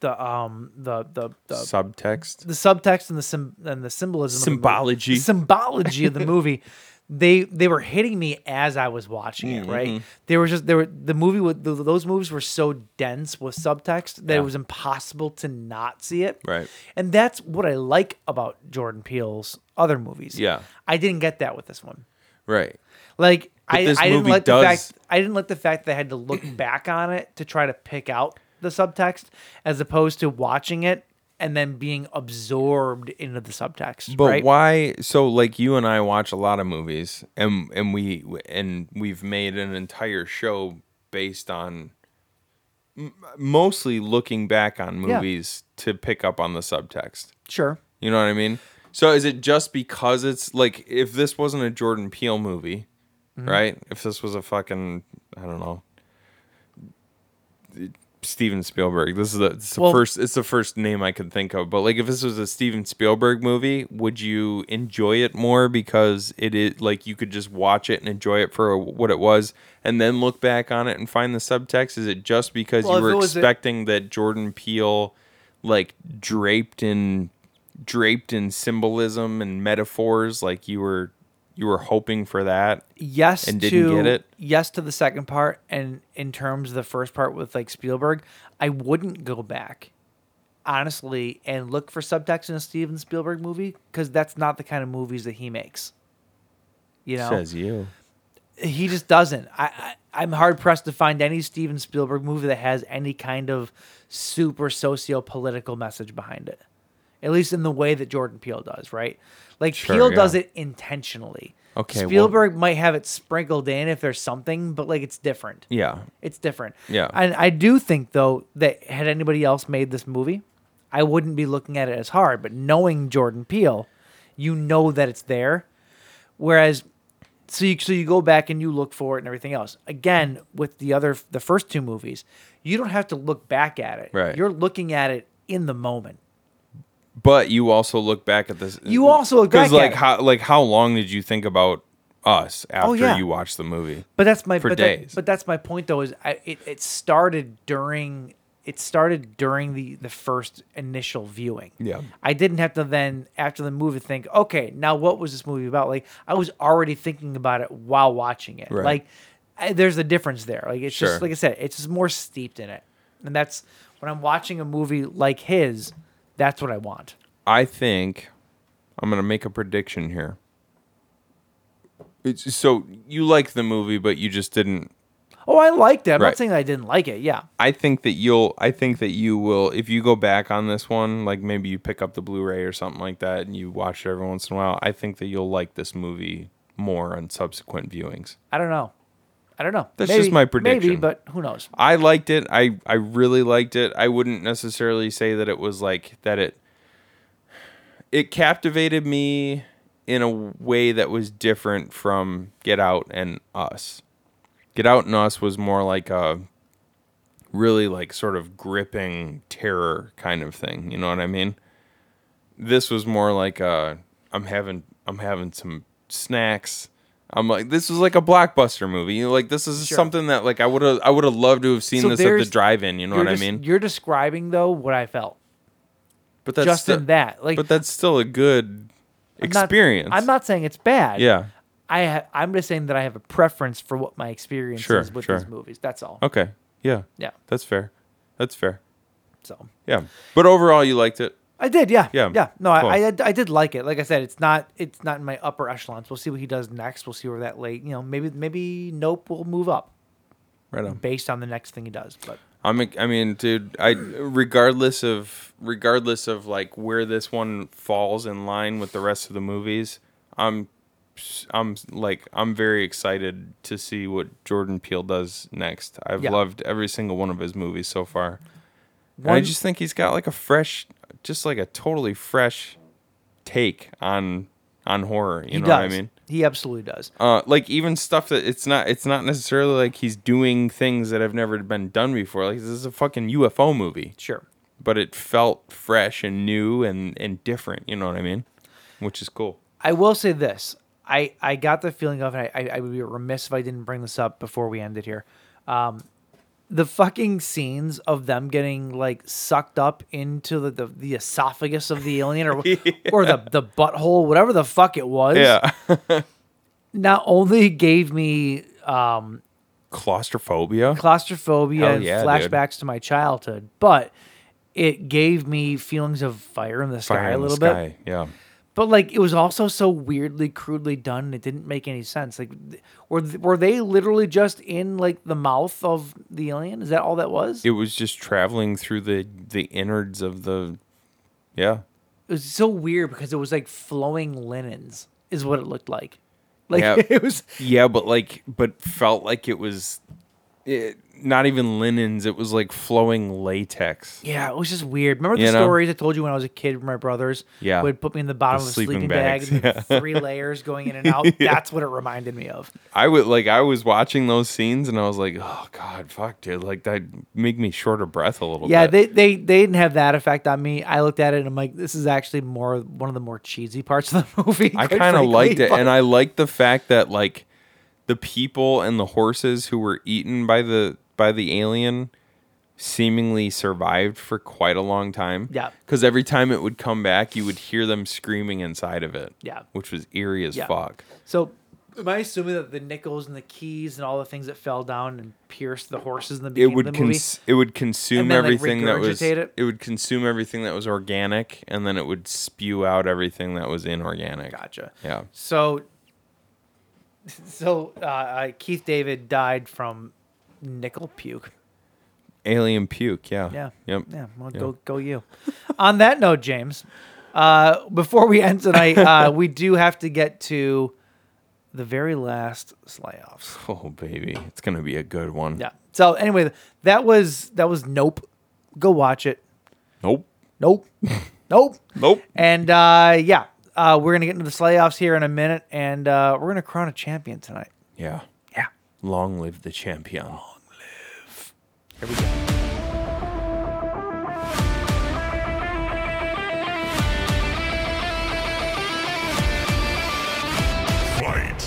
the um the the the,
"Oh, subtext.
the subtext and the sym- and the symbolism, of the movie-
Symbology.
the symbology of the movie. They they were hitting me as I was watching
Mm,
it.
mm-hmm.
Right, they were just they were the movie with th- those movies were so dense with subtext that it was impossible to not see it.
Right.
and that's what I like about Jordan Peele's other movies.
Yeah.
I didn't get that with this one.
Right.
Like I,
this
I didn't
movie
let the
does-
fact I didn't let the fact that I had to look back on it to try to pick out the subtext as opposed to watching it and then being absorbed into the subtext.
But
right?
why? So, like, you and I watch a lot of movies, and and we and we've made an entire show based on m- mostly looking back on
Yeah.
movies to pick up on the subtext.
Sure.
You know what I mean? So, is it just because it's like if this wasn't a Jordan Peele movie, right? If this was a fucking I don't know. Steven Spielberg. This is the, it's the
Well-
first. It's the first name I could think of. But like, if this was a Steven Spielberg movie, would you enjoy it more because it is like you could just watch it and enjoy it for what it was, and then look back on it and find the subtext? Is it just because
Well, if
you
it
were
was a-
expecting that Jordan Peele, like draped in, draped in symbolism and metaphors, like you were, you were hoping for that?
Yes
And didn't
to
get it?
yes to the second part and in terms of the first part with like Spielberg, I wouldn't go back honestly and look for subtext in a Steven Spielberg movie cuz that's not the kind of movies that he makes. You know.
Says you.
he just doesn't. I, I I'm hard pressed to find any Steven Spielberg movie that has any kind of super socio political message behind it. At least in the way that Jordan Peele does, right? Like
Sure,
Peele does
yeah.
it intentionally.
Okay, well-
Spielberg might have it sprinkled in if there's something, but like it's different.
Yeah.
It's different.
Yeah.
And I do think though that had anybody else made this movie, I wouldn't be looking at it as hard. But knowing Jordan Peele, you know that it's there. Whereas, so you, so you go back and you look for it and everything else. Again, with the other the first two movies, you don't have to look back at it.
Right.
You're looking at it in the moment.
But you also look back at this.
You also look back at
like
it.
how like how long did you think about us after
yeah.
you watched the movie?
But that's my
For
but that-
days.
but that's my point though is I, it it started during it started during the the first initial viewing.
Yeah.
I didn't have to then after the movie think, okay, now what was this movie about? Like I was already thinking about it while watching it.
Right.
Like I, there's a difference there. Like it's
Sure.
just like I said, it's just more steeped in it. And that's when I'm watching a movie like his, that's what I want.
I think I'm gonna make a prediction here. It's so you like the movie, but you just didn't.
Oh, I liked it. I'm
Right.
not saying that I didn't like it. Yeah.
I think that you'll. I think that you will. If you go back on this one, like maybe you pick up the Blu-ray or something like that, and you watch it every once in a while. I think that you'll like this movie more on subsequent viewings.
I don't know. I don't know.
That's just my
Maybe,
prediction.
but who knows?
I liked it. I I really liked it. I wouldn't necessarily say that it was like that it it captivated me in a way that was different from Get Out and Us. Get Out and Us was more like a really like sort of gripping terror kind of thing, you know what I mean? This was more like a I'm having I'm having some snacks. I'm like this was like a blockbuster movie. You know, like this is something that like I would have I would have loved to have seen
So
this at the
there's-
drive-in, you know
you're
what
des-
I mean?
You're describing though what I felt.
But that's
just
sti-
in that, like-
But that's still a good
I'm not-
experience.
I'm not saying it's bad.
Yeah.
I ha- I'm just saying that I have a preference for what my experience
Sure,
is with
sure.
these movies. That's all.
Okay. Yeah.
Yeah.
That's fair. That's fair.
So
Yeah. But overall, you liked it.
I did. Yeah.
Yeah,
Yeah. No, I
cool.
I, I I did like it. Like I said, it's not it's not in my upper echelons. We'll see what he does next. We'll see where that late. You know, maybe maybe Nope will move up
Right on.
based on the next thing he does. But
I'm. I mean, dude. I regardless of regardless of like where this one falls in line with the rest of the movies, I'm. I'm like I'm very excited to see what Jordan Peele does next. I've
Yeah.
loved every single one of his movies so far. And I
One-
just think he's got like a fresh, just like a totally fresh take on on horror. You
he
know
does.
what I mean?
He absolutely does.
uh, like even stuff that it's not it's not necessarily like he's doing things that have never been done before like this is a fucking ufo movie
Sure.
but it felt fresh and new and and different you know what i mean which is cool
I will say this. I, I got the feeling of, and I, I, I would be remiss if I didn't bring this up before we ended here. Um, the fucking scenes of them getting like sucked up into the, the, the esophagus of the alien or or the, the butthole, whatever the fuck it was,
yeah
not only gave me um,
claustrophobia
claustrophobia
Hell
and
yeah, dude.
flashbacks to my childhood, but it gave me feelings of fire in the sky
Fire
a
in the
little
sky.
bit.
yeah
But like it was also so weirdly crudely done, and it didn't make any sense. Like th- were th- were they literally just in like the mouth of the alien? Is that all that was?
it
It,
was just traveling through the the innards of the yeah
was so weird because it was like flowing linens is what it looked like. Like
Yeah.
it was
yeah but like but felt like it was it, not even linens it was like flowing latex
Yeah, it was just weird. Remember the
You know?
stories I told you when I was a kid with my brothers?
Yeah.
Would put me in the bottom
The
of a
sleeping
sleeping bag,
bags,
and there'd be
yeah.
three layers going in and out. That's what it reminded me of.
I would like I was watching those scenes and I was like, oh god, fuck, dude, like that make me short of breath a little
Yeah,
bit.
they, they they didn't have that effect on me. I looked at it and I'm like, this is actually more one of the more cheesy parts of the movie.
I
quite
kind of
frankly,
liked it,
but-
and I liked the fact that like the people and the horses who were eaten by the by the alien seemingly survived for quite a long time.
Yeah.
because every time it would come back, you would hear them screaming inside of it.
Yeah.
which was eerie as
Yeah.
fuck.
So am I assuming that the nickels and the keys and all the things that fell down and pierced the horses in the
it
beginning
would
of the movie?
cons- it would consume
And then, like,
everything that was
regurgitate it?
it? would consume everything that was organic and then it would spew out everything that was inorganic.
gotcha.
Yeah.
So, so uh, uh, Keith David died from nickel puke.
Alien puke, yeah.
Yeah.
Yep.
Yeah. Well,
Yeah.
go go you. On that note, James, uh, before we end tonight, uh, we do have to get to the very last slayoffs.
Oh baby, it's going to be a good one.
Yeah. So anyway, that was that was nope. Go watch it.
Nope.
Nope. nope.
Nope.
And uh, yeah, uh, we're gonna get into the slayoffs here in a minute, and uh, we're gonna crown a champion tonight.
Yeah.
Yeah.
Long live the champion. Long live. Here we go.
Fight.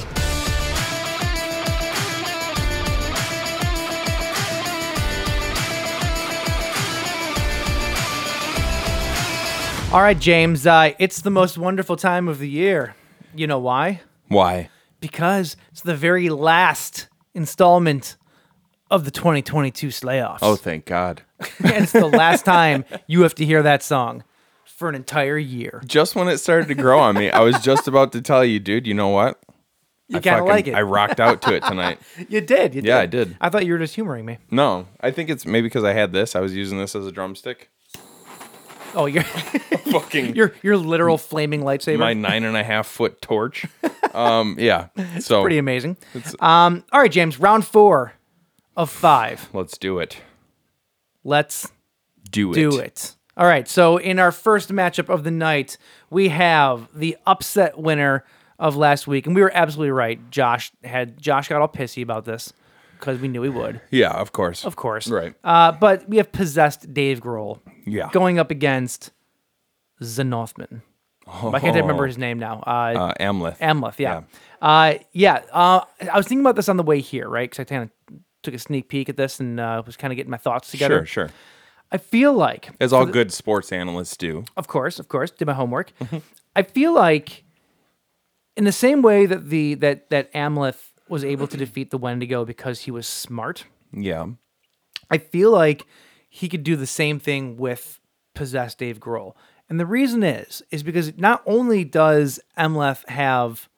All right, James. Uh, it's the most wonderful time of the year. You know why?
Why?
Because it's the very last installment of the 2022 Slayoffs.
Oh, thank God.
it's the last time you have to hear that song for an entire year.
Just when it started to grow on me, I was just about to tell you, dude, you know what?
You
I
kind of
fucking-
like it.
I rocked out to it tonight.
you did. You
Yeah, I
did.
did.
I thought you were just humoring me.
No, I think it's maybe because I had this. I was using this as a drumstick.
Oh, you're
Fucking
your your literal flaming lightsaber.
my nine and a half foot torch. Um, yeah. So
Pretty amazing. Um, all right, James. Round four of five.
let's do it.
Let's
Do it.
Do it. All right. So in our first matchup of the night, we have the upset winner of last week, and we were absolutely right. Josh had Josh got all pissy about this because we knew he would,
Yeah, of course.
of course.
Right.
Uh, but we have possessed Dave Grohl.
Yeah.
Going up against Zenothman. I can't remember his name now. Uh,
Oh. Uh, Amleth.
Amleth, yeah. Uh, yeah. Uh, I was thinking about this on the way here, right? Because I kind of took a sneak peek at this and uh, was kind of getting my thoughts together.
Sure, sure.
I feel like
As all good sports analysts do.
of course, of course, did my homework. I feel like, in the same way that the that that Amleth was able to defeat the Wendigo because he was smart,
Yeah.
I feel like he could do the same thing with possessed Dave Grohl. And the reason is is because not only does Amleth have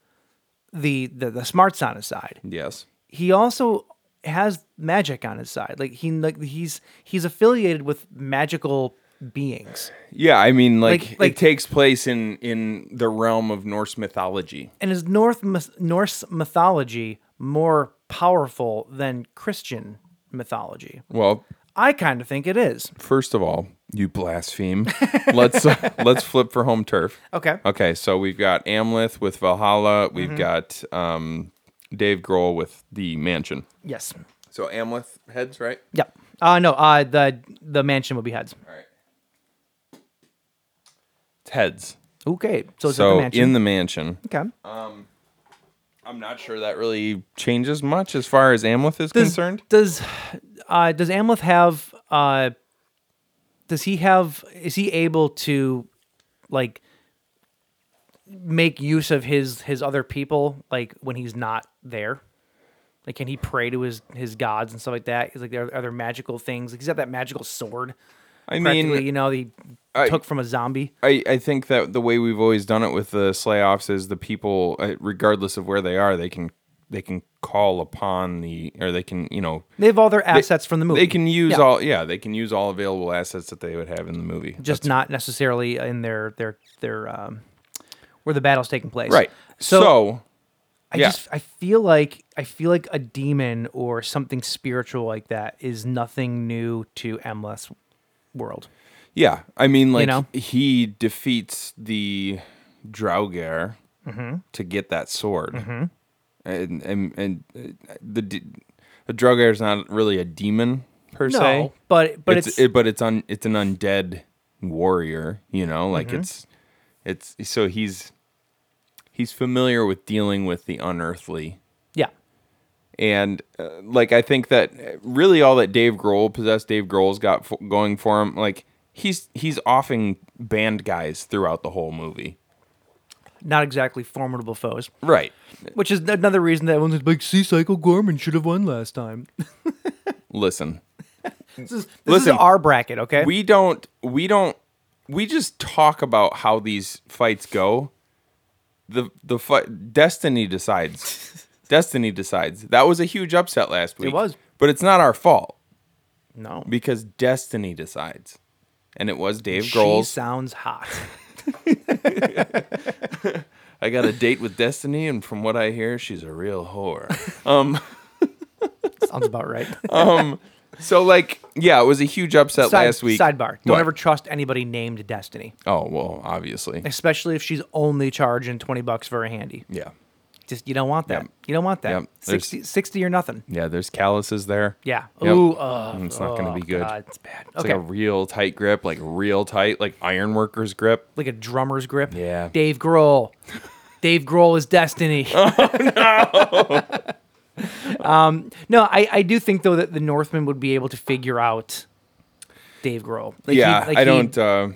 the the, the smarts on his side,
Yes.
he also has magic on his side. Like he like he's he's affiliated with magical beings.
Yeah, I mean, like,
Like- like-
it takes place in in the realm of Norse mythology.
and is North myth- Norse mythology more powerful than Christian mythology?
Well,
I kind of think it is.
first of all, You blaspheme. let's uh, let's flip for home turf.
Okay. Mm-hmm.
Okay, so we've got Amleth with Valhalla. We've got um, Dave Grohl with the mansion.
Yes.
So Amleth heads, right?
Yep. Uh no, uh the the mansion will be heads.
All right. It's heads.
Okay. So it's at
so
the mansion.
in the mansion,
okay.
I'm not sure that really changes much as far as Amleth is
does,
concerned.
Does uh, does Amleth have uh, does he have is he able to like make use of his his other people like when he's not there? Like can he pray to his his gods and stuff like that? Is like there are there magical things? Like, he's got that magical sword.
I
practically,
mean,
you know, that he
I-
took from a zombie.
I, I think that the way we've always done it with the slay offs is the people, uh, regardless of where they are, they can they can call upon the or they can you know
They have all their assets from the movie.
They can use
Yeah.
all yeah they can use all available assets that they would have in the movie.
just not necessarily in their their their um, where the battle's taking place.
right. So,
So, I
yeah.
just I feel like I feel like a demon or something spiritual like that is nothing new to Emleth's world.
yeah, I mean like
know?
he defeats the Draugr
Mm-hmm.
to get that sword, and and and uh, the d- the Draugr is not really a demon per
No,
se,
but but it's,
it, but it's un it's an undead warrior, you know, like
Mm-hmm.
it's it's so he's he's familiar with dealing with the unearthly.
yeah
And uh, like I think that uh, really all that Dave Grohl possessed, Dave Grohl's got f- going for him. Like he's he's offing band guys throughout the whole movie.
not exactly formidable foes,
Right.
which is another reason that everyone's like Sea Cycle Gorman should have won last time.
Listen,
this is, this
Listen,
is our bracket, okay?
we don't we don't we just talk about how these fights go. The the fight destiny decides. destiny decides. That was a huge upset last week.
was.
but it's not our fault
no,
because destiny decides, and it was Dave
she
Grohl's.
sounds hot.
I got a date with Destiny, and from what I hear, she's a real whore.
sounds about right.
Uh, so, like, yeah, it was a huge upset
Side-
last week.
Sidebar: Don't
What?
ever trust anybody named Destiny,
Oh well, obviously,
especially if she's only charging twenty bucks for a handy.
yeah,
Just you don't want that.
Yep.
You don't want that.
Yep. There's-
60, 60 or nothing.
yeah. There's calluses there.
Yeah.
Yep. Mm,
Ooh. Uh,
it's not gonna
oh,
be good.
God, it's bad.
It's
okay.
like a real tight grip, like real tight, like ironworker's grip.
drummer's grip.
Yeah.
Dave Grohl. Dave Grohl is destiny. Oh no. um,
Oh,
no, I, I do think though that the Northmen would be able to figure out Dave Grohl. Like, he-
yeah,
like
I
he-
don't. Uh,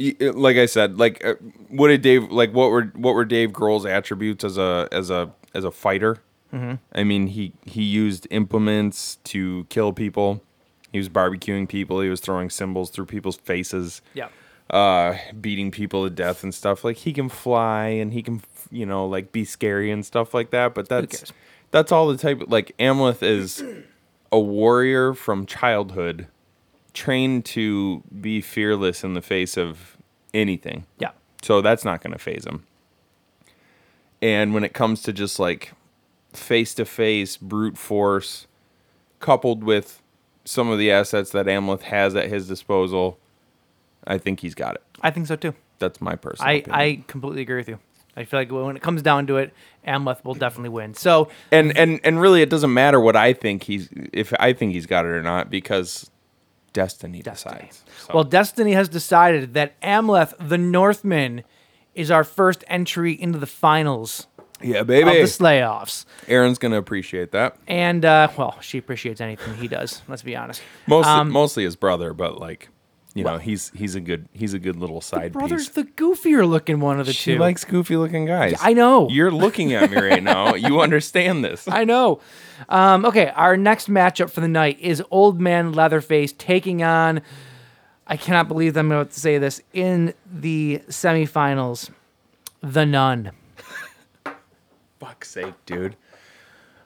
y- uh, like I said, like uh, what did Dave? Like what were what were Dave Grohl's attributes as a as a as a fighter?
Mm-hmm.
I mean, he he used implements to kill people. He was barbecuing people. He was throwing symbols through people's faces.
Yeah.
Uh, beating people to death and stuff. Like he can fly and he can, you know, like be scary and stuff like that. But that's
cares?
that's all the type. Of, like Amleth is a warrior from childhood, trained to be fearless in the face of anything.
Yeah.
So that's not going to phase him. And when it comes to just like face to face brute force, coupled with some of the assets that Amleth has at his disposal, I think he's got it.
I think so too.
That's my personal.
I,
opinion.
I completely agree with you. I feel like when it comes down to it, Amleth will definitely win. So
and and and really, it doesn't matter what I think he's if I think he's got it or not because destiny, decides. So-
Well, Destiny has decided that Amleth, the Northman, is our first entry into the finals
yeah,
of
baby.
the Slayoffs.
Aaron's gonna appreciate that.
And, uh, well, she appreciates anything he does, let's be honest.
Mostly,
Um,
mostly his brother, but like, you know, he's he's a good he's a good little side
Brother's
piece.
the goofier looking one of the
She
two.
likes goofy looking guys.
I know.
You're looking at me right now. You understand this.
I know. Um, okay, our next matchup for the night is Old Man Leatherface taking on. I cannot believe that I'm about to say this in the semifinals. The Nun.
Fuck's sake, dude.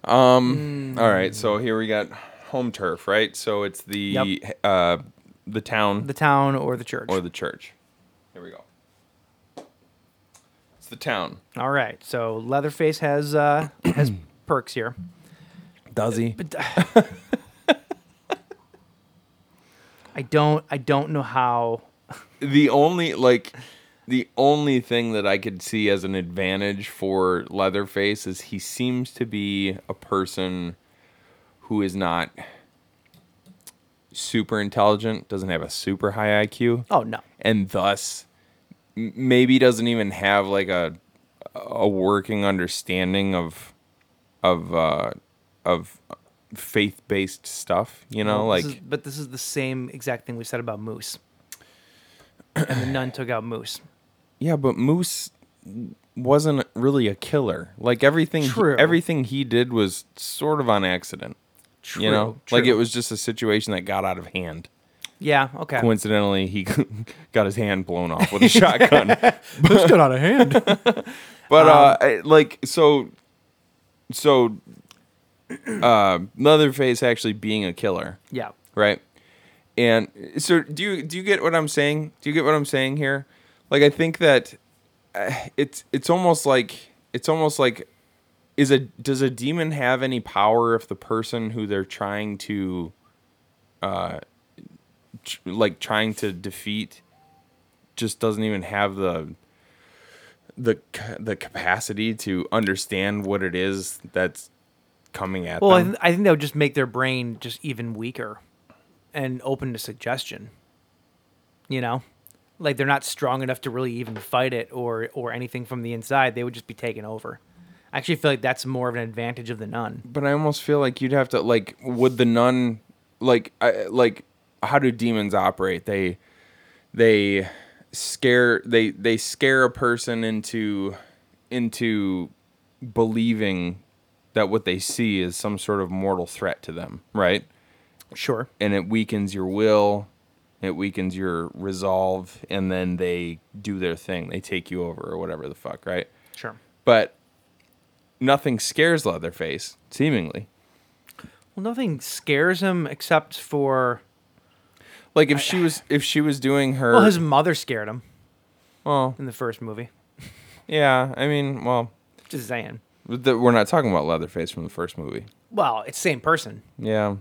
Mm.
Um. All right. So here we got home turf, right? So it's the
Yep.
uh the town
The town or the church.
or the church. Here we go. It's the town.
All right, so Leatherface has uh, has perks here. uh,
Does he?
I don't. I don't know how.
the only like the only thing that I could see as an advantage for Leatherface is he seems to be a person who is not super intelligent, doesn't have a super high IQ,
Oh no.
and thus m- maybe doesn't even have like a a working understanding of of uh of faith-based stuff, you know, like
This is- but this is the same exact thing we said about Moose. and the nun took out Moose.
Yeah, but Moose wasn't really a killer. Like everything,
True.
everything he did was sort of on accident.
True.
you know,
true.
like it was just a situation that got out of hand.
Yeah. Okay.
Coincidentally, he got his hand blown off with a shotgun.
This got out of hand.
But uh,
Um,
I- like so, so uh, Leatherface actually being a killer,
yeah.
right? And so, do you do you get what I'm saying? Do you get what I'm saying here? Like, I think that uh, it's it's almost like it's almost like is a does a demon have any power if the person who they're trying to uh tr- like trying to defeat just doesn't even have the the ca- the capacity to understand what it is that's coming at
Well, I,
them
th- I think that would just make their brain just even weaker, and open to suggestion. You know, like they're not strong enough to really even fight it or or anything from the inside. They would just be taken over. I actually feel like that's more of an advantage of the nun.
But I almost feel like you'd have to like would the nun like I, like how do demons operate? They they scare they they scare a person into into believing that what they see is some sort of mortal threat to them, right?
Sure.
And it weakens your will, it weakens your resolve, and then they do their thing. They take you over or whatever the fuck, right?
Sure.
But nothing scares Leatherface, seemingly.
Well, nothing scares him except for
Like if she was if she was doing her
well, his mother scared him
well,
in the first movie.
yeah, I mean, well,
Just saying.
th- we're not talking about Leatherface from the first movie.
Well, it's the same person.
Yeah.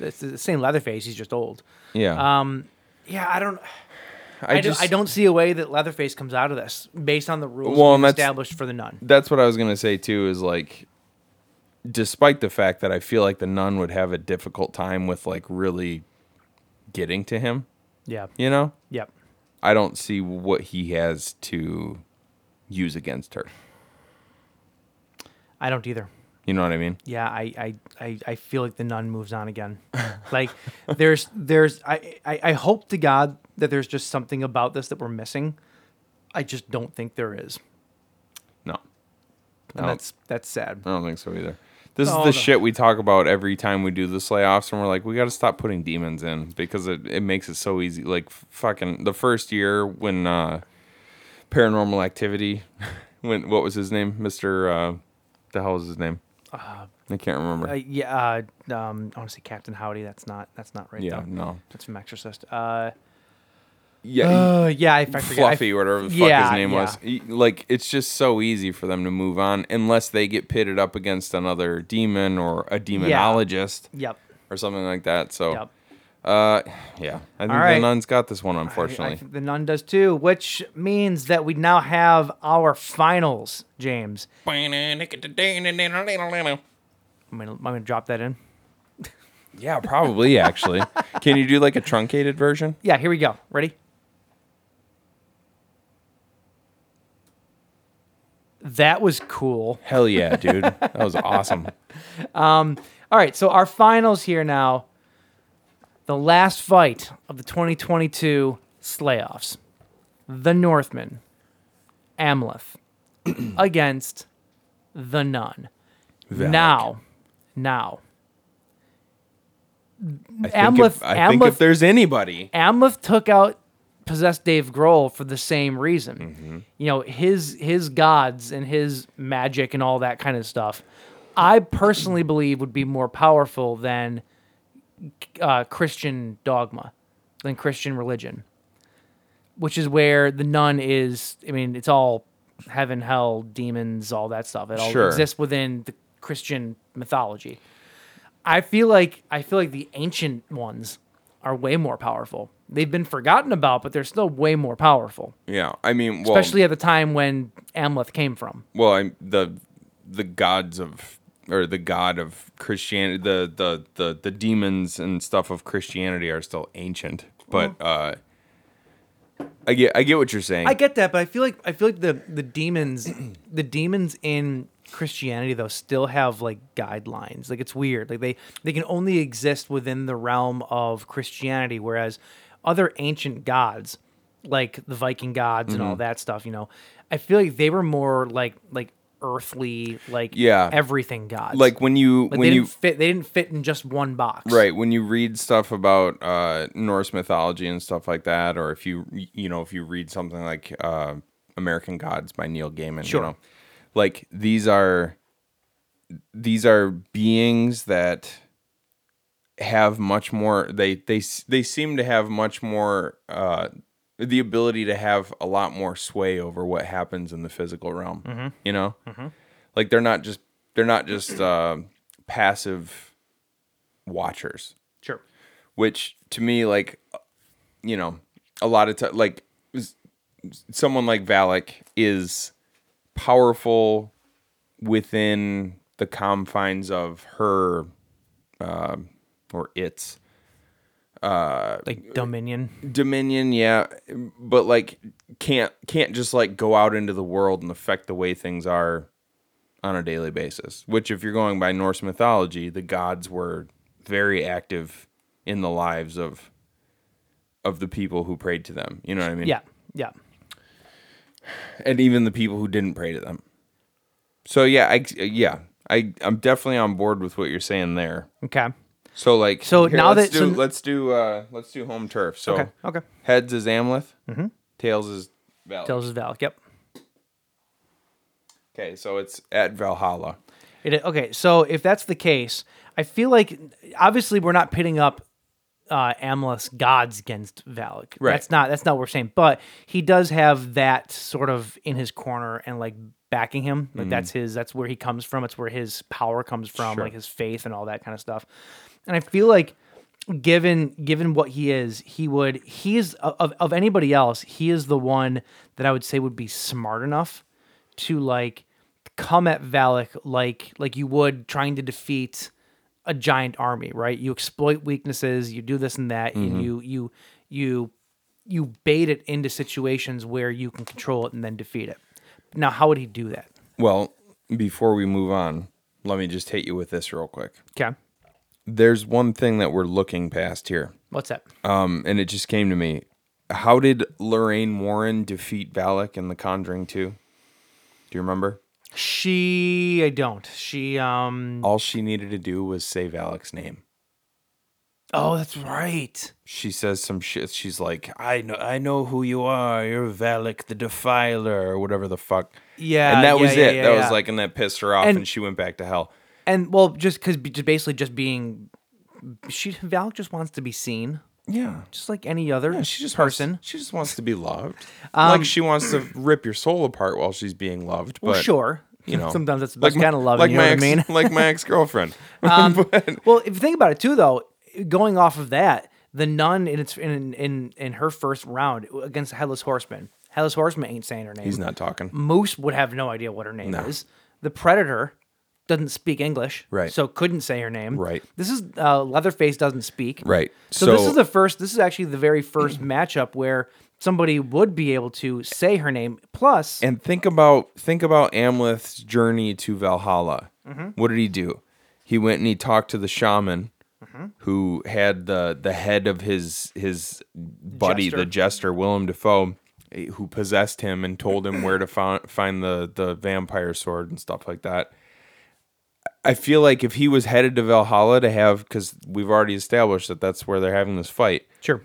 It's the same Leatherface. He's just old.
Yeah.
Um, yeah, I don't.
I,
I, do,
just
I don't see a way that Leatherface comes out of this based on the rules
Well,
we've
and that's-
established for the nun.
that's what I was going to say too is like despite the fact that I feel like the nun would have a difficult time with like really getting to him,
Yeah.
you know?
Yep.
I don't see what he has to use against her.
I don't either.
You know what I mean?
Yeah, I, I, I, I feel like the nun moves on again. like there's there's I, I, I hope to God that there's just something about this that we're missing. I just don't think there is.
No.
And
No.
that's that's sad.
I don't think so either. This
No,
is the
no.
shit we talk about every time we do the layoffs, and we're like, we got to stop putting demons in because it, it makes it so easy. Like f- fucking the first year when uh, Paranormal Activity, when what was his name, Mister, uh, the hell was his name? I can't remember.
Uh, yeah, uh, um, I want to say Captain Howdy. That's not that's not right.
yeah,
though.
no,
that's from Exorcist. Uh,
yeah,
uh, yeah, I, I forget. I-
Fluffy or whatever the fuck
yeah,
his name
yeah.
was. He- Like it's just so easy for them to move on unless they get pitted up against another demon or a demonologist
Yep.
or something like that. So.
Yep.
Uh, yeah. I think the
right.
nun's got this one,
I- I
unfortunately.
think the nun does too, which means that we now have our finals, James. I'm gonna, I'm gonna drop that in.
yeah, probably actually. Can you do like a truncated version?
Yeah, here we go. Ready? That was cool.
Hell yeah, dude. That was awesome.
All right, so our finals here now. The last fight of the 2022 slayoffs. The Northman, Amleth, against the Nun. Now, now,
I think, if,
Amleth-
I think if
Amleth-
there's anybody,
Amleth took out possessed Dave Grohl for the same reason.
Mm-hmm.
You know, his his gods and his magic and all that kind of stuff. I personally believe would be more powerful than uh, Christian dogma, than Christian religion, which is where the nun is. I mean, it's all heaven, hell, demons, all that stuff. It all
Sure.
exists within the Christian mythology. I feel like I feel like the ancient ones are way more powerful. They've been forgotten about, but they're still way more powerful,
Yeah, I mean, well,
especially at the time when Amleth came from.
well, I'm the the gods of or the god of Christianity, the the the the demons and stuff of Christianity are still ancient, but uh, I get I get what you're saying.
I get that, but I feel like I feel like the the demons, the demons in Christianity though still have like guidelines. Like it's weird. Like they they can only exist within the realm of Christianity, whereas other ancient gods, like the Viking gods and all that stuff, you know, I feel like they were more like like earthly, like
Yeah.
everything gods.
like when you
Like,
when
they
you
didn't fit, they didn't fit in just one box.
Right. When you read stuff about uh, Norse mythology and stuff like that, or if you you know if you read something like uh, American Gods by Neil Gaiman,
Sure.
you know, like these are these are beings that have much more. They they s- they seem to have much more uh, the ability to have a lot more sway over what happens in the physical realm. You know, like they're not just they're not just uh, passive watchers
Sure.
which to me like you know a lot of times like s- someone like valak is powerful within the confines of her um or its
Like Dominion.
dominion yeah but like can't can't just like go out into the world and affect the way things are on a daily basis which if you're going by norse mythology the gods were very active in the lives of of the people who prayed to them you know what i mean
Yeah. Yeah.
and even the people who didn't pray to them so yeah i yeah i i'm definitely on board with what you're saying there
Okay.
so like
So now
let's
that-
do,
so-
let's do uh let's do home turf so
Okay. Okay.
Heads is Amleth. Mm-hmm. Tails is Valak.
Tells us Valak. Yep.
Okay, so it's at Valhalla.
It, okay, so if that's the case, I feel like obviously we're not pitting up uh, Amleth's gods against Valak.
Right.
That's not that's not what we're saying. But he does have that sort of in his corner and like backing him. Like that's his that's where he comes from. It's where his power comes from, like his faith and all that kind of stuff. And I feel like given given what he is, he would he is of of anybody else, he is the one that I would say would be smart enough to like come at Valak like like you would trying to defeat a giant army, right? You exploit weaknesses, you do this and that, and you you you you bait it into situations where you can control it and then defeat it. Now, how would he do that?
Well, before we move on, let me just hit you with this real quick.
Okay,
There's one thing that we're looking past here,
what's that?
um, and it just came to me. How did Lorraine Warren defeat Valak in The Conjuring 2? Do you remember?
She, I don't. She, um.
All she needed to do was say Valak's name.
Oh, that's right.
she says some shit. She's like, I know, I know who you are. You're Valak the Defiler, or whatever the fuck.
Yeah,
and that was
yeah, yeah,
it.
yeah,
that
yeah.
was like, and that pissed her off,
And-
and, she went back to hell.
And well, just because basically just being, she Valak just wants to be seen,
Yeah,
just like any other.
she just
person. Um,
Wants, she just wants to be loved. like she wants to rip your soul apart while she's being loved. But
well, sure.
you know,
sometimes that's the
like
best
my-
kind of love.
Like
you
my
know
ex,
what I mean?
like my ex girlfriend.
Well, if you think about it too, though, going off of that, the nun in its in in in her first round against the headless horseman, headless horseman ain't saying her name.
He's not talking.
Moose would have no idea what her name is. The predator doesn't speak English,
Right.
So couldn't say her name,
Right.
This is uh, Leatherface doesn't speak,
Right.
So, this
So-
is the first. This is actually the very first matchup where somebody would be able to say her name. Plus,
And think about think about Amleth's journey to Valhalla. What did he do? He went and he talked to the shaman who had the the head of his his buddy, the jester Willem Dafoe, eh, who possessed him and told him where to find find the the vampire sword and stuff like that. I feel like if he was headed to Valhalla to have, because we've already established that that's where they're having this fight
sure,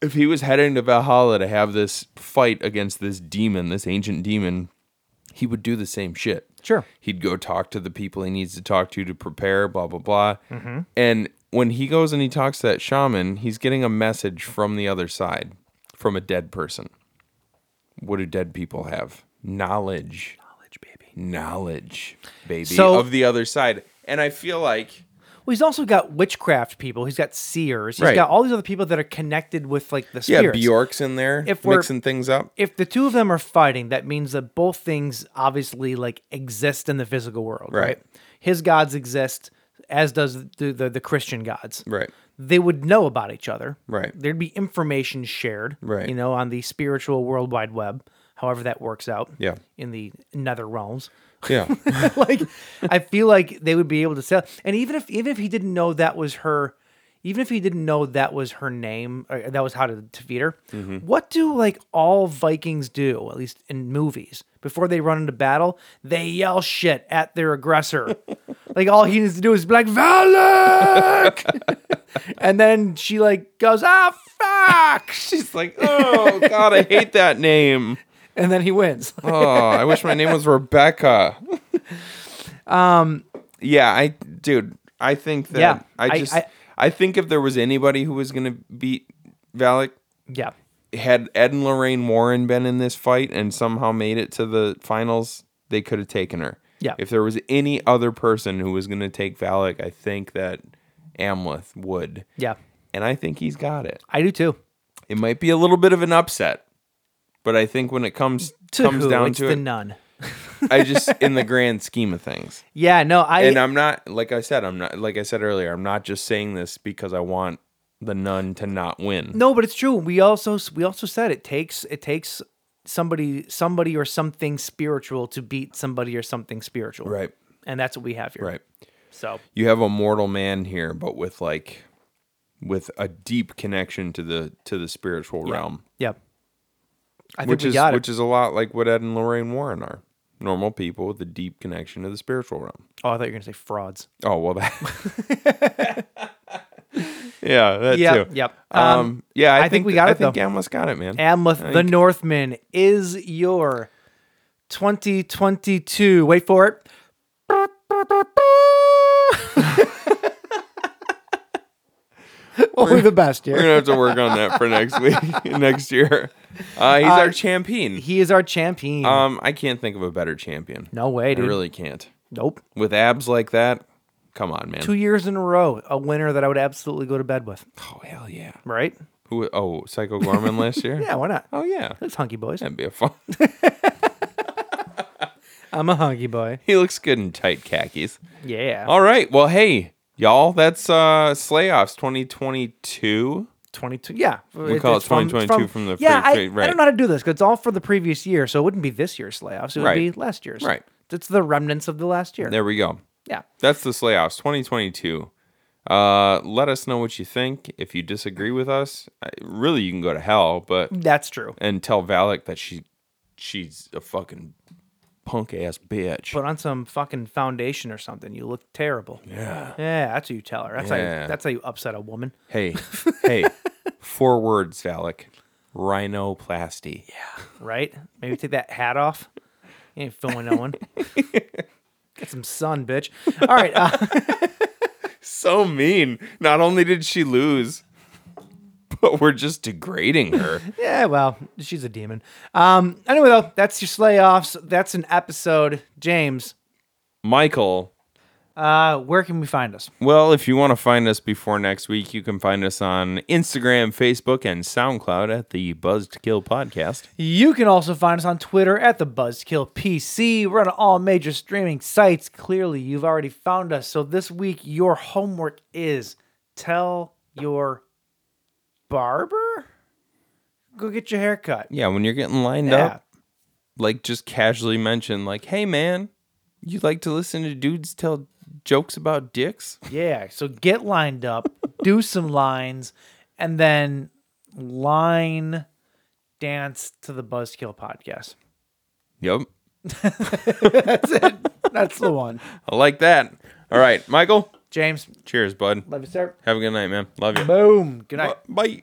if he was heading to Valhalla to have this fight against this demon, this ancient demon, he would do the same shit.
Sure.
He'd go talk to the people he needs to talk to to prepare, blah, blah, blah.
Mm-hmm.
And when he goes and he talks to that shaman, he's getting a message from the other side, from a dead person. What do dead people have? Knowledge. Knowledge, baby. Knowledge, baby.
So-
of the other side. And I feel like
Well, he's also got witchcraft people. He's got seers. He's
Right.
got all these other people that are connected with like the
Yeah,
spirits.
Bjork's in there
If we're-
mixing things up.
If the two of them are fighting, that means that both things obviously like exist in the physical world, right?
Right.
His gods exist, as does the, the the Christian gods.
Right.
They would know about each other.
Right.
There'd be information shared.
Right.
You know, on the spiritual world wide web, however that works out.
Yeah.
In the nether realms.
Yeah.
like I feel like they would be able to sell. And even if even if he didn't know that was her, even if he didn't know that was her name, or that was how to defeat her.
Mm-hmm.
What do like all Vikings do? At least in movies, before they run into battle, they yell shit at their aggressor. like all he needs to do is be like Valak, and then she like goes ah fuck,
She's like, oh God, I hate that name.
and then he wins.
Oh, I wish my name was Rebecca. um, yeah, I, dude, I think that
Um, Yeah, I-
I just,
I-
I, think if there was anybody who was gonna beat Valak,
yeah,
had Ed and Lorraine Warren been in this fight and somehow made it to the finals, they could have taken her.
Yeah.
If there was any other person who was gonna take Valak, I think that Amleth would.
yeah,
And I think he's got it.
I do too.
It might be a little bit of an upset, but I think when it comes
To
comes
who?
down
It's
to
the
it,
nun.
I just in the grand scheme of things.
Yeah, no, I
And I'm not like I said, I'm not like I said earlier, I'm not just saying this because I want the nun to not win.
No, but it's true. We also we also said it takes it takes somebody somebody or something spiritual to beat somebody or something spiritual.
Right.
And that's what we have here.
Right.
So
You have a mortal man here, but with like with a deep connection to the to the spiritual realm.
yeah. I think
which
we
is
got it.
which is a lot like what Ed and Lorraine Warren are. Normal people with a deep connection to the spiritual realm.
oh, I thought you were gonna say frauds.
Oh well, that. yeah, that
Yep,
too.
yep.
Um,
Um,
yeah, I,
I think we got
I
it,
think
though.
Amleth's got it, man.
Amleth the Northman is your 2022. Wait for it. Only the best,
We're
yeah.
gonna have to work on that for next week, next year. Uh, he's our champion.
He is our champion.
um, I can't think of a better champion.
no way,
I
dude.
really can't.
Nope.
With abs like that, come on, man.
two years in a row a winner that I would absolutely go to bed with,
Oh hell yeah.
right?
Who? Oh, Psycho Gorman last year.
Yeah, why not?
Oh yeah.
It's hunky boys.
That'd be a fun.
I'm a hunky boy.
he looks good in tight khakis.
Yeah.
All right. Well, hey, y'all. That's uh, Slayoffs 2022.
22. Yeah. We
call it 2022 from the
Yeah,
pre-
I,
pre-
I
right.
don't know how to do this because it's all for the previous year, so it wouldn't be this year's layoffs. It would
Right.
be last year's.
Right.
It's the remnants of the last year.
There we go.
Yeah.
That's the Slayoffs 2022. Uh, let us know what you think. If you disagree with us, I- really, you can go to hell. But
That's true.
and tell Valak that she she's a fucking punk ass bitch.
Put on some fucking foundation or something. You look terrible. Yeah. Yeah, that's what you tell her. That's how
Yeah.
you, that's how you upset a woman.
hey, hey, four words, Valak. Rhinoplasty. Yeah.
right? Maybe take that hat off. You ain't fooling no one. Get some sun, bitch. All right. Uh,
So mean. Not only did she lose, but we're just degrading her.
yeah, well, she's a demon. Um, anyway, though, that's your slayoffs. That's an episode. James,
Michael.
uh, where can we find us?
Well, if you want to find us before next week, you can find us on Instagram, Facebook, and SoundCloud at the Buzzed Kill Podcast.
You can also find us on Twitter at the Buzzkill PC. We're on all major streaming sites. Clearly, you've already found us. So this week, your homework is tell your barber go get your hair cut.
Yeah, when you're getting lined up, like just casually mention, like, hey man, you like to listen to dudes tell jokes about dicks?
Yeah. So get lined up, do some lines, and then line dance to the Buzzkill podcast.
Yep.
That's the one.
I like that. All right, Michael.
James,
Cheers, bud.
love you, sir.
Have a good night, man. Love you.
Boom. Good night.
Bye.